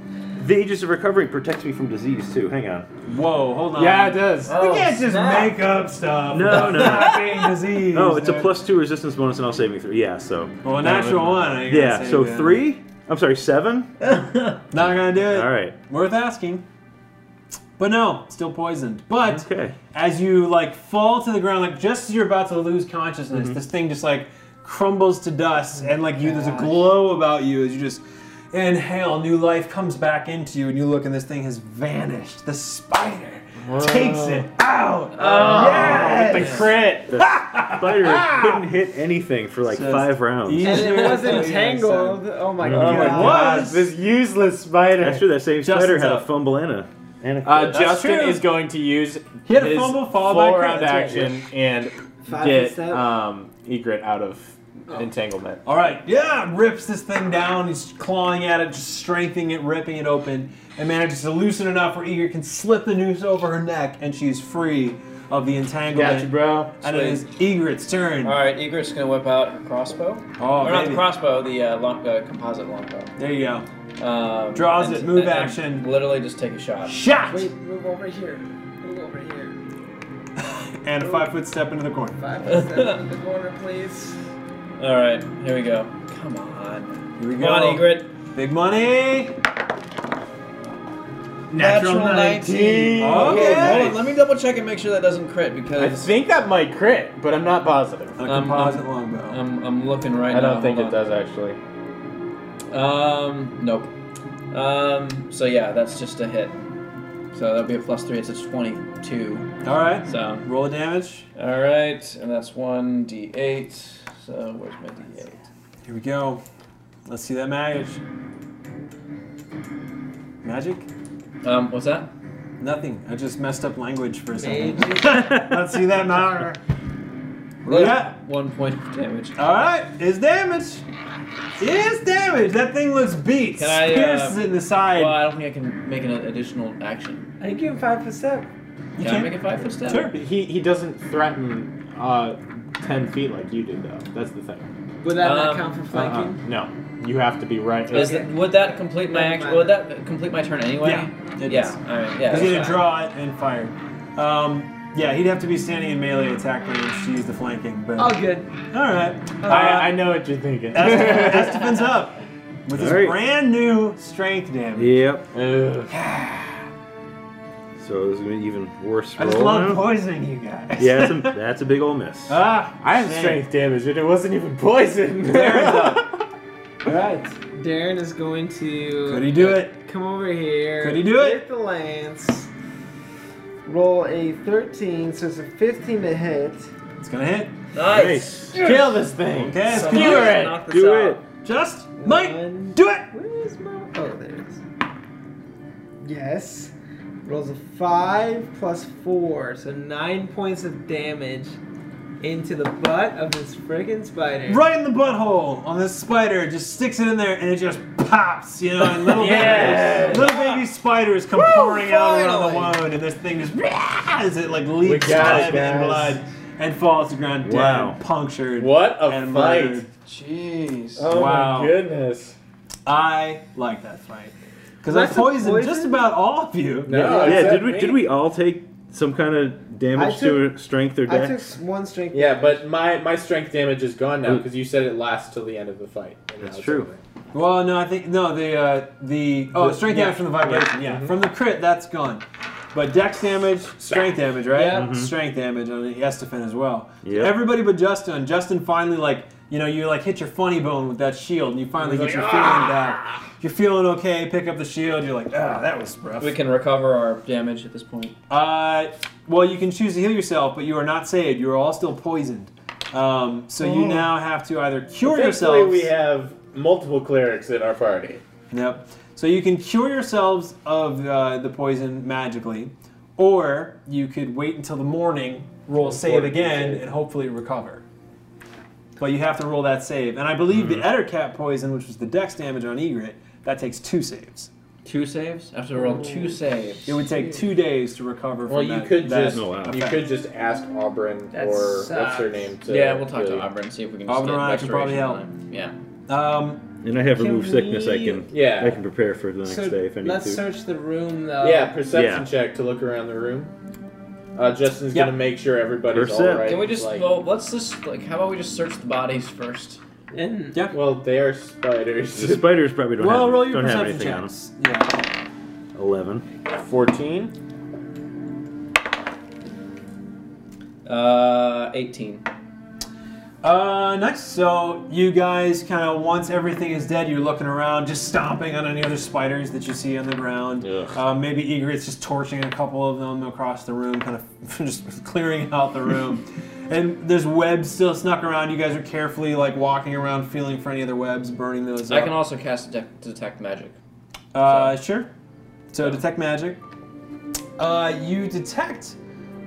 The Aegis of Recovery protects me from disease too. Hang on.
Whoa, hold on.
Yeah, it does.
you can't just
Oh, snap.
make up stuff.
No,
about
no.
Not being diseased.
Oh, it's a
dude.
plus two resistance bonus and I'll save me three. Yeah, so
uh, Well, a natural one. I gotta
yeah,
say,
so
man.
three. I'm sorry, seven.
Not gonna do it.
All right.
Worth asking. But no, still poisoned. But
Okay.
as you like fall to the ground, like just as you're about to lose
Mm-hmm.
consciousness, this thing just like crumbles to dust, and like you, there's a glow about you as you just Inhale, new life comes back into you, and you look, and this thing has vanished. The spider takes it out. yes!
Oh, The crit.
Spider couldn't hit anything for like
Just
five rounds.
easy.
And it was
Oh, Yeah,
entangled. Oh my
Oh
god.
my god, this useless spider.
After that same spider
Justin's
had a
up.
fumble and a. And a
Uh, Justin
true.
is going to use
He had a
his
fumble followed
full
by a crit,
round
that's right.
action and
Five
get
step.
um, Egret out of entanglement.
All right, yeah, rips this thing down. He's clawing at it, just strengthening it, ripping it open, and manages to loosen enough where Eager can slip the noose over her neck, and she's free of the entanglement.
Gotcha, bro.
and it is Egret's turn.
All right, Egret's gonna whip out her crossbow.
Oh,
or not the
baby.
crossbow, the uh, long, uh, composite longbow.
There you go.
Um,
Draws it, move
and
action.
Literally, just take a shot.
Shot!
Wait, move over here. Move over here.
And a five foot step into the corner.
Five percent in the corner, please.
All right, here we go. Come on,
Here we
come on, Egret.
Big money.
Natural, 19.
Okay.
Hold on, let me double check and make sure that doesn't crit because
I think that might crit, but I'm not positive.
A
Um,
composite longbow.
I'm, I'm looking right
I
now.
don't think it
hold
does actually.
on. Um, nope. Um, so yeah, that's just a hit. So that'll be a plus three. It's a twenty-two.
All right.
um, So
Roll the damage.
all right, and that's one d8. So where's my d8?
Here we go. Let's see that magic. Magic?
Um, what's that?
Nothing. I just messed up language for a second.
Mage.
Let's see that matter. Yeah.
One point of damage.
All right. It's damage. It's damage. That thing looks beat.
Can I, uh,
Pierces it in the side.
Well, I don't think I can make an additional action.
I think you have five percent.
Can I
can't-
make a five foot step?
Sure.
He he doesn't threaten uh, ten feet like you do though. That's the thing.
Would that
Um,
not count for flanking?
Uh-uh. No, you have to be right.
Is
Okay.
that- would that complete my
Doesn't
action?
matter.
Would that complete my turn anyway?
Yeah, it
yeah.
does.
All right. Yeah.
He's gonna
that's fine.
draw it and fire. Um, yeah, he'd have to be standing in melee attack range to use the flanking. But
All good.
all right. Uh,
I, I know what you're thinking.
[LAUGHS]
Esteban's up with his
All right.
brand new strength damage.
Yep.
Ugh.
So it's gonna be even worse
I
roll.
just love
now.
poisoning you guys.
yeah, [LAUGHS] that's a, that's a big old
[LAUGHS]
miss.
Ah,
I have
shame.
strength damage and it wasn't even poison.
Darren's up.
All right. Darren is going to
Could he do it?
come over here.
Could he do it?
Hit the lance. Roll a 13, so it's a 15 to hit.
It's gonna hit.
Nice.
Kill this thing.
Okay, it's
Someone
gonna
Skewer
hit.
it.
knock this
Do
out.
it.
Just Mike,
One.
do it.
Where is my? Oh, there it is. Yes. Rolls a five plus four, so nine points of damage into the butt of this friggin' spider.
Right in the butthole on this spider, just sticks it in there, and it just pops, you know. And little
Yes.
baby, little baby spiders come pouring out around the wound, and this thing just [LAUGHS] as it like leaks
got it,
blood and
guys.
blood and falls to the ground,
Wow.
dead, punctured.
What a
and
fight.
murdered.
Jeez.
Oh
Wow.
my goodness.
I like that fight because I
Lots of
poisoned
poison?
just about all of you.
No,
yeah,
except
did we
me.
did we all take some kind of damage to strength or
I took
dex?
one strength.
Yeah, but my, my strength damage is gone now
Ooh.
because you said it lasts till the end of the fight. and now
That's
it's
true.
over.
Well, no, I think no. The uh, the oh,
The-
strength
yeah.
damage from the vibration. Yeah,
Mhm.
from the crit, that's gone. But dex damage, strength damage, right?
Yeah.
Strength damage on the Estefan as well.
Yep.
Everybody but Justin. Justin finally like you know you like hit your funny bone with that shield, and you finally get
He's
your
like, "Ah!"
feeling back. You're feeling okay. Pick up the shield. You're like, ah, that was rough.
We can recover our damage at this point.
Uh, well, you can choose to heal yourself, but you are not saved. You are all still poisoned. Um, so you now have to either cure
Oh. Thankfully,
yourselves.
we have multiple clerics in our party.
Yep. So you can cure yourselves of uh, the poison magically, or you could wait until the morning, roll save
Or-
again, and hopefully recover. But you have to roll that save. And I believe the Ettercat poison, which was the dex damage on Egret, that takes two saves.
Two saves? After we roll two saves.
It would take two days to recover from
Well, you
that-
could
that
just
Oh, wow.
you
effect.
could just ask Auburn
That
or what's
sucks.
her name. To
yeah, we'll talk
really-
to Auburn and see if we can
Auburn
just
and I
get
can probably
restoration
help.
time. Yeah.
Um,
and I have
Can
remove sickness. I
we-
can
Yeah.
I can prepare for the next
So
day if I need
let's
to.
search the room though.
Yeah, perception
Yeah.
check to look around the room. Uh, Justin's
Yeah.
gonna make sure everybody's
Percep.
all right.
Can we just
like-
well let's just like how about we just search the bodies first?
And
Yeah.
Well, they are spiders.
the spiders probably don't
well,
have,
roll your
don't have
perception
anything on
checks. Yeah.
them. Eleven.
Fourteen.
Uh eighteen.
Uh, next, so you guys kind of once everything is dead, you're looking around, just stomping on any other spiders that you see on the ground.
Ugh.
Uh, maybe Egret's just torching a couple of them across the room, kind of [LAUGHS] just clearing out the
[LAUGHS]
room. and there's webs still snuck around. You guys are carefully like walking around, feeling for any other webs, burning those.
I
up.
can also cast detect, detect magic.
Uh, sure. So detect magic. Uh, you detect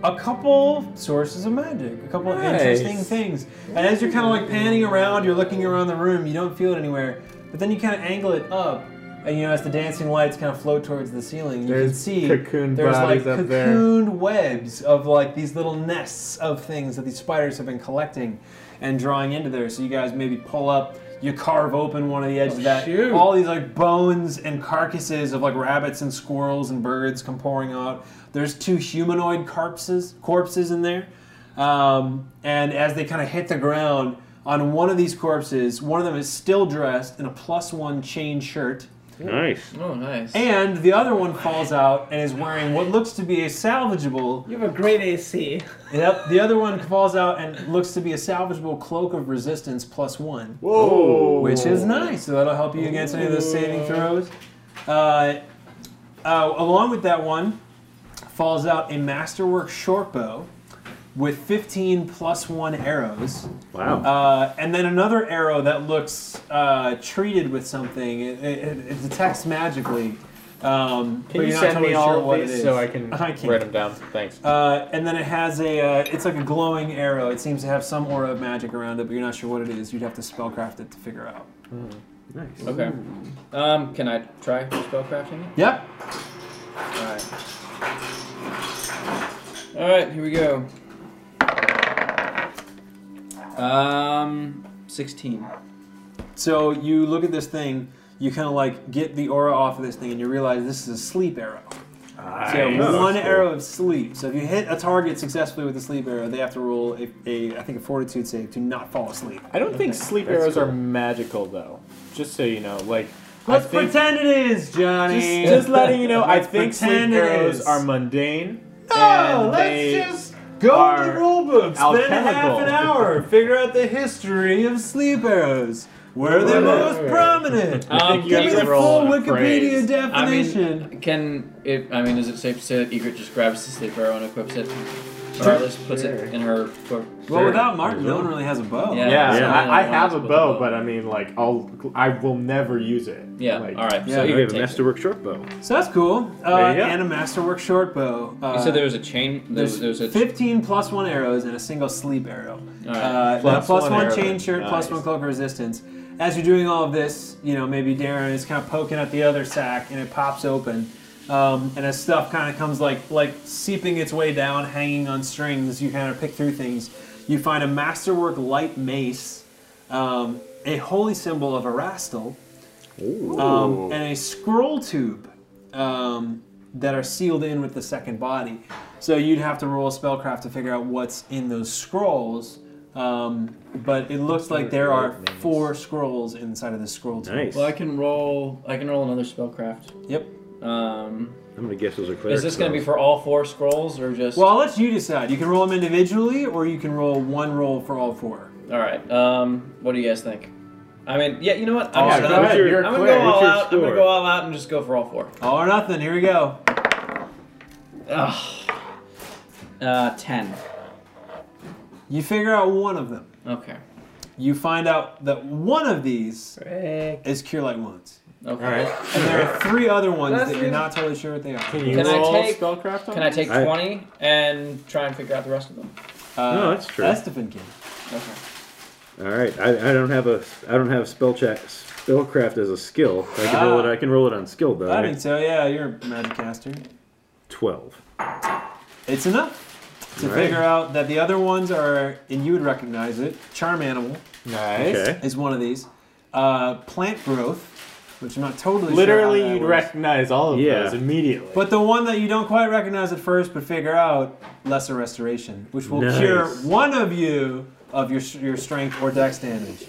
a couple sources of magic, a couple
Nice.
interesting things. And as you're kind of like panning around, you're looking around the room, you don't feel it anywhere. But then you kind of angle it up, and you know as the dancing lights kind of float towards the ceiling, you can
There's
see
cocoon
there's like
bodies up there.
cocooned webs of like these little nests of things that these spiders have been collecting and drawing into there. So you guys maybe pull up. You carve open one of the edges of that.
shoot.
All these like bones and carcasses of like rabbits and squirrels and birds come pouring out. There's two humanoid corpses, corpses in there, um, and as they kind of hit the ground on one of these corpses, one of them is still dressed in a plus one chain shirt.
Nice.
Oh, nice.
And the other one falls out and is wearing what looks to be a salvageable.
You have a great AC.
Yep. The other one falls out and looks to be a salvageable cloak of resistance plus one,
Oh.
Whoa.
which is nice. So that'll help you against any of those saving throws. Uh, uh, along with that one falls out a masterwork shortbow with 15 plus one arrows.
Wow.
Uh, and then another arrow that looks uh, treated with something. It, it, it detects magically. Um, but
Can you
you're not
send
totally
me
sure
all
what
of
it
these
is.
so I can
I
write
can't.
them down? Thanks.
Uh, and then it has a. Uh, it's like a glowing arrow. It seems to have some aura of magic around it, but you're not sure what it is. You'd have to spellcraft it to figure out.
nice.
okay. Um, can I try spellcrafting? it?
Yep.
All right. All right, here we go. Um, sixteen.
So you look at this thing. You kind of like get the aura off of this thing, and you realize this is a sleep arrow. So you have
Nice.
one arrow of sleep. So if you hit a target successfully with a sleep arrow, they have to roll a, a I think a fortitude save to not fall asleep.
I don't think sleep
That's
arrows
cool.
are magical though. Just so you know, like
Let's
I think,
pretend it is, Johnny.
Just, just letting you know, I
Let's
think sleep
pretend it
arrows
is.
are mundane.
No,
and
Oh, let's
they-
just go to the
are
rule book. Spend a half an
alchemical.
hour, figure out the history of sleep arrows. Where they're most prominent.
I think
Um,
you
Give
have
me
to
the
roll
full
on a
Wikipedia
phrase.
I
definition.
mean, can it? I mean, is it safe to say that Egret just grabs the sleep arrow and equips it, or at least puts it in her? Book?
well, without Martin, no one really has a bow.
Yeah.
Yeah,
Yeah.
I, I
Yeah.
have a bow, but I mean, like, I'll I will never use it.
yeah.
Like,
all right.
Yeah,
so
you
Egret
gave a
takes it.
masterwork short bow.
So that's cool. Uh,
There you go.
and a masterwork short bow. Uh,
You said there was a chain. There was, there was a.
15 plus one arrows and a single sleep arrow.
All right.
Uh,
Plus
plus, plus
one
one,
arrow.
chain shirt, plus
Nice.
one cloak of resistance. As you're doing all of this, you know, maybe Darren is kind of poking at the other sack and it pops open. Um, and as stuff kind of comes like like seeping its way down, hanging on strings, you kind of pick through things. You find a masterwork light mace, um, a holy symbol of Erastil, um, and a scroll tube um, that are sealed in with the second body. So you'd have to roll spellcraft to figure out what's in those scrolls. Um, but it looks like there are four scrolls inside of the scroll tube.
Nice.
Well, I can roll. I can roll another spellcraft.
Yep.
Um,
I'm gonna guess those are cleric
is this going to be
spells.
for all four scrolls or just?
Well, I'll let you decide. You can roll them individually, or you can roll one roll for all four.
all right. Um, what do you guys think? I mean, yeah. You know what? I'm
Oh,
just
go
gonna,
ahead.
You're
I'm gonna
clear.
go all
What's your
out. I'm gonna
score?
go all out and just go for all four.
All or nothing. Here we go.
Ugh. Uh, ten.
You figure out one of them.
Okay.
You find out that one of these
Frick.
is cure light wounds,
Okay.
All right.
and there are three other ones
Let's
that you're
do-
not totally sure what they are.
Can you
Can I
roll
take-
spellcraft? On
Can I take
I-
20 and try and figure out the rest of them?
Uh,
No, that's true.
Estefan can.
Okay.
All right, I, I don't have a I don't have spell check spellcraft as a skill. I can roll
Ah.
it. I can roll it on skill though.
I
right?
think so. Yeah, you're a magic caster.
Twelve.
It's enough to
All right.
figure out that the other ones are, and you would recognize it. Charm animal
Nice.
Okay.
is one of these. Uh, plant growth, which I'm not totally sure how
Literally,
that
you'd
works.
recognize all of
Yeah.
those immediately.
But the one that you don't quite recognize at first, but figure out, lesser restoration, which will
Nice.
cure one of you of your your strength or dex damage.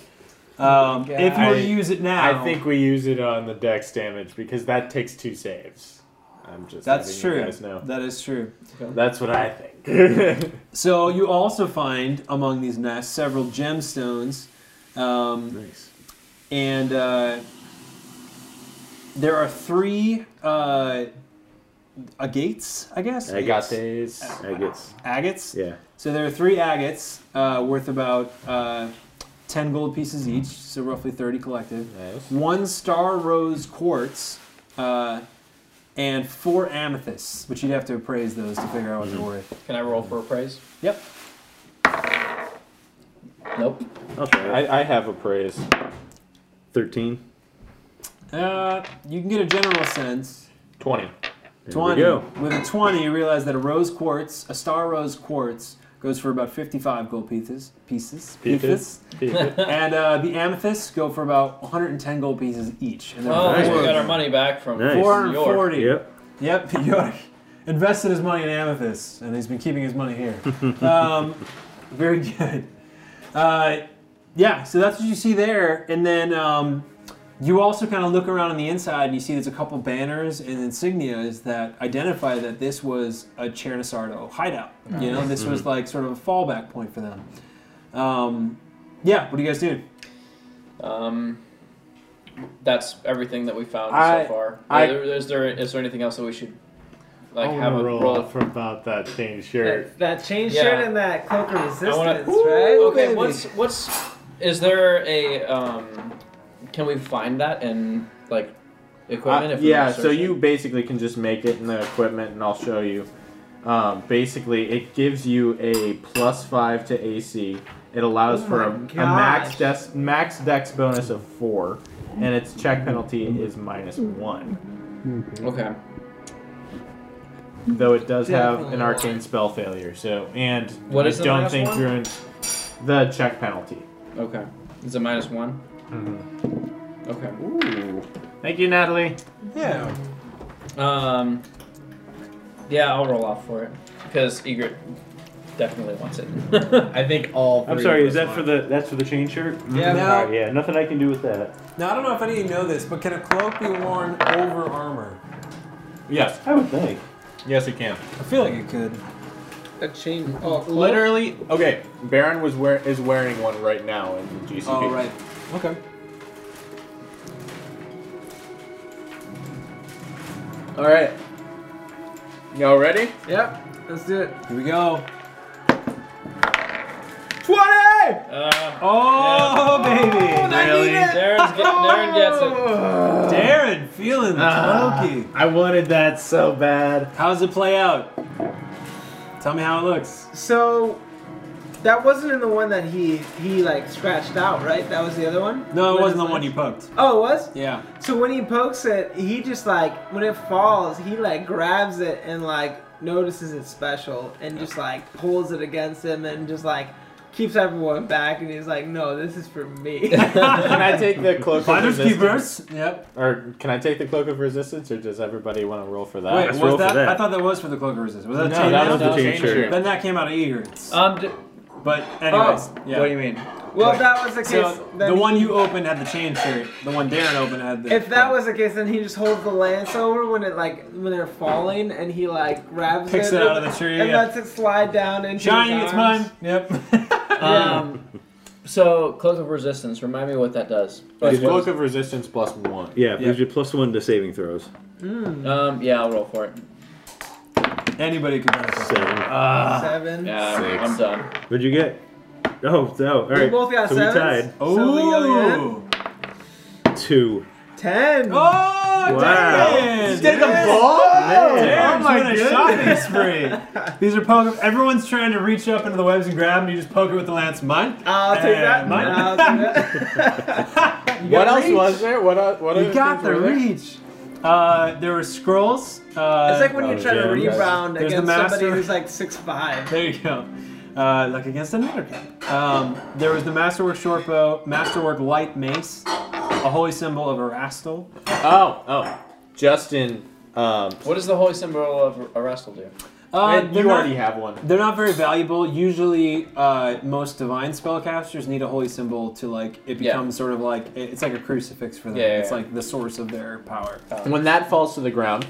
Um, if you were
I-
to use it now,
I think we use it on the dex damage because that takes two saves. I'm just
That's
letting you
true.
guys know.
That is true.
That's what I think.
So you also find among these nests several gemstones, um,
Nice.
and uh, there are three uh, agates, I guess.
Agates.
Agates.
Agates.
Yeah.
So there are three agates uh, worth about uh, ten gold pieces each, so roughly thirty collective.
Nice.
One star rose quartz, uh, and four amethysts, which you'd have to appraise those to figure out what they're worth.
Can I roll for appraise?
Yep.
Nope.
I'll try it.
I, I have a praise. [LAUGHS]
13.
Uh, you can get a general sense.
20.
There we
20.
go.
With a 20, you realize that a rose quartz, a star rose quartz, goes for about 55 gold pieces. Pieces.
Pieces.
and uh, the amethysts go for about 110 gold pieces each. And they're
Oh,
Nice.
we
worth
got our money back from
Nice.
York.
440.
Yep.
Yep, [LAUGHS] York invested his money in amethysts, and he's been keeping his money here. um, very good. Uh, yeah, so that's what you see there, and then um, you also kind of look around on the inside, and you see there's a couple banners and insignias that identify that this was a Chernasardo hideout. You know, this was like sort of a fallback point for them. Um, yeah, what do you guys do?
Um, that's everything that we found
I-
so far.
I-
Is there- is there is there anything else that we should
I
like
want
have
to
a
roll,
roll?
from about that same shirt.
That, that chain
Yeah.
shirt and that cloak of resistance,
wanna-
right?
okay, what's what's is there a um? Can we find that in like equipment?
Uh,
if we
yeah,
were to
so
search
you
it?
basically can just make it in the equipment, and I'll show you. Um, basically, it gives you a plus five to AC. It allows
Oh
for a,
my
a max
gosh.
dex max dex bonus of four, and its check penalty is minus one.
okay.
Though it does have an
Definitely.
arcane spell failure. So, and
What
I
is the
don't
minus
think
one?
you're in the check penalty.
Okay. Is it minus one?
Mm-hmm.
Okay.
Thank you, Natalie.
Yeah.
Um. Yeah, I'll roll off for it because Egret definitely wants it. [LAUGHS] I think all.
I'm
three
sorry,
of
is
us
that
want
for the that's for the chain shirt?
Yeah.
Uh,
Now,
Alright, yeah, nothing I can do with that.
now, I don't know if any of you know this, but can a cloak be worn over armor?
Yes,
I would think.
yes, you can.
I feel like it could.
A chain. Oh, cloak?
Literally, okay. Baron was wear is wearing one right now in the GCP. [LAUGHS]
Oh, right. Okay.
All right. Y'all ready?
Yep. Let's do it.
Here we go.
Twenty.
Uh,
Oh, baby.
really? Darren's get, Darren gets it.
Darren feeling funky.
I wanted that so bad.
How does it play out? Tell me how it looks.
So, that wasn't in the one that he he like scratched out, right? That was the other one.
No, it
With
wasn't the
his
one you
legs?
poked.
Oh, it was.
Yeah.
So when he pokes it, he just like when it falls, he like grabs it and like notices it's special and just like pulls it against him and just like keeps everyone back and he's like, no, this is for
[LAUGHS]
me. [LAUGHS]
Can I take the cloak of
Finders
resistance?
keepers. Yep.
Or can I take the cloak of resistance, or does everybody want to roll for that?
Wait,
let's
was
roll for
that,
that.
I thought that was for the cloak of resistance. Was that
No,
chain
that
mail?
was the
That was
chain
chain
shirt.
Then that came out of egrets.
Um. d-
but anyways,
oh,
yeah.
What do you [LAUGHS] mean?
well, if that was the case.
so
then
the one
he-
you opened had the chain shirt. The one Darren opened had the.
If that was the case, then he just holds the lance over when it like when they're falling, and he like grabs
Picks it
it,
out of the tree,
and
yeah.
lets it slide down into
shiny,
his
it's
arms.
mine. Yep. [LAUGHS]
Um. So cloak of resistance. Remind me what that does.
It's cloak of resistance plus one.
Yeah, it
Yeah.
gives you plus one to saving throws.
Um. Yeah, I'll roll for it.
Anybody could benefit.
Seven.
Seven.
Yeah, I'm- I'm done.
What'd you get? Oh, no. All right.
both got
so
sevens?
we tied.
Oh.
So we go
Two.
Ten.
Oh,
Wow.
Darren! Yes.
Man.
Darren's winning a shopping spree. These are poke. Everyone's trying to reach up into the webs and grab them. You just poke it with the lance. Mine.
I'll take that.
And mine.
I'll
[LAUGHS]
take that.
What else was there? What else? What
You
other
got
things
the
were there?
reach. Uh, there were scrolls. Uh,
It's like when you're
Oh,
trying to
yeah, guys.
rebound
There's the
against somebody
master.
who's like six five.
There you go. Uh, like against another guy. Um, there was the masterwork shortbow, masterwork light mace, a holy symbol of Erastal.
Oh, oh. Justin, um,
What does the holy symbol of Arrestal do?
Uh,
man,
they're
you
not-
already have one.
They're not very valuable. Usually, uh, most divine spellcasters need a holy symbol to like it
Yeah.
becomes sort of like it- it's like a crucifix for them.
Yeah, Uh, yeah,
it's
yeah.
like the source of their power.
When that falls to the ground,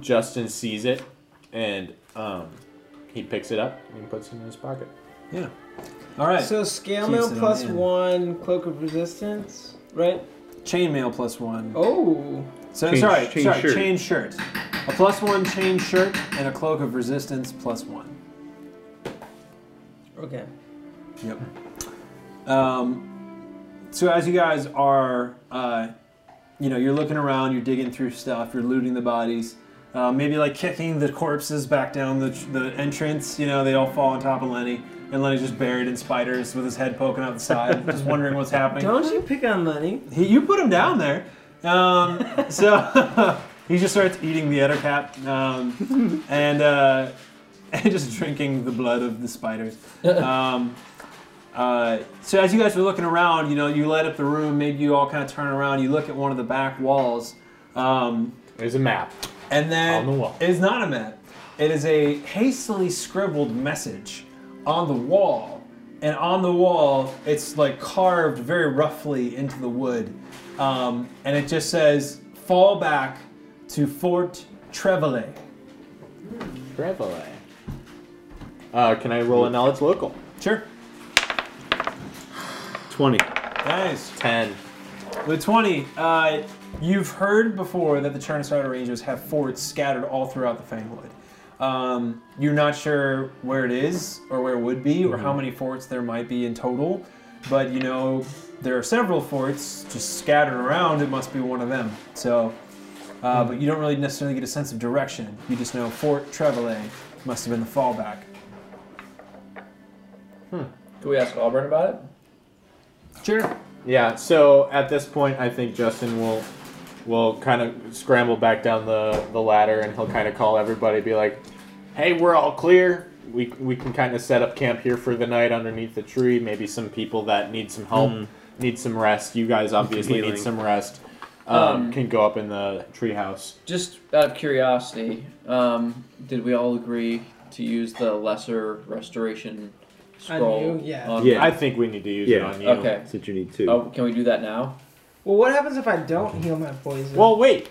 Justin sees it, and um, he picks it up and puts it in his pocket.
Yeah. All right.
So scale
Keeps
mail
it on
plus
in.
one, cloak of resistance, right?
Chainmail plus one.
Oh,
So
Chain-
sorry,
chain
sorry,
shirt.
chain shirt. A plus one chain shirt and a cloak of resistance plus one.
okay.
Yep. Um, so as you guys are, uh, you know, you're looking around, you're digging through stuff, you're looting the bodies, uh, maybe like kicking the corpses back down the, the entrance. You know, they all fall on top of Lenny, and Lenny's just buried in spiders with his head poking out the side, just wondering what's happening.
Don't you pick on Lenny?
He, you put him down there. Um, so [LAUGHS] he just starts eating the other cap um, and, uh, [LAUGHS] and just drinking the blood of the spiders. Um, uh, so as you guys were looking around, you know, you light up the room. Maybe you all kind of turn around. You look at one of the back walls, um,
There's a map.
and then
On the wall.
it is not a map. It is a hastily scribbled message on the wall, and on the wall, it's like carved very roughly into the wood, um, and it just says, "Fall back to Fort Trevelet."
Traveler. Uh, can I roll a knowledge local?
Sure.
20.
Nice.
Ten.
With 20, uh, you've heard before that the Chernasada Rangers have forts scattered all throughout the Fangwood. Um, you're not sure where it is or where it would be or how many forts there might be in total, but you know there are several forts just scattered around. It must be one of them. So, uh, but you don't really necessarily get a sense of direction. You just know Fort Trevelet must have been the fallback.
Do we ask Auburn about it?
Sure.
Yeah. So at this point, I think Justin will will kind of scramble back down the the ladder, and he'll kind of call everybody, be like, "Hey, we're all clear. We we can kind of set up camp here for the night underneath the tree. Maybe some people that need some help, need some rest. You guys obviously need
Hmm. healing.
some rest. Um,
Um,
can go up in the treehouse.
Just out of curiosity, um, did we all agree to use the lesser restoration scroll?
you? Yeah.
on-
Yeah.
I think we need to use it
Yeah.
on you.
Okay.
Since you need two.
Oh, can we do that now?
Well, what happens if I don't heal my poison?
Well, wait.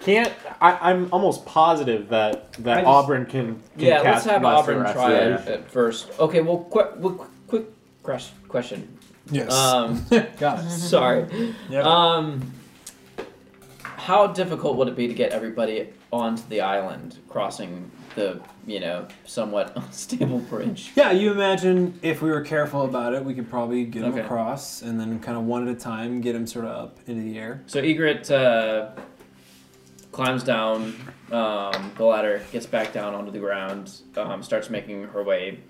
Can't I, I'm almost positive that that
I just-
Auburn can, can
Yeah, let's
cast
have
Lesser
Auburn
Rest.
try
yeah.
it at first. Okay, well, quick, well, qu- quick crush- question.
Yes.
Um,
Uh, [LAUGHS]
[LAUGHS]
Got it.
sorry.
Yep.
Um, how difficult would it be to get everybody onto the island, crossing the you know somewhat [LAUGHS] unstable bridge?
Yeah, you imagine if we were careful about it, we could probably get him
Okay.
across and then kind of one at a time get him sort of up into the air.
So Egret uh, climbs down um, the ladder, gets back down onto the ground, um, starts making her way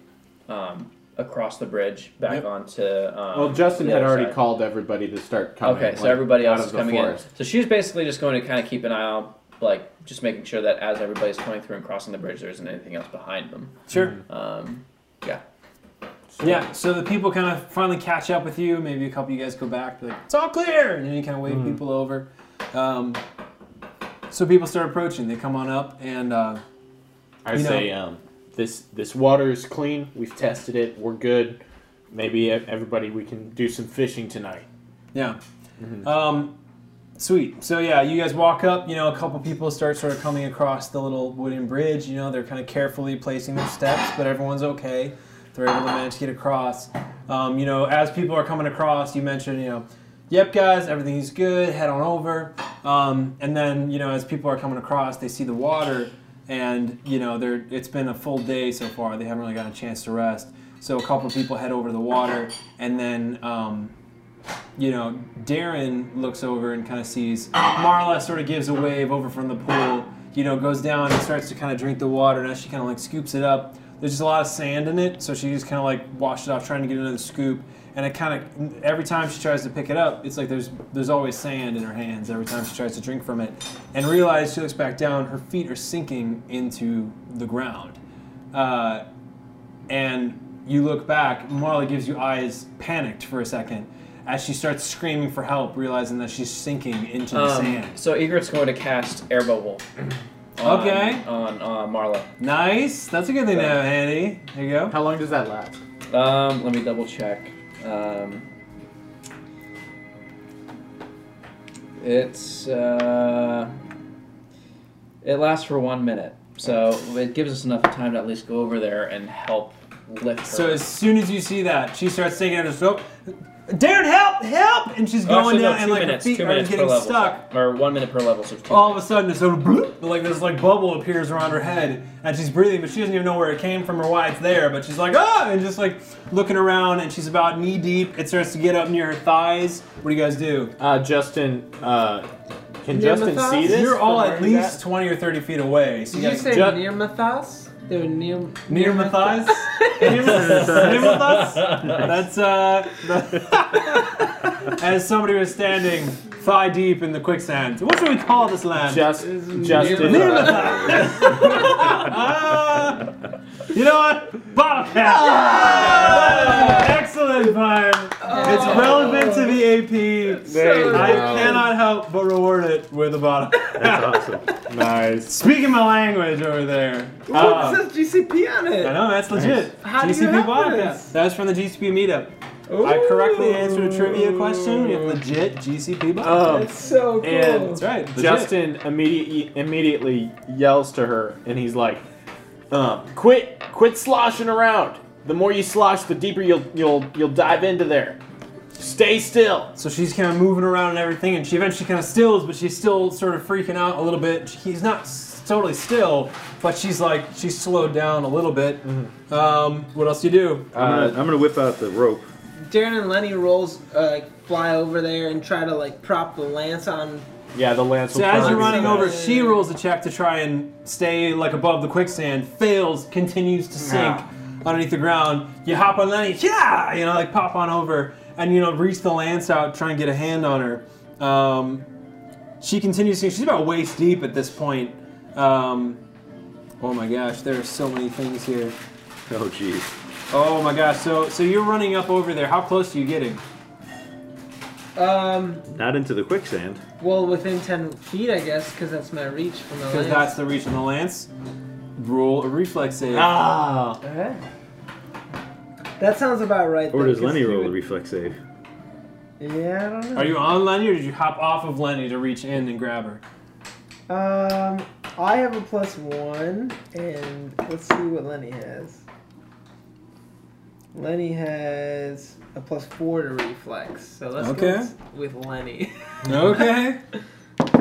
um, across the bridge back
Yep.
onto. Um,
Well, Justin
the
had
other
already
side.
called everybody to start coming.
Okay, so
like,
everybody
out of
else is
the
coming in.
forest.
So she's basically just going to kind of keep an eye out, like just making sure that as everybody's coming through and crossing the bridge, there isn't anything else behind them.
Sure.
Um,
Yeah, Mm. so the people kind of finally catch up with you. Maybe a couple of you guys go back, be like, it's all clear! And then you kind of wave
Mm.
people over. Um, so people start approaching. They come on up and uh,
I
you know.
say, um, this this water is clean. We've tested it. We're good. Maybe ev- everybody we can do some fishing tonight.
yeah. Um, sweet. So yeah, you guys walk up. You know, a couple people start sort of coming across the little wooden bridge. You know, they're kind of carefully placing their steps, but everyone's okay. They're able to manage to get across. Um, you know, as people are coming across, you mentioned, you know, yep, guys, everything's good. Head on over. Um, and then, you know, as people are coming across, they see the water, and you know, they're it's been a full day so far. They haven't really gotten a chance to rest. So a couple people head over to the water, and then. Um, you know, Darren looks over and kind of sees Marla sort of gives a wave over from the pool, you know, goes down and starts to kind of drink the water. And as she kind of like scoops it up, there's just a lot of sand in it. So she just kind of like washed it off, trying to get another scoop. And it kind of, every time she tries to pick it up, it's like there's there's always sand in her hands every time she tries to drink from it. And realize she looks back down, her feet are sinking into the ground. Uh, and you look back, Marla gives you eyes panicked for a second as she starts screaming for help, realizing that she's sinking into the
um,
sand.
so Egret's going to cast air bubble. On,
Okay.
On uh, Marla.
Nice. That's a good thing to have handy. There you go.
How long does that last?
Um, let me double check. Um, it's uh, It lasts for one minute, so it gives us enough time to at least go over there and help lift her.
So as soon as you see that, she starts taking out her rope. Darren, help! Help! And she's
Oh,
going
actually, no,
down,
two
and like
minutes,
her feet
two
are
minutes per
getting
level,
stuck.
or one minute per level. So it's two
All of a sudden, it's sort of bloop, like this like bubble appears around her head, and she's breathing, but she doesn't even know where it came from or why it's there. But she's like ah, and just like looking around, and she's about knee deep. It starts to get up near her thighs. What do you guys do?
Uh, Justin, uh, can
Yeah,
Justin
Matthias?
see this?
You're all
from
at
where he's
least twenty or thirty feet away. So
Did
you
you
guys
say
Ju-
near Mathas? They were near
near my thighs. [LAUGHS] Near my thighs? That's uh.
[LAUGHS]
[LAUGHS] that- as somebody was standing thigh deep in the quicksand. What should we call this
at?
land?
Just, Justin,
Near
uh,
my thighs. Ah, you know what? Bottle cap. Excellent fire. It's
Oh.
relevant to the
Oh.
AP.
There you
I
go.
cannot help but reward it with a bottle.
That's awesome.
uh,
Nice.
Speaking my language over there. Uh,
What says GCP on
I
it?
know that's legit.
How do you
GCP
have
podcast.
this?
That was from the GCP meetup. I correctly answered a trivia question. We have
Ooh.
legit GCP podcast.
um,
That's so cool.
and-
that's right. Legit.
Justin immediately immediately yells to her, and he's like, um, "Quit, quit sloshing around. The more you slosh, the deeper you'll you'll you'll dive into there. Stay still."
So she's kind of moving around and everything, and she eventually kind of stills, but she's still sort of freaking out a little bit. She's not s- totally still, but she's like she's slowed down a little bit. Um, what else do you do?
I'm, gonna, I'm gonna whip out the rope.
Darren and Lenny rolls uh, like, fly over there and try to like prop the lance on.
Yeah, the lance.
So
will
as
turn.
you're running over,
Yeah.
she rolls a check to try and stay like above the quicksand, fails, continues to sink underneath the ground. You hop on Lenny, yeah, you know, like pop on over and you know reach the lance out, try and get a hand on her. Um, she continues to. She's about waist deep at this point. Um, oh my gosh, there are so many things here.
Oh jeez.
Oh my gosh, so so you're running up over there. How close are you getting?
Um,
Not into the quicksand.
well, within ten feet, I guess, because that's my reach from the
Because
lance.
that's the reach of the lance. Roll a reflex save.
Ah,
Alright. That sounds about right.
Or
though,
does Lenny
'cause he
roll a
would-
reflex save?
Yeah, I don't know.
Are you on Lenny or did you hop off of Lenny to reach in and grab her?
Um, I have a plus one, and let's see what Lenny has. Lenny has a plus four to reflex, so let's
Okay.
go with, with Lenny. [LAUGHS]
Okay.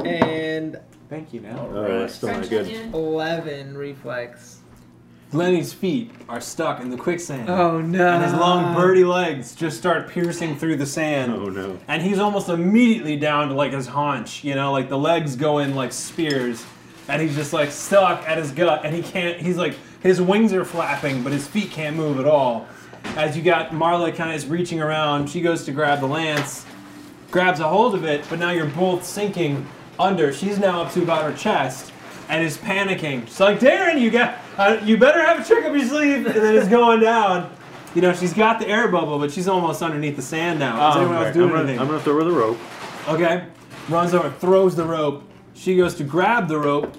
and
thank you. Now
Oh, that's still not
French
good.
onion.
eleven reflex.
Lenny's feet are stuck in the quicksand.
Oh no!
And his long birdie legs just start piercing through the sand.
Oh no.
And he's almost immediately down to like his haunch, you know, like the legs go in like spears. And he's just like stuck at his gut and he can't, he's like, his wings are flapping, but his feet can't move at all. As you got Marla kind of is reaching around, she goes to grab the lance, grabs a hold of it, but now you're both sinking under. She's now up to about her chest and is panicking. She's like, Darren, you got, uh, you better have a trick up your sleeve. And then it's going down. You know, she's got the air bubble, but she's almost underneath the sand now. Is
Oh,
anyone
okay.
else
I'm
doing
gonna,
anything?
I'm gonna throw her the rope.
Okay. Runs over, throws the rope. She goes to grab the rope,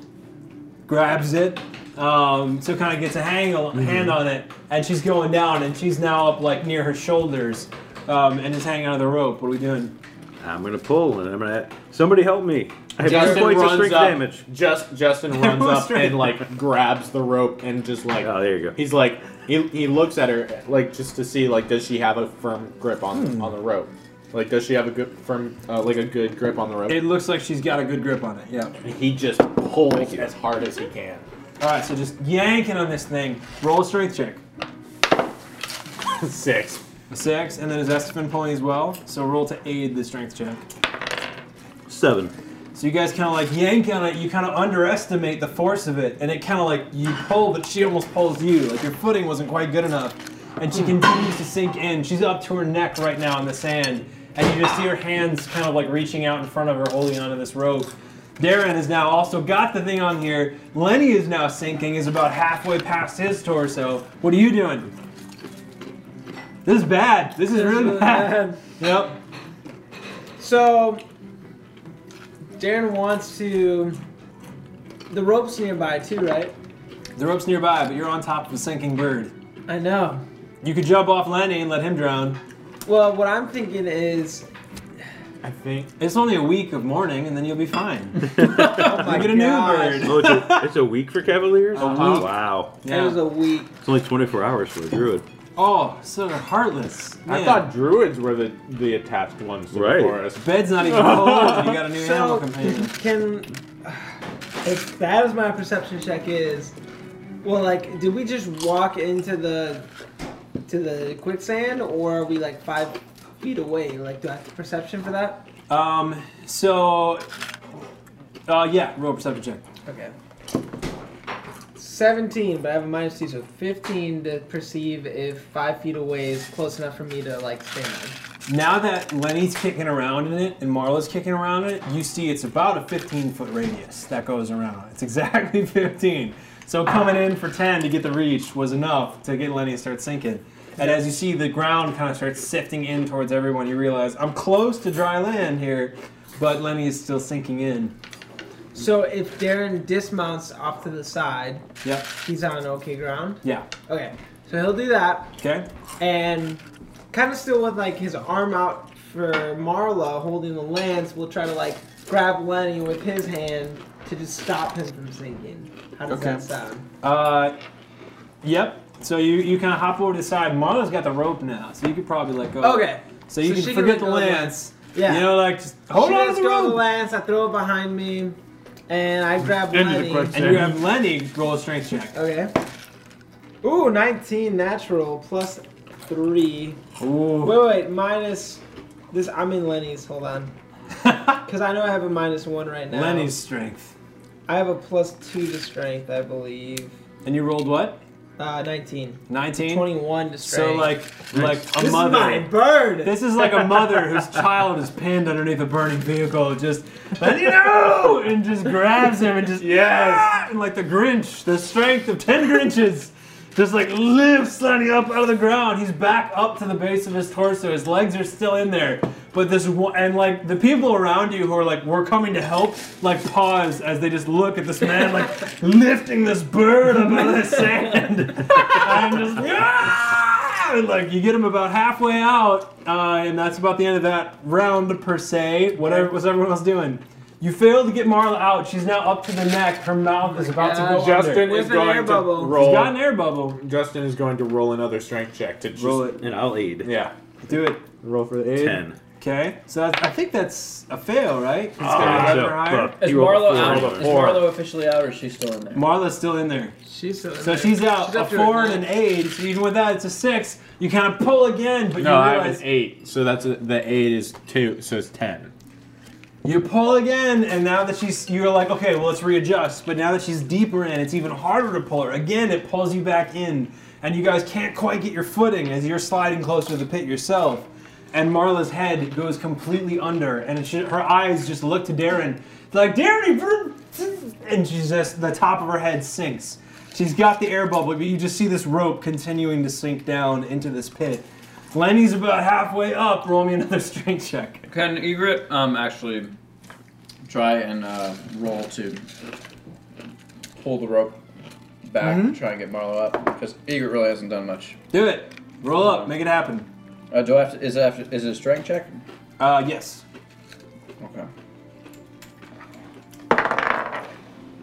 grabs it, um, so kind of gets a hang
Mm-hmm.
hand on it, and she's going down, and she's now up like near her shoulders, um, and is hanging on the rope. What are we doing?
I'm gonna pull and I'm gonna. Somebody help me. I have two
Justin
points of
runs
strength
up.
damage.
Just Justin runs up
Strength.
and like grabs the rope and just like
Oh, there you go.
He's like he, he looks at her like just to see like does she have a firm grip on
Hmm.
on the rope? Like does she have a good firm uh, like a good grip on the rope?
It looks like she's got a good grip on it. Yeah.
he just pulls as hard as he can.
All right. So just yanking on this thing. Roll a strength check.
Six.
A six, and then is Estefan pulling as well? So roll to aid the strength check.
Seven.
So you guys kind of like yank on it. You kind of underestimate the force of it, and it kind of like you pull, but she almost pulls you. Like your footing wasn't quite good enough, and she continues to sink in. She's up to her neck right now in the sand, and you just see her hands kind of like reaching out in front of her, holding onto this rope. Darren has now also got the thing on here. Lenny is now sinking, is about halfway past his torso. What are you doing? This is bad. This is really bad. Yep.
[LAUGHS] So, Darren wants to. The rope's nearby too, right?
The rope's nearby, but you're on top of a sinking bird.
I know.
You could jump off Lenny and let him drown. [LAUGHS]
Well, what I'm thinking is
I think.
It's only a week of mourning, and then you'll be fine.
my
you get a new
gosh.
bird.
Oh,
[LAUGHS]
it's a, it's a week for Cavaliers?
A week.
Wow.
That was
Yeah.
a week.
It's only 24 hours for a druid.
Oh, so they're heartless. Man,
I thought druids were the, the attached ones to
Right.
the forest.
bed's not even cold, and you got a new animal
So
companion.
can, as bad as my perception check is, well, like, did we just walk into the to the quicksand, or are we like five feet away? Like, do I have to perception for that?
Um, so, uh, yeah, roll a perception check.
Okay. Seventeen, but I have a minus two, so fifteen to perceive if five feet away is close enough for me to like stand.
Now that Lenny's kicking around in it and Marla's kicking around in it, you see it's about a 15 foot radius that goes around. It's exactly [LAUGHS] 15. So coming in for 10 to get the reach was enough to get Lenny to start sinking. And as you see the ground kind of starts sifting in towards everyone, you realize I'm close to dry land here, but Lenny is still sinking in.
So if Darren dismounts off to the side,
Yep.
he's on okay ground.
Yeah.
Okay, so he'll do that.
Okay.
and kind of still with like his arm out for Marla holding the lance, will try to like grab Lenny with his hand to just stop him from sinking. How does
Okay.
that sound?
Uh, yep. So you, you kind of hop over to the side. Marla's got the rope now, so you could probably let go.
Okay.
So you
So
can
she can
forget
let
the
go of the
lance.
Yeah.
You know, like just hold
she
on to
lets
the
go of
rope.
the lance. I throw it behind me, and I grab
End of the
Lenny.
question.
And you have Lenny roll a strength check.
Okay. Ooh, 19 natural plus three.
Ooh.
Wait, wait, minus this. I'm in Lenny's. Hold on, because I know I have a minus one right
[LAUGHS]
now.
Lenny's strength.
I have a plus two to strength, I believe.
And you rolled what?
Uh, 19.
19?
21 to strength.
Hmm. So like like a
this
mother.
is my bird.
This is like a mother
[LAUGHS]
whose child is pinned underneath a burning vehicle, just let you know, and just grabs him and just yes, and like the Grinch, the strength of ten Grinches, just like lifts Lenny up out of the ground. He's back up to the base of his torso. His legs are still in there, but this one, and like the people around you who are like, we're coming to help, like pause as they just look at this man like [LAUGHS] lifting this bird up out of the sand. I'm just "Ah!" And, like you get him about halfway out, uh, and that's about the end of that round per se. Whatever was everyone else doing. You failed to get Marla out. She's now up to the neck. Her mouth is about to go under.
Justin
She's
is
With an air
going to
bubble.
got
roll.
an air bubble.
Justin is going to roll another strength check to just
it.
And I'll aid.
yeah
Do it.
roll for the aid.
10.
Okay. So that's, I think that's a fail, right? It's
Oh,
Ah,
gonna happen
so,
higher.
fuck.
Is
You rolled a
Marlo
four.
out?
Rolled a
Is
four.
Marlo officially out, or is she still in there?
Marla's still in there.
she's so,
So she's out.
She's
a
up to her
four and an
neck.
eight. So even with that, it's a six. You kind of pull again, but
No,
you
I
realize
have an eight, so that's a, the eight is two, so it's ten.
You pull again, and now that she's, you're like, okay, well, let's readjust. But now that she's deeper in, it's even harder to pull her. Again, it pulls you back in, and you guys can't quite get your footing as you're sliding closer to the pit yourself. And Marla's head goes completely under, and she, her eyes just look to Darren, like, Darren, you- and she's just, the top of her head sinks. She's got the air bubble, but you just see this rope continuing to sink down into this pit. Lenny's about halfway up. Roll me another [LAUGHS] strength check.
Can Egret um, actually try and uh, roll to pull the rope back and try and get Marlo up? Because Egret really hasn't done much.
Do it. Roll up. Make it happen.
Uh, do I have to? Is it, have to, is it a strength check?
Uh, yes.
Okay.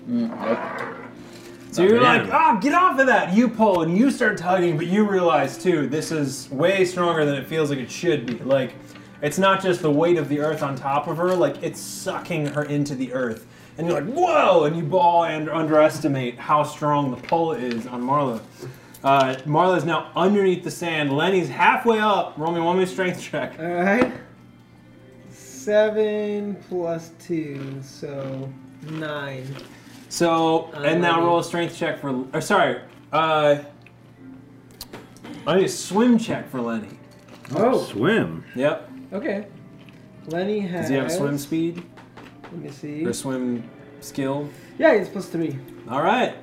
Mm, nope.
So you're
man.
like, ah, get off of that. You pull and you start tugging, but you realize too, this is way stronger than it feels like it should be. Like, it's not just the weight of the earth on top of her, like, it's sucking her into the earth. And you're like, whoa! And you ball and underestimate how strong the pull is on Marla. Uh, Marla's now underneath the sand. Lenny's halfway up. Roll me one more strength check.
All right. Seven plus two, so nine.
So and now roll a strength check for. Or sorry, uh, I need a swim check for Lenny.
Oh,
Swim.
Yep.
okay. Lenny has.
Does he have a swim speed
Let me see.
or swim skill?
Yeah, he's plus three,
All right.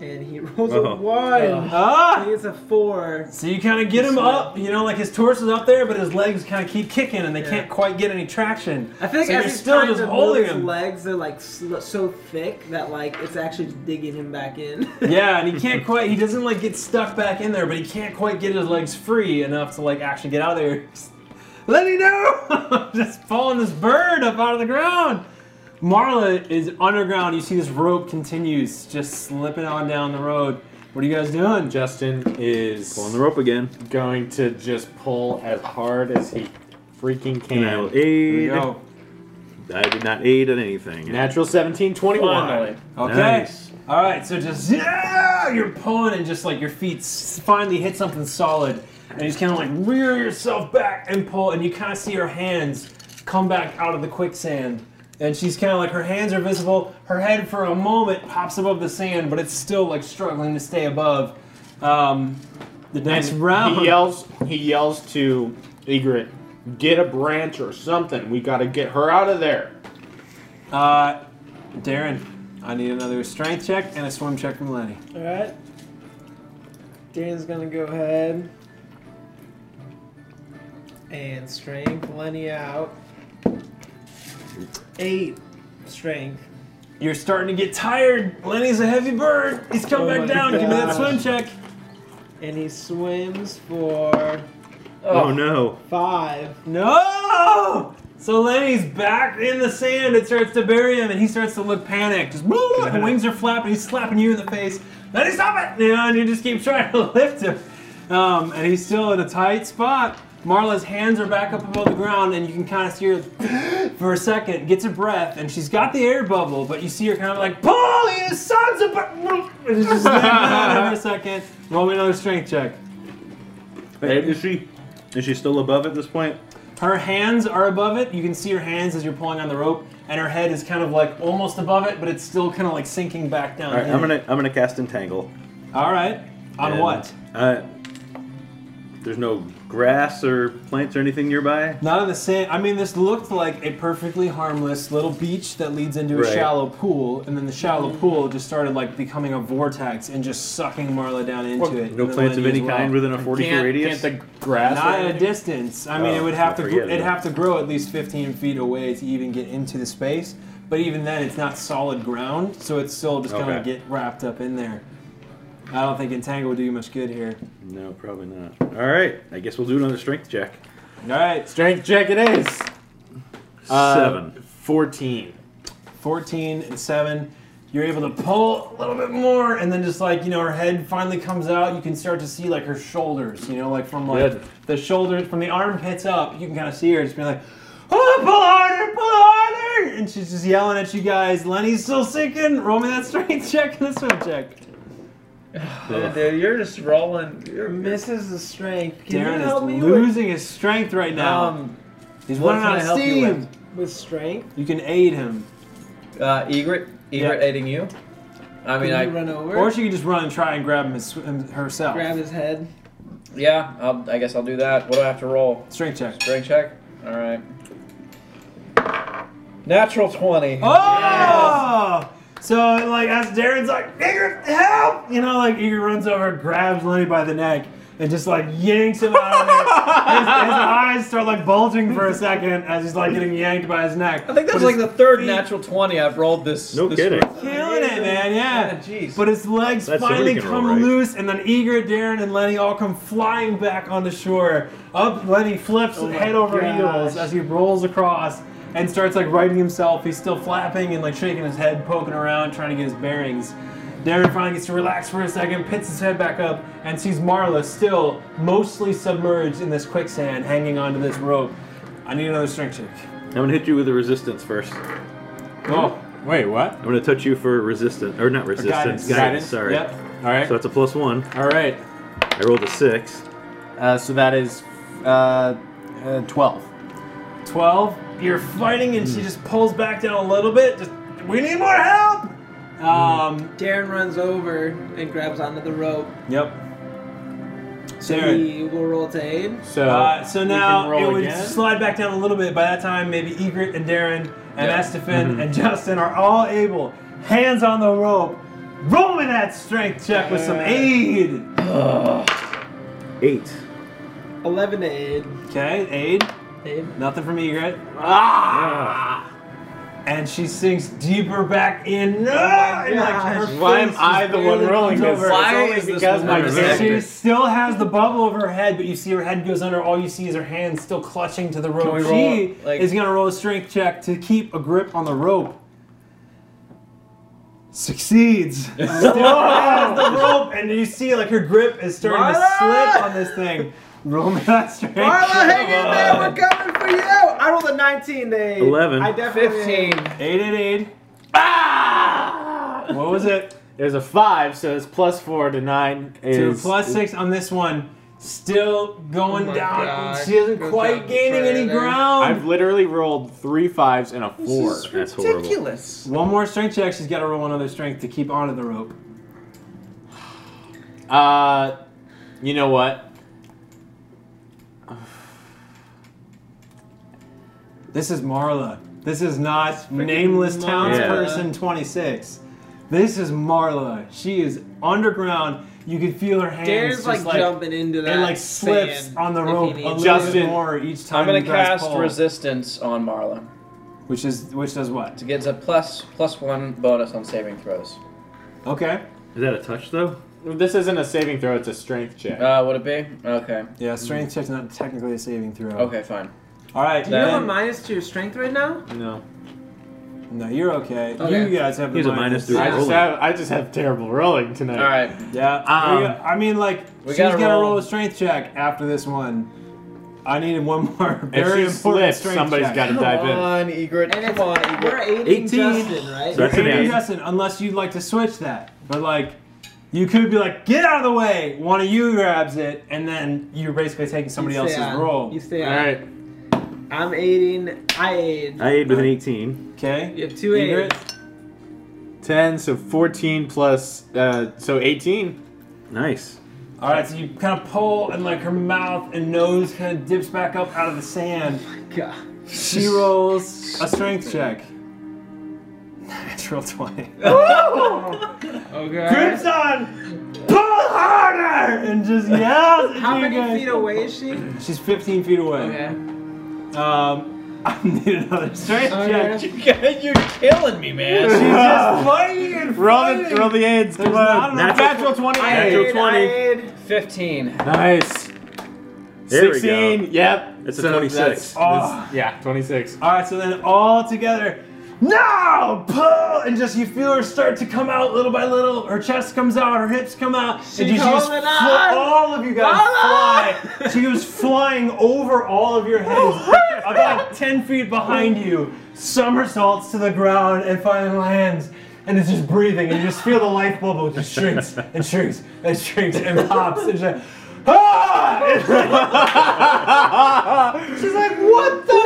and he [LAUGHS] rolls
Oh.
a one. I
Ah.
think it's a four.
So you kind of get him
Swim.
up, you know, like his torso's up there, but his legs kind of keep kicking and they
Yeah.
can't quite get any traction.
I feel like
So
as
you're
he's
still
trying
just
to
holding
move his
him.
legs, they're like sl- so thick that like it's actually just digging him back in. [LAUGHS]
Yeah, and he can't quite. He doesn't like get stuck back in there, [LAUGHS] but he can't quite get his legs free enough to like actually get out of there. Let me know! [LAUGHS] Just pulling this bird up out of the ground. Marla is underground. You see this rope continues, just slipping on down the road. What are you guys doing?
Justin is
Pulling the rope again.
going to just pull as hard as he freaking
And I
can.
will aid.
Go.
I did not aid at anything.
Natural 17, 21.
Finally.
Okay.
Nice.
All right. So just yeah, you're pulling and just like your feet s- finally hit something solid, and you just kind of like rear yourself back and pull, and you kind of see her hands come back out of the quicksand, and she's kind of like her hands are visible. Her head for a moment pops above the sand, but it's still like struggling to stay above. Um, the next
And
round.
He yells. He yells to Egret, "Get a branch or something. We gotta get her out of there."
Uh, Darren, I need another strength check and a swim check from Lenny.
All right. Dan's gonna go ahead and strength Lenny out. Eight strength.
You're starting to get tired. Lenny's a heavy bird. He's come
Oh my
back down. Give me that
gosh.
swim check.
And he swims for
Oh no.
five.
No! So Lenny's back in the sand. It starts to bury him, and he starts to look panicked. Just blah, blah, the wings are flapping. He's slapping you in the face. Lenny, stop it! You know, and you just keep [LAUGHS] trying to lift him. Um, and he's still in a tight spot. Marla's hands are back up above the ground, and you can kind of see her [LAUGHS] for a second. Gets a breath, and she's got the air bubble, but you see her kind of like pull, you sons of. a-" [LAUGHS] And she's just [LAUGHS] snapping out for a second. Roll me another strength check.
Hey, is she? Is she still above at this point?
Her hands are above it. You can see her hands as you're pulling on the rope, and her head is kind of like almost above it, but it's still kind of like sinking back down.
All right. I'm gonna. I'm gonna cast entangle.
All right. On
And,
what?
Uh, there's no grass or plants or anything nearby.
Not on the sand. I mean, this looked like a perfectly harmless little beach that leads into a
Right.
shallow pool, and then the shallow pool just started like becoming a vortex and just sucking Marla down into it.
No
and
plants of
Lenny as
any
well.
kind within a 40 foot
Can't,
radius.
can't the grass?
Not at a distance. I mean,
Oh,
it would have
I
to gr-
forget
it'd
about
have to grow at least 15 feet away to even get into the space. But even then, it's not solid ground, so it's still just gonna
Okay.
get wrapped up in there. I don't think entangle would do you much good here.
no, probably not. All right. I guess we'll do another strength check.
All right,
Strength check. It is Uh,
Seven.
Fourteen.
14 and seven. You're able to pull a little bit more, and then just like you know, her head finally comes out. You can start to see like her shoulders. You know, like from like
Good.
the shoulders from the armpits up. You can kind of see her just being like. Oh, pull harder, pull harder! And she's just yelling at you guys. Lenny's still sinking. Roll me that [LAUGHS] strength check and the swim check.
Dude, you're just rolling. You're misses the strength. Can
Darren
you help me
is losing his strength right
with
now.
um
He's
what
running
can
out
I
of
help you
steam.
with? with strength?
You, can aid him,
Uh, Egret,
Yeah.
Egret aiding you. I mean,
Can
I
you run over?
or she can just run and try and grab him, his, him herself.
grab his head.
yeah, I'll, I guess I'll do that. What do I have to roll?
Strength check.
Strength check. All right. Natural twenty.
Oh! So like as Darren's like, Igor, help! You know, like Igor runs over, grabs Lenny by the neck, and just like yanks him out of there. his, his eyes start like bulging for a second as he's like getting yanked by his neck.
I think that's like the third natural twenty I've rolled this.
No
this
kidding.
killing it, man. Yeah.
Jeez.
But his legs
That's so
finally
we can
come
roll, right?
loose, and then Eager, Darren, and Lenny all come flying back onto shore. Up, Lenny flips head over
gosh.
heels as he rolls across and starts like righting himself. He's still flapping and like shaking his head, poking around, trying to get his bearings. Darren finally gets to relax for a second, pits his head back up, and sees Marla still mostly submerged in this quicksand, hanging onto this rope. I need another strength check.
I'm gonna hit you with a resistance first. I'm
Oh,
Wait, what?
gonna touch you for resistance or not resistance.
guidance.
Guidance.
Sorry.
Yep.
All right.
So that's a plus one.
All right.
I rolled a six.
Uh, so that is uh, uh, twelve.
12. You're fighting, and
Hmm.
she just pulls back down a little bit. Just, we need more help!
Hmm.
Um,
Darren runs over and grabs onto the rope.
yep.
So
Darren.
he will roll to aid.
So
Uh, so
we
now
can
it
roll
would
again?
slide back down a little bit. By that time, maybe Egret and Darren and
Yeah.
Estefan
Mm-hmm.
and Justin are all able, hands on the rope, rolling that strength check with some aid.
Eight.
Eleven to aid.
Okay, aid.
Aid.
Nothing from Egret.
Ah!
and she sinks deeper back in. Ah, and, like, her
Why am
face
I
is
the one
barely
rolling
comes over.
this? It's only
is this
because my
one
She
character.
rejected?
still has the bubble over her head, but you see her head goes under. All you see is her hand still clutching to the rope.
we roll,
she
like-
is going to roll a strength check to keep a grip on the rope. Succeeds. Still has the rope, and you see like her grip is starting to slip on this thing. Roll me that strength. check.
We're coming for you! I rolled a 19. They
11.
I definitely
15.
Eight and eight. Ah! What was it?
There's a five, so it's plus four to nine.
Two
Is
plus six on this one. Still going
Oh my
down.
gosh.
She isn't
Goes
quite
down
gaining any
further.
ground.
I've literally rolled three fives and a four.
That's horrible.
ridiculous.
One more strength check. She's got to roll another strength to keep onto the rope.
Uh, you know what?
This is Marla. This is not nameless
Marla.
townsperson 26. This is Marla. She is underground. You can feel her hands
Darren's
just
like, jumping into that.
and like slips
sand
on the
if he
rope a
needs
little
to.
bit
Justin,
more each time.
I'm gonna
you guys
cast
pull.
resistance on Marla.
which is which does what?
It gets a plus plus one bonus on saving throws.
Okay.
Is that a touch though?
This isn't a saving throw; it's a strength check.
Uh, would it be? Okay.
Yeah, strength check's not technically a saving throw.
Oh.
Okay, fine.
All right.
Do you have a
then-
minus to your strength right now?
no,
no, you're okay.
Okay.
You guys have
He's
the
a
minus
minus three.
I just
rolling.
have I just have terrible rolling tonight.
All right.
Yeah,
Um,
we- I mean, like
we
she's
gotta
gonna roll.
roll
a strength check after this one. I needed one [LAUGHS] more
If
very
she
important
slips,
strength
somebody's
check.
got to
Come
dive in.
on, Egret.
And it's
Come on,
we're
[LAUGHS] Egret.
aiding
18.
Justin, right?
So [LAUGHS] that's an
Hey,
eight.
Justin, unless you'd like to switch that, but like. You could be like, get out of the way. One of you grabs it, and then you're basically taking somebody
You
else's
stay on.
roll.
You stay
All
on.
right,
I'm aiding. I aid.
I aid with an 18.
Okay.
You have two aids.
ten, so fourteen plus, uh, so eighteen.
Nice.
All right. So you kind of pull, and like her mouth and nose kind of dips back up out of the sand.
God.
She rolls a strength check. [LAUGHS] Natural twenty.
[LAUGHS]
[LAUGHS]
Okay.
Grips on! Pull harder! And just yells at
How
you
many
guys.
feet away is she?
She's 15 feet away.
Okay.
[LAUGHS]
Um, I need another strength
Oh,
check.
Okay.
You're killing me, [LAUGHS] man.
She's
[LAUGHS]
just fighting and
Roll
fighting.
the roll the aids.
There's
Come
not
on,
enough-
natural twenty.
I
Natural
aid,
20.
I aid.
15.
Nice.
There we go.
Sixteen. Yep.
It's a
So
26.
that's-
Oh.
Yeah, twenty-six.
All right, so then all together, no, pull, and just you feel her start to come out little by little. Her chest comes out, her hips come out, and you just
holding
fl-
on.
all of you guys fly. She goes flying over all of your heads,
[LAUGHS]
about ten feet behind you, somersaults to the ground, and finally lands. And it's just breathing, and you just feel the life bubble just shrinks and shrinks and shrinks and pops. And she's like, ah! And She's like, what the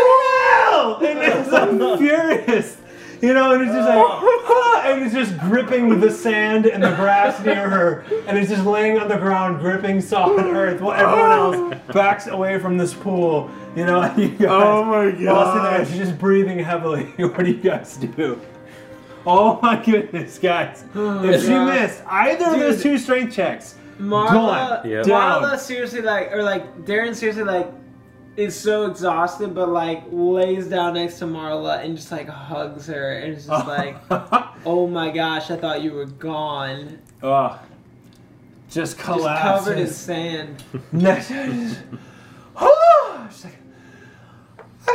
hell?
[LAUGHS]
And it's like furious. You know, and it's just like, [LAUGHS] "Huh," and it's just gripping the sand and the grass near her, and it's just laying on the ground, gripping solid earth while
[LAUGHS]
everyone else backs away from this pool. You know, [LAUGHS] you guys.
Oh my
while sitting there,
gosh.
She's just breathing heavily. [LAUGHS] What do you guys do? Oh my goodness,
[SIGHS]
guys. If she
God.
missed either of those
Dude.
two strength checks,
Marla,
Gone.
Yeah.
Down.
Marla seriously like, or like Darren seriously like, is so exhausted, but like lays down next to Marla and just like hugs her and is
[LAUGHS]
just like, oh my gosh, I thought you were gone,
Ugh. oh, Just
just covered in
collapses.
sand.
Next. She's like, I,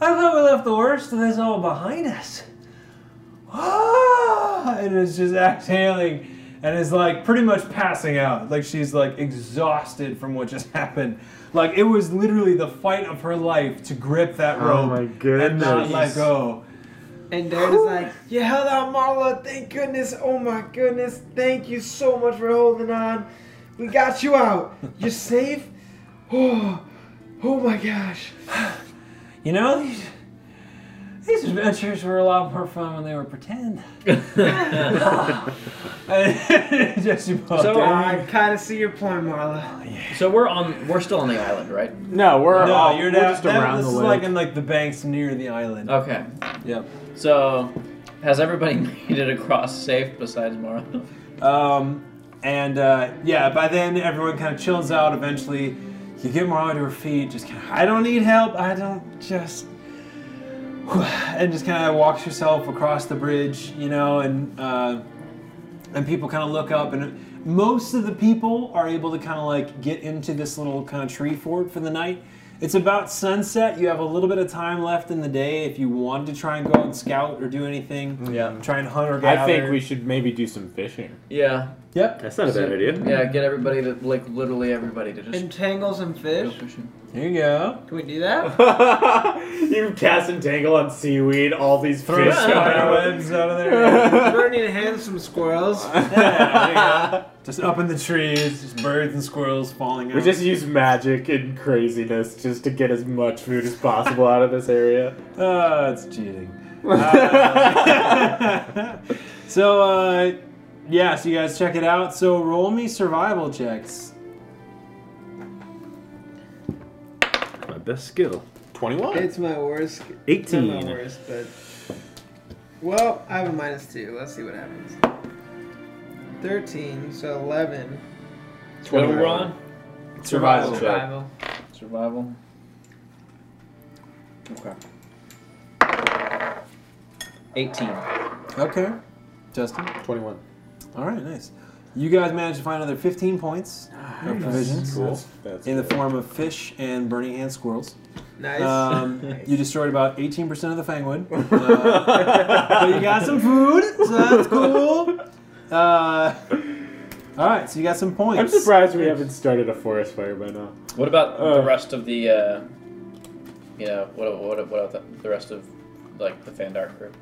I thought we left the worst of this all behind us. Ah, and it's just exhaling and is like pretty much passing out. Like she's like exhausted from what just happened. Like it was literally the fight of her life to grip that rope
Oh my
and not let
goodness.
go.
And Darren is like, you held out, Marla. Thank goodness. Oh my goodness. Thank you so much for holding on. We got you out.
[LAUGHS]
You're safe. Oh, oh my gosh.
You know, these, these adventures were a lot more fun when they were
[LAUGHS]
pretend. [LAUGHS] And just about
So,
done.
I kind of see your point, Marla.
So we're on. We're still on the island, right?
No, we're
no,
all
you're
we're
not.
just
that-
around
this
the
is
lake.
like in like the banks near the island.
Okay.
Yep.
So, has everybody [LAUGHS] made it across safe besides Mara?
Um, and uh, yeah, by then everyone kind of chills out. Eventually, you get Marla to her feet. Just kind of, I don't need help. I don't just. [SIGHS] and just kind of walks yourself across the bridge, you know, and uh, and people kind of look up, and most of the people are able to kind of like get into this little kind of tree fort for the night. It's about sunset. You have a little bit of time left in the day if you want to try and go out and scout or do anything.
Yeah.
Try and hunt or gather.
I think we should maybe do some [LAUGHS] fishing.
[LAUGHS] Yeah.
Yep.
That's not a bad idea.
Yeah, get everybody to like literally everybody to just
Entangles and
go
fish.
fishing.
There you go.
Can we
[LAUGHS]
do that?
you cast entangle on seaweed. All these
Throw
fish.
spiderwebs out of there.
We're gonna need to hand some squirrels.
[LAUGHS] Yeah, there you go. Just up in the trees, just birds and squirrels falling out.
We just use magic and craziness just to get as much food as possible out of this area.
Oh, it's cheating. Uh, [LAUGHS] so, uh, yeah, so you guys check it out. So, roll me survival checks.
My best skill.
Twenty-one.
It's my worst. It's not my
18.
worst, but well, I have a minus two. Let's see what happens. Thirteen, so eleven.
What are we on?
Survival check.
Survival.
Survival. Okay. Eighteen.
Okay. Justin?
Twenty-one.
All right, nice. You guys managed to find another 15 points of provisions
Cool. That's
in the
good.
form of fish and burning hand squirrels.
Nice.
Um, you destroyed about 18% of the fangwood.
[LAUGHS]
Uh, but you got some food, so that's cool. Uh, all right, so you got some points.
I'm surprised we haven't started a forest fire by now.
What about
Uh.
the rest of the, uh, you know, what what what about the, the rest of like the Fandar crew?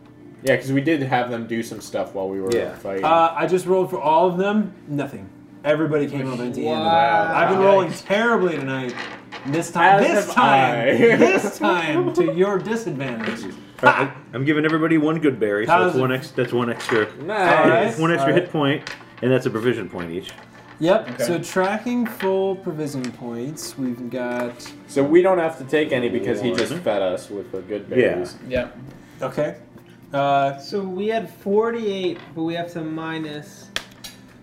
Yeah, because we did have them do some stuff while we were
Yeah.
fighting.
Uh, I just rolled for all of them. Nothing. Everybody came up empty handed.
Wow.
I've been rolling terribly tonight. This time,
As
this
have
time,
I.
[LAUGHS] this time to your disadvantage.
Ah!
Alright, I'm giving everybody one good berry, so that's
Thousand.
one, ex- that's one extra,
Nice.
one extra
Alright.
hit point, and that's a provision point each.
Yep.
Okay.
So tracking full provision points, we've got.
So we don't have to take any because he just
One.
fed us with the good berries.
Yeah.
Okay. Uh,
so we had forty-eight, but we have to minus.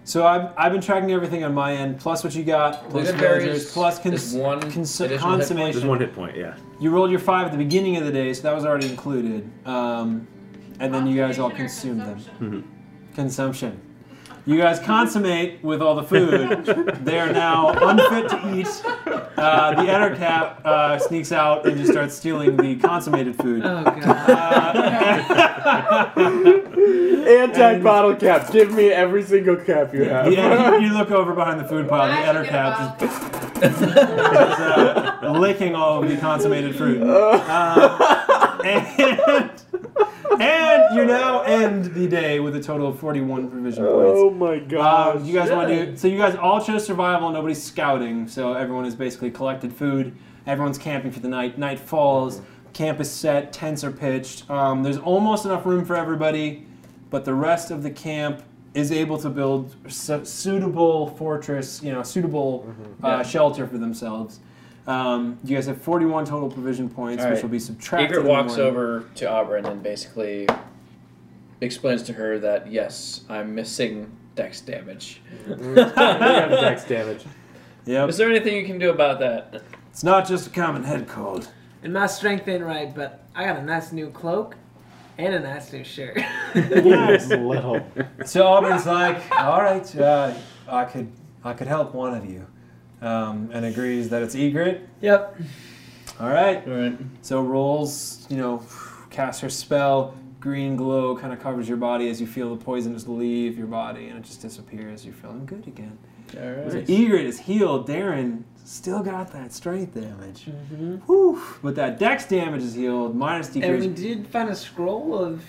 so I've, I've been tracking everything on my end, plus what you got, plus
Gluten
villagers,
berries
plus
is
cons-
one
cons-
additional hit point.
Just
consummation.
one hit point, yeah.
You rolled your five at the beginning of the day, so that was already included. Um, and then you guys all
Consumption
consumed
or
them.
consumption?
consumption. You guys consummate with all the food. they are now unfit to eat. Uh, the enter cap uh, sneaks out and just starts stealing the consummated food.
[LAUGHS] Oh god.
[LAUGHS] Uh,
Anti bottle cap. Give me every single cap you have.
[LAUGHS]
yeah, you, you look over behind the food pile. The
I should
enter
get
cap
a bottle.
is uh, licking all of the consummated fruit. Um, and, and you now end the day with a total of 41 provision points.
Oh my god.
Um, you guys want to do so? You guys all chose survival. Nobody's scouting, so everyone has basically collected food. Everyone's camping for the night. Night falls.
Mm-hmm.
Camp is set. Tents are pitched. Um, there's almost enough room for everybody, but the rest of the camp is able to build su- suitable fortress, you know, suitable uh,
Mm-hmm. Yeah.
shelter for themselves. Um, you guys have 41 total provision points,
All
which
right.
will be subtracted.
Egret
in
walks
one.
over to Auburn and basically explains to her that yes, I'm missing dex damage.
We have dex damage.
Yep.
Is there anything you can do about that?
It's not just a common head cold.
and my strength ain't right, but I got a nice new cloak and a nice new shirt.
[LAUGHS]
[LAUGHS]
Little.
So Auburn's like, all right, uh, I could, I could help one of you, um, and agrees that it's Egret.
yep.
All right.
All right.
So rolls, you know, casts her spell. Green glow kind of covers your body as you feel the poison just leave your body, and it just disappears. You're feeling good again.
All
So
right.
Egret is healed. Darren still got that strength damage. Whew. But that dex damage is healed. Minus
And we
decrease.
did find a scroll of.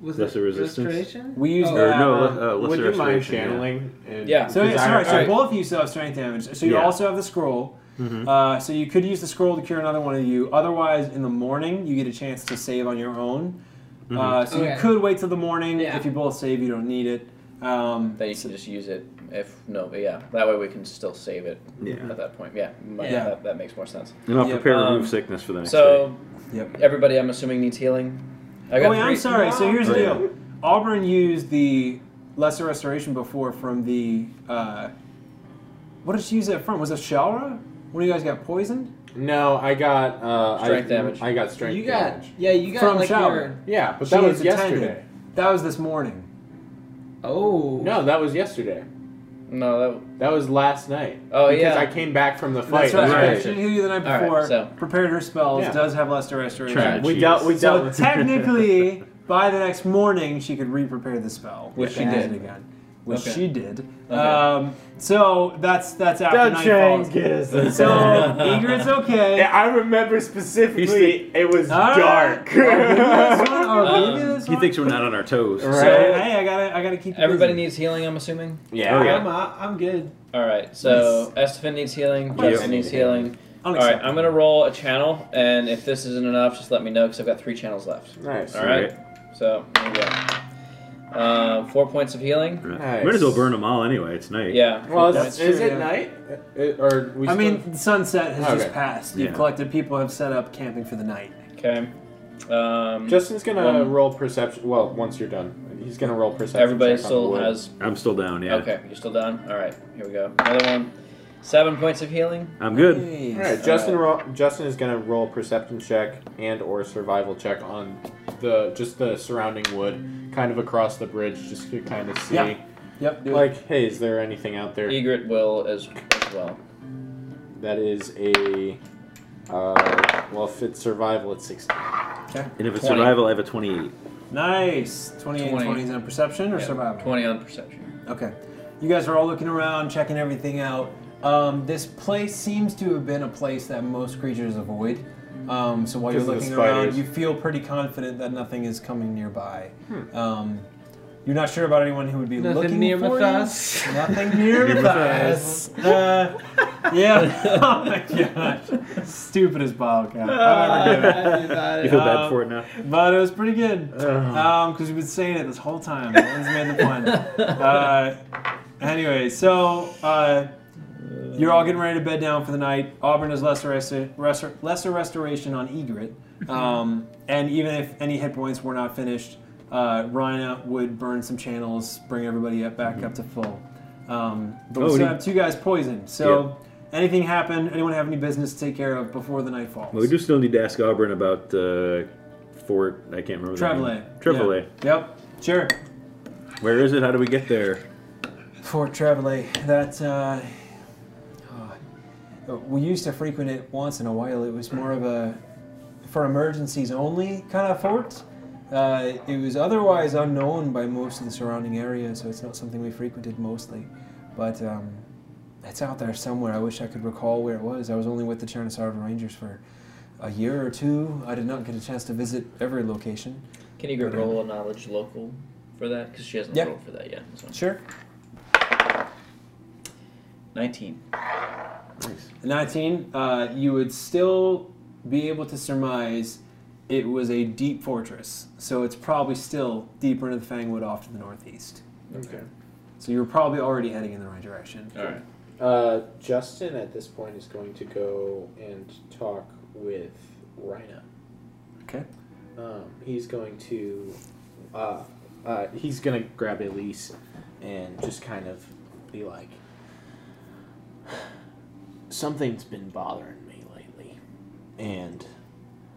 Was
Lesser
it
resistance?
Restoration?
We use
Or
that.
no, le- uh, lesser
Would you mind
restoration, yeah.
channeling? And-
Yeah.
So, yeah,
Because I-
sorry, so
alright.
both of you still have strength damage. So you
Yeah.
also have the scroll.
Mm-hmm.
Uh, so you could use the scroll to cure another one of you. Otherwise, in the morning, you get a chance to save on your own.
Mm-hmm.
Uh, so
Okay.
you could wait till the morning.
Yeah.
If you both save, you don't need it. Um,
Then you can just use it if no, but yeah. That way we can still save it
Yeah.
at that point. Yeah, might-
Yeah.
That, that makes more sense.
And I'll
Yep,
prepare
um,
remove sickness for the next day.
So
Yep.
everybody, I'm assuming needs healing. I
oh, wait, i I'm
three-
sorry. So here's the
Oh, yeah.
deal Auburn used the Lesser Restoration before from the. Uh, what did she use it from? Was it Shalra? One of you guys got poisoned?
No, I got uh,
Strength
I,
damage.
I got strength
You got
damage.
yeah, you got
From
like
shower.
your
Yeah, but
She
that
is
was
attended.
yesterday.
That was this morning.
oh
No, that was yesterday.
No, that.
That was last night.
Oh,
because
yeah.
I came back from the fight.
That's right.
right.
She knew you the night
All right,
before.
so-
Prepared her spells.
Yeah.
Does have lesser restoration.
Trash.
We dealt. We dealt.
So
with- [LAUGHS]
technically, by the next morning, she could re-prepare the spell,
Which
if
she
it has
did.
it again, which
Okay.
she did.
Okay.
Um, so that's that's after
Don't
night
change,
falls.
get us.
So
[LAUGHS]
Ingrid's okay.
[LAUGHS] Yeah, I remember specifically it was
All right. Oh,
dark. [LAUGHS]
I'll give you this one. I'll give you
Um,
this
He
one.
thinks we're not on our toes.
So,
Right.
hey, I gotta I gotta keep you
Everybody
busy.
needs healing, I'm assuming.
yeah.
Oh, yeah.
I'm, I- I'm good.
All right, so Estefan needs healing.
Yeah.
Justin needs healing. All right, I'm gonna roll a channel, and if this isn't enough, just let me know because I've got three channels left.
Nice.
All right, so here we go. Uh, four points of healing.
Nice.
Might as well burn them all anyway. It's night.
Yeah.
Well, is,
That's
is
true,
it
yeah.
night? Uh, or we
I
still-
mean, sunset has just
Okay.
passed.
Yeah.
You've collected people, have set up camping for the night.
Okay. Um,
Justin's gonna
One.
roll perception. Well, once you're done, he's gonna roll perception.
everybody
check on
still
the wood.
has.
I'm still down. Yeah.
Okay, you're still done. All right, here we go. Another one. Seven points of healing.
I'm good.
Nice.
All right, Justin. Roll, Justin is gonna roll perception check and or survival check on the just the surrounding wood, kind of across the bridge, just to kind of see,
Yeah. Yep. Do
like, hey, is there anything out there?
Egret will as, as well.
That is a, uh, well, if it's survival, it's sixteen.
And if it's
20.
survival, I have a 28.
it. Nice. 28
20.
20s on perception or
Yeah,
survival?
Twenty on perception.
Okay. You guys are all looking around, checking everything out. Um, this place seems to have been a place that most creatures avoid. Um, so while you're
'Cause of the
looking around,
spiders.
you feel pretty confident that nothing is coming nearby.
Hmm.
Um, you're not sure about anyone who would be
Nothing
looking
near
for
with
you.
us. [LAUGHS]
Nothing near
Near
with
with
us. Uh, yeah.
[LAUGHS]
oh my gosh. Stupid as Bobcat. I'll never give it.
I knew that.
[LAUGHS] You feel bad
Um,
for it now?
But it was pretty good.
Uh-huh.
Um, because we've been saying it this whole time. No one's made the point.
[LAUGHS]
Uh, anyway, so uh, you're all getting ready to bed down for the night. Auburn does lesser resta- restor- lesser restoration on Egret, um, and even if any hit points were not finished, uh, Rhina would burn some channels, bring everybody up back up to full. Um, but we
Oh,
still
we-
have two guys poisoned, so. Anything happen? Anyone have any business to take care of before the night falls?
Well, we do still need to ask Auburn about uh, Fort. I can't remember. the name.
Travelet.
Travelet.
Yeah. Yep. Sure.
Where is it? How do we get there?
Fort Travelay. That uh, uh, we used to frequent it once in a while. It was more of a for emergencies only kind of fort. Uh, it was otherwise unknown by most of the surrounding area, so it's not something we frequented mostly. But um, it's out there somewhere. I wish I could recall where it was. I was only with the Chernosarva Rangers for a year or two. I did not get a chance to visit every location.
Can Egret roll a knowledge local for that? Because she hasn't
Yeah.
rolled for that yet. So.
Sure.
Nineteen.
19, uh, you would still be able to surmise it was a deep fortress. So it's probably still deeper into the Fangwood off to the northeast.
Okay.
So you're probably already heading in the right direction.
All right.
Uh, Justin at this point is going to go and talk with Rhina.
Okay.
Um, he's going to, uh, uh, he's gonna grab Elise and just kind of be like, something's been bothering me lately, and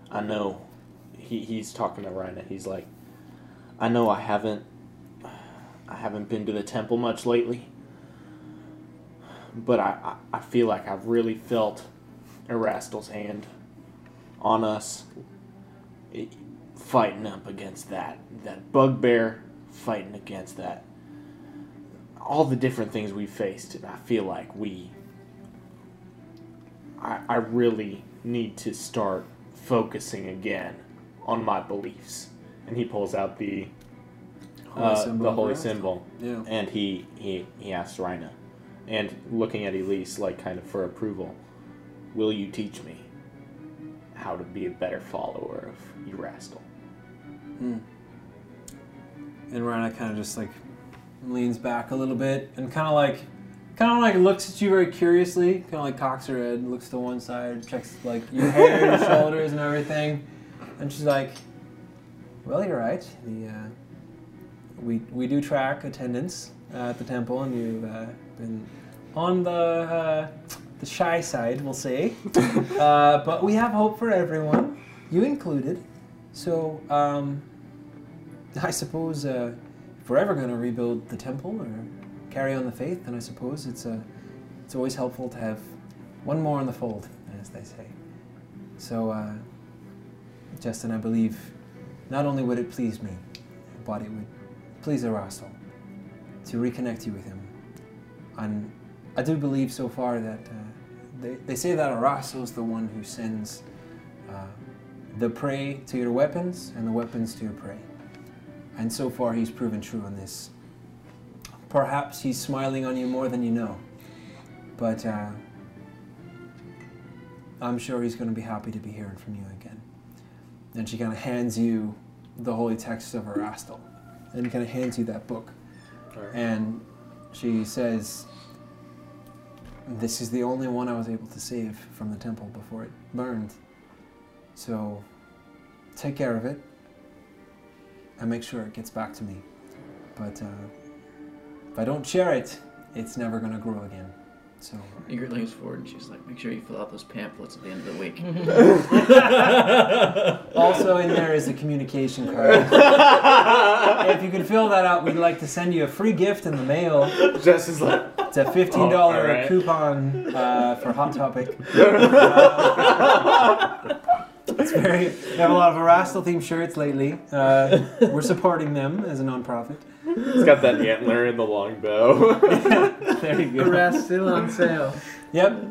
I know he, he's talking to Rhina. He's like, I know I haven't, I haven't been to the temple much lately, but I, I, I feel like I've really felt Erastel's hand on us it- fighting up against that that bugbear fighting against that all the different things we faced and i feel like we i, I really need to start focusing again on my beliefs and he pulls out the
Holy
uh,
symbol
the
of
holy
Erastel.
symbol
Yeah.
and he he he asks Rhina and looking at Elise like kind of for approval will you teach me how to be a better follower of
[LAUGHS]
Erastel
And Rana kind of just like leans back a little bit and kind of like, kind of like looks at you very curiously, kind of like cocks her head, looks to one side, checks like your hair, your shoulders, and everything. And she's like, "Well, you're right. The uh, we we do track attendance uh, at the temple, and you've uh, been on the uh, the the shy side, we'll say. uh, but we have hope for everyone, you included. So um, I suppose uh, if we're ever going to rebuild the temple or carry on the faith, then I suppose it's uh, it's always helpful to have one more in the fold, as they say. So, uh, Justin, I believe not only would it please me, but it would please Erastel to reconnect you with him. And I do believe so far that uh, they, they say that Erastel's the one who sends uh, the prey to your weapons and the weapons to your prey. And so far, he's proven true on this. Perhaps he's smiling on you more than you know, but uh, I'm sure he's going to be happy to be hearing from you again. And she kind of hands you the holy text of Erastel and kind of hands you that book. And she says, This is the only one I was able to save from the temple before it burned. So take care of it and make sure it gets back to me. But uh, if I don't share it, it's never going to grow again. So.
Ingrid leans forward and she's like, make sure you fill out those pamphlets at the end of the week.
also in there is a communication card. [LAUGHS] if you could fill that out, we'd like to send you a free gift in the mail.
Just as like,
It's a fifteen dollar coupon uh, for Hot [LAUGHS] Topic. Uh, It's very. They have a lot of Erastel themed shirts lately. Uh, we're supporting them as a nonprofit.
it's got that antler and the long
[LAUGHS]
bow.
There you go.
Arrest still on sale.
Yep.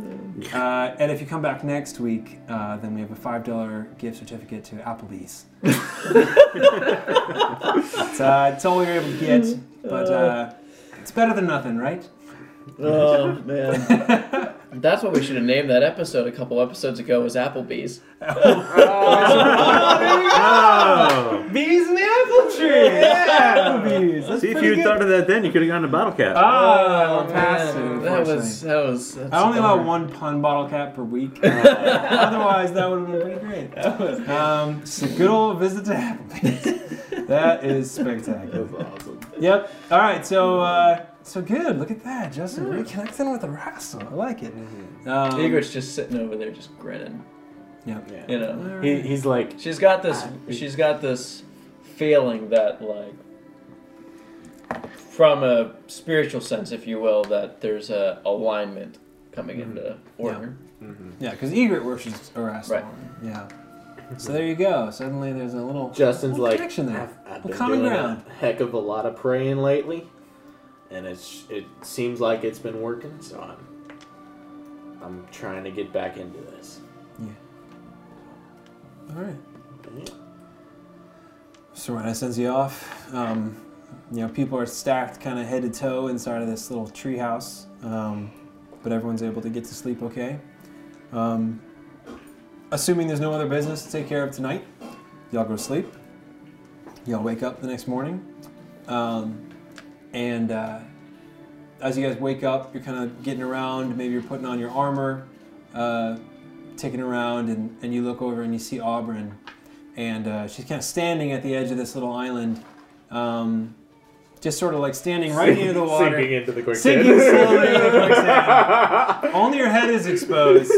Uh, and if you come back next week, uh, then we have a five dollar gift certificate to
[LAUGHS]
Applebee's. it's, uh, it's all we were able to get, but uh, it's better than nothing, right?
[LAUGHS] oh man, [LAUGHS] that's what we should have named that episode a couple episodes ago. Was Applebee's?
Oh.
Bees in the apple tree. Yeah, bees. That's
See, if
pretty
you had
good.
thought of that then, you could have gotten a bottle cap.
Ah, we're past it.
Oh, that was
unfortunately.
that was. that's
I only allow
another-
one pun bottle cap per
[LAUGHS]
week. Uh, otherwise, that would have been pretty great. Um, just a good old visit to
[LAUGHS]
Applebee's. that is spectacular.
awesome.
Yep. All right. So uh, so good. Look at that, Justin. Reconnecting with the rascal. I like it. Um,
Ingrid's just sitting over there, just grinning.
Yep.
Yeah.
You know,
He, he's like,
she's got this. She's got this feeling that, like, from a spiritual sense, if you will, that there's a alignment coming into order.
Yeah, because Egret worships a rascal.
Right.
Yeah. So there you go. Suddenly there's a little
Justin's
little
like,
connection there.
I've, I've
Well,
been
common
doing
ground.
a heck of a lot of praying lately, and it's it seems like it's been working. So I'm I'm trying to get back into this.
All right. So when I sends you off, um, you know, people are stacked kind of head to toe inside of this little treehouse, um, but everyone's able to get to sleep okay. Um, assuming there's no other business to take care of tonight, y'all go to sleep. Y'all wake up the next morning, um, and uh, as you guys wake up, you're kind of getting around. Maybe you're putting on your armor. Uh, taking around and, and you look over and you see Auburn and uh, she's kind of standing at the edge of this little island um, just sort of like standing right near the water
sinking into the quicksand.
sinking slowly in the quicksand. [LAUGHS] Only her head is exposed,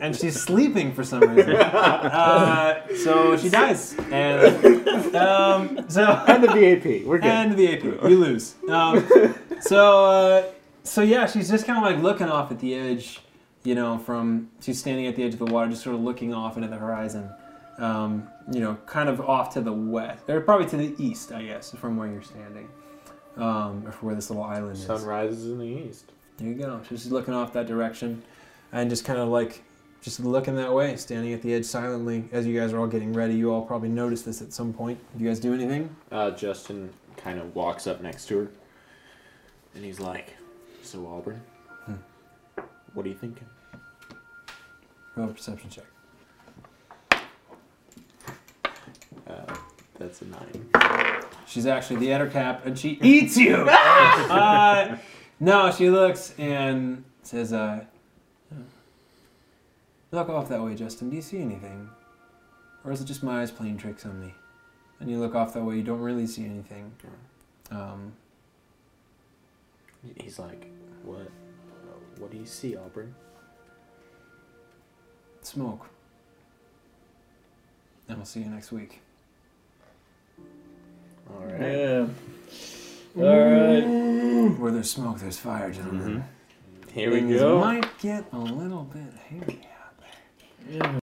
and she's sleeping for some reason. Uh, so she dies, and um, so [LAUGHS]
and the VAP. We're good.
and the AP, you lose. Um, so uh, so yeah, she's just kind of like looking off at the edge, you know, from she's standing at the edge of the water, just sort of looking off into the horizon. Um, you know, kind of off to the west, or probably to the east, I guess, from where you're standing, um, or from where this little island is.
Sun rises in the east.
There you go. She's just looking off that direction and just kind of like just looking that way, standing at the edge silently as you guys are all getting ready. You all probably noticed this at some point. Do you guys do anything?
Uh, Justin kind of walks up next to her, and he's like, "So Auburn, what are you thinking?"
Roll a perception check.
Uh, that's a nine.
She's actually the outer cap and she eats you! uh, no, she looks and says, uh, Look off that way, Justin. Do you see anything? Or is it just my eyes playing tricks on me? And you look off that way, you don't really see anything. Um,
He's like, "What? What do you see, Auburn?"
smoke. And we'll see you next week.
All right. Yeah.
Where there's smoke, there's fire, gentlemen.
Mm-hmm. Here we
Things
go.
might get a little bit hairy out there.
Yeah.